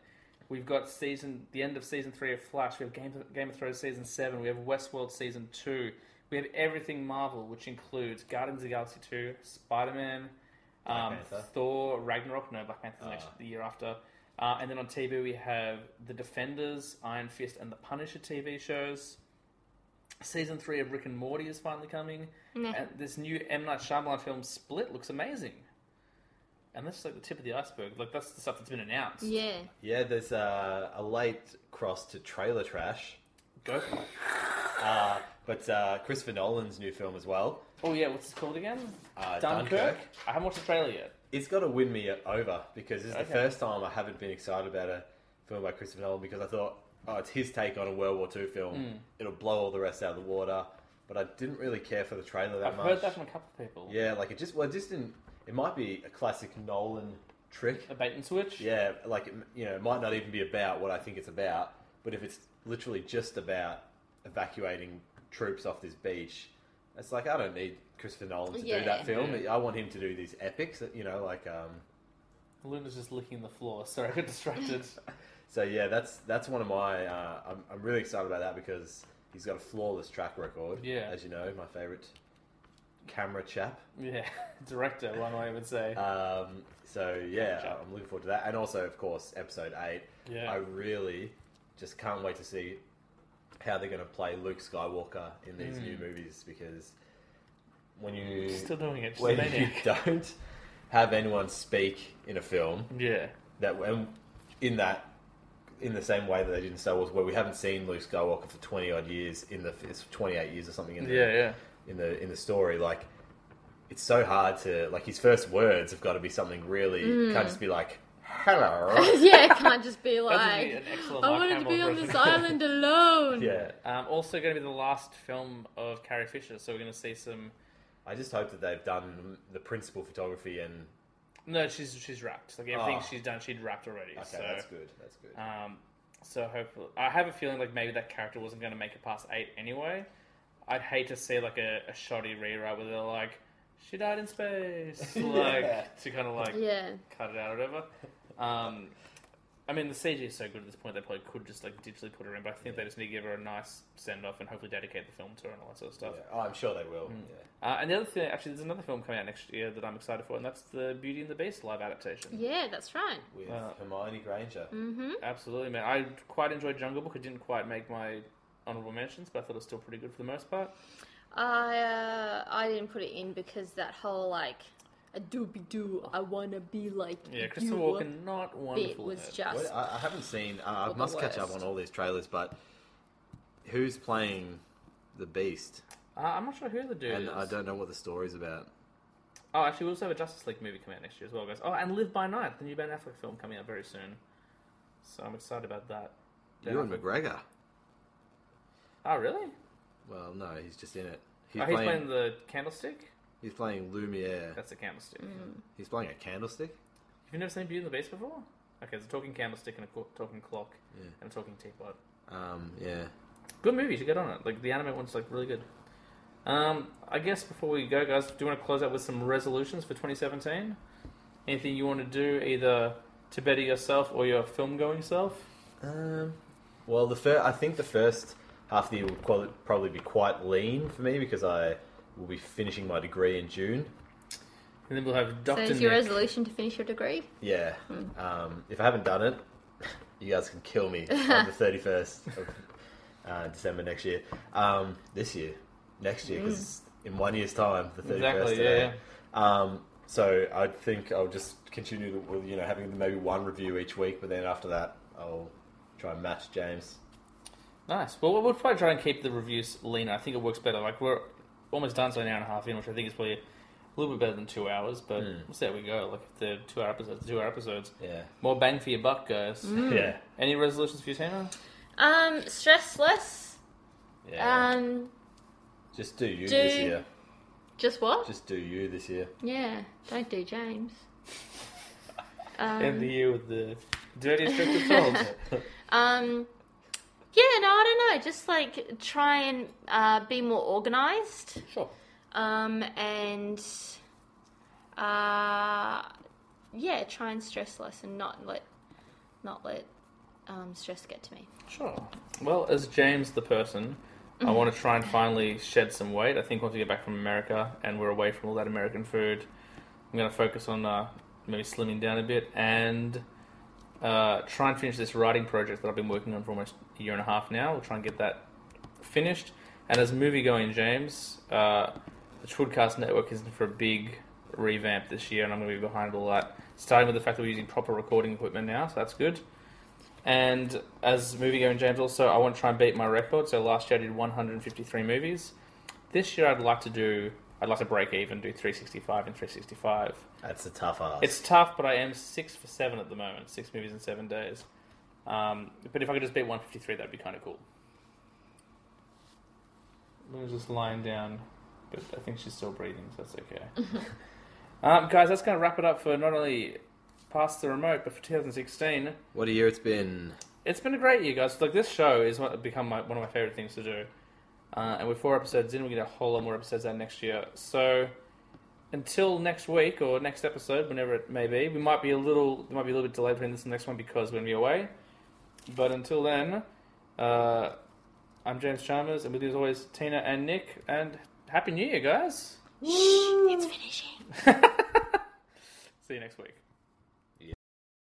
Speaker 6: We've got season the end of season three of Flash. We have Game of, Game of Thrones season seven. We have Westworld season two. We have everything Marvel, which includes Guardians of the Galaxy two, Spider Man, um,
Speaker 8: Panther.
Speaker 6: Thor, Ragnarok. No, Black Panther's next the year after. Uh, and then on TV we have The Defenders, Iron Fist, and The Punisher TV shows. Season three of Rick and Morty is finally coming, and this new M Night Shyamalan film Split looks amazing. And that's like the tip of the iceberg. Like that's the stuff that's been announced.
Speaker 5: Yeah.
Speaker 8: yeah. There's uh, a late cross to trailer trash,
Speaker 6: Go for it.
Speaker 8: uh, but uh, Christopher Nolan's new film as well.
Speaker 6: Oh yeah, what's it called again?
Speaker 8: Uh,
Speaker 6: I haven't watched the trailer yet.
Speaker 8: It's got to win me over because this is
Speaker 6: Okay.
Speaker 8: the first time I haven't been excited about a film by Christopher Nolan because I thought, oh, it's his take on a World War II film.
Speaker 6: Hmm.
Speaker 8: It'll blow all the rest out of the water. But I didn't really care for the trailer that
Speaker 6: I've
Speaker 8: much.
Speaker 6: heard that from a couple of people.
Speaker 8: Yeah, like it just well, it just didn't. It might be a classic Nolan trick.
Speaker 6: A bait and switch.
Speaker 8: Yeah, like it, you know, it might not even be about what I think it's about. But if it's literally just about evacuating troops off this beach, it's like I don't need Christopher Nolan to
Speaker 5: Yeah.
Speaker 8: do that film.
Speaker 6: Yeah.
Speaker 8: I want him to do these epics. That, you know, like um.
Speaker 6: Luna's just licking the floor. Sorry, I got distracted.
Speaker 8: So yeah, that's that's one of my. Uh, I'm I'm really excited about that because he's got a flawless track record.
Speaker 6: Yeah.
Speaker 8: as you know, my favorite camera chap.
Speaker 6: yeah, director. One way would say.
Speaker 8: Um, so yeah,
Speaker 6: Gotcha.
Speaker 8: I'm looking forward to that, and also of course episode eight.
Speaker 6: Yeah.
Speaker 8: I really just can't wait to see how they're going to play Luke Skywalker in these new movies because when you
Speaker 6: Hmm. Still doing it. She's
Speaker 8: when
Speaker 6: a
Speaker 8: you
Speaker 6: maniac.
Speaker 8: don't have anyone speak in a film
Speaker 6: Yeah.
Speaker 8: that and in that in the same way that they did in Star Wars, where we haven't seen Luke Skywalker for twenty odd years in the it's twenty eight years or something in the
Speaker 6: Yeah, yeah.
Speaker 8: in the in the story, like it's so hard to like his first words have got to be something really can't just be like hello
Speaker 5: yeah, it can't just be
Speaker 6: That would
Speaker 5: like,
Speaker 6: be an excellent
Speaker 5: I
Speaker 6: Mark
Speaker 5: wanted to
Speaker 6: Hamill
Speaker 5: be on
Speaker 6: version.
Speaker 5: this island alone.
Speaker 8: yeah.
Speaker 6: Um, also going to be the last film of Carrie Fisher, so we're going to see some.
Speaker 8: I just hope that they've done the principal photography and
Speaker 6: No, she's she's wrapped. Like everything
Speaker 8: Oh.
Speaker 6: she's done, she'd wrapped already.
Speaker 8: okay,
Speaker 6: so,
Speaker 8: that's good, that's good.
Speaker 6: Um, so hopefully, I have a feeling like maybe that character wasn't going to make it past eight anyway. I'd hate to see like a, a shoddy rewrite where they're like, "She died in space," like
Speaker 8: Yeah.
Speaker 6: to kind of like
Speaker 5: Yeah.
Speaker 6: cut it out or whatever. Um, I mean, the CG is so good at this point they probably could just like digitally put her in, but I think they just need to give her a nice send off and hopefully dedicate the film to her and all that sort of stuff.
Speaker 8: Yeah. Oh, I'm sure they will. Yeah.
Speaker 6: Uh, and the other thing, actually, there's another film coming out next year that I'm excited for, and that's the Beauty and the Beast live adaptation.
Speaker 5: Yeah, that's right.
Speaker 8: With
Speaker 6: Wow.
Speaker 8: Hermione Granger.
Speaker 6: Absolutely, man. I quite enjoyed Jungle Book. It didn't quite make my honorable mentions, but I thought it was still pretty good for the most part.
Speaker 5: I uh, I didn't put it in because that whole like a doobie doo, I wanna be like
Speaker 6: Yeah, Christopher
Speaker 5: you
Speaker 6: Walken, not
Speaker 5: bit
Speaker 6: wonderful. in
Speaker 5: was
Speaker 6: it.
Speaker 5: just
Speaker 8: What, I, I haven't seen. Uh, I
Speaker 5: Or the
Speaker 8: must catch up
Speaker 5: worst.
Speaker 8: on all these trailers, but who's playing the Beast?
Speaker 6: Uh, I'm not sure who the dude
Speaker 8: And
Speaker 6: is.
Speaker 8: I don't know what the story's about.
Speaker 6: Oh, actually, we also have a Justice League movie coming out next year as well, guys. Oh, and Live by Night, the new Ben Affleck film coming out very soon. So I'm excited about that. Ben
Speaker 8: Ewan
Speaker 6: Affleck-
Speaker 8: McGregor.
Speaker 6: Oh, really?
Speaker 8: Well, no, he's just in it. He's,
Speaker 6: Oh, he's
Speaker 8: playing,
Speaker 6: playing the candlestick.
Speaker 8: He's playing Lumiere.
Speaker 6: That's a candlestick.
Speaker 5: Mm.
Speaker 8: He's playing a candlestick.
Speaker 6: You've never seen Beauty and the Beast before? Okay, it's a talking candlestick and a co- talking clock and a talking teapot.
Speaker 8: Um, yeah.
Speaker 6: Good movie. You should get on it. Like the anime one's like really good. Um, I guess before we go, guys, do you want to close out with some resolutions for 2017? Anything you want to do, either to better yourself or your film going self?
Speaker 8: Um, well, the fir- I think the first half of the year will quali- probably be quite lean for me because I will be finishing my degree in June.
Speaker 6: And then we'll have
Speaker 5: So
Speaker 6: Doctor
Speaker 5: is
Speaker 6: Nick.
Speaker 5: your resolution to finish your degree?
Speaker 8: Yeah. Um, if I haven't done it, you guys can kill me on the 31st of uh, December next year. Um, this year. Next year, because in one year's time, the 31st
Speaker 6: Exactly,
Speaker 8: today. Um, so I think I'll just continue with, you know, having maybe one review each week, but then after that, I'll try and match James.
Speaker 6: Nice. Well, we'll probably try and keep the reviews leaner. I think it works better. Like we're almost done, so an hour and a half in, which I think is probably a little bit better than two hours. But we'll see how we go. Like if the two hour episodes, the two hour episodes,
Speaker 8: Yeah.
Speaker 6: more bang for your buck, guys.
Speaker 8: Yeah.
Speaker 6: Any resolutions for you, Tina?
Speaker 5: Um, stress less.
Speaker 8: Yeah.
Speaker 7: Uh,
Speaker 5: Um,
Speaker 8: just do you
Speaker 5: do-
Speaker 8: this year.
Speaker 5: just what?
Speaker 8: Just do you this year.
Speaker 5: yeah, don't do James.
Speaker 6: End the year with the dirtiest trick of films.
Speaker 5: Um, yeah, no, I don't know. Just like try and uh, be more organized.
Speaker 6: sure.
Speaker 5: Um, and uh, yeah, try and stress less and not let not let um, stress get to me.
Speaker 6: Sure. Well, as James the person, I want to try and finally shed some weight. I think once we get back from America and we're away from all that American food, I'm going to focus on uh, maybe slimming down a bit and uh, try and finish this writing project that I've been working on for almost a year and a half now. We'll try and get that finished. And as movie going, James, uh, the Twodcast Network is in for a big revamp this year, and I'm going to be behind all that. Starting with the fact that we're using proper recording equipment now, so that's good. And as moviegoer and James also, I want to try and beat my record. So last year I did 153 movies. This year I'd like to do, I'd like to break even, do 365 and 365.
Speaker 8: That's a tough ask.
Speaker 6: It's tough, but I am six for seven at the moment. Six movies in seven days. Um, but if I could just beat 153, that'd be kind of cool. Luna's just lying down, but I think she's still breathing, so that's okay. um, guys, that's going to wrap it up for not only past the remote, but for 2016.
Speaker 8: what a year it's been.
Speaker 6: It's been a great year, guys. Like this show is what become my, one of my favorite things to do, uh, and we're four episodes in. We get a whole lot more episodes out next year. So until next week or next episode, whenever it may be, we might be a little there might be a little bit delayed between this and the next one because we're gonna be away. But until then, uh, I'm James Chalmers, and with you as always, Tina and Nick. And happy New Year, guys!
Speaker 5: Shh, it's finishing.
Speaker 6: See you next week.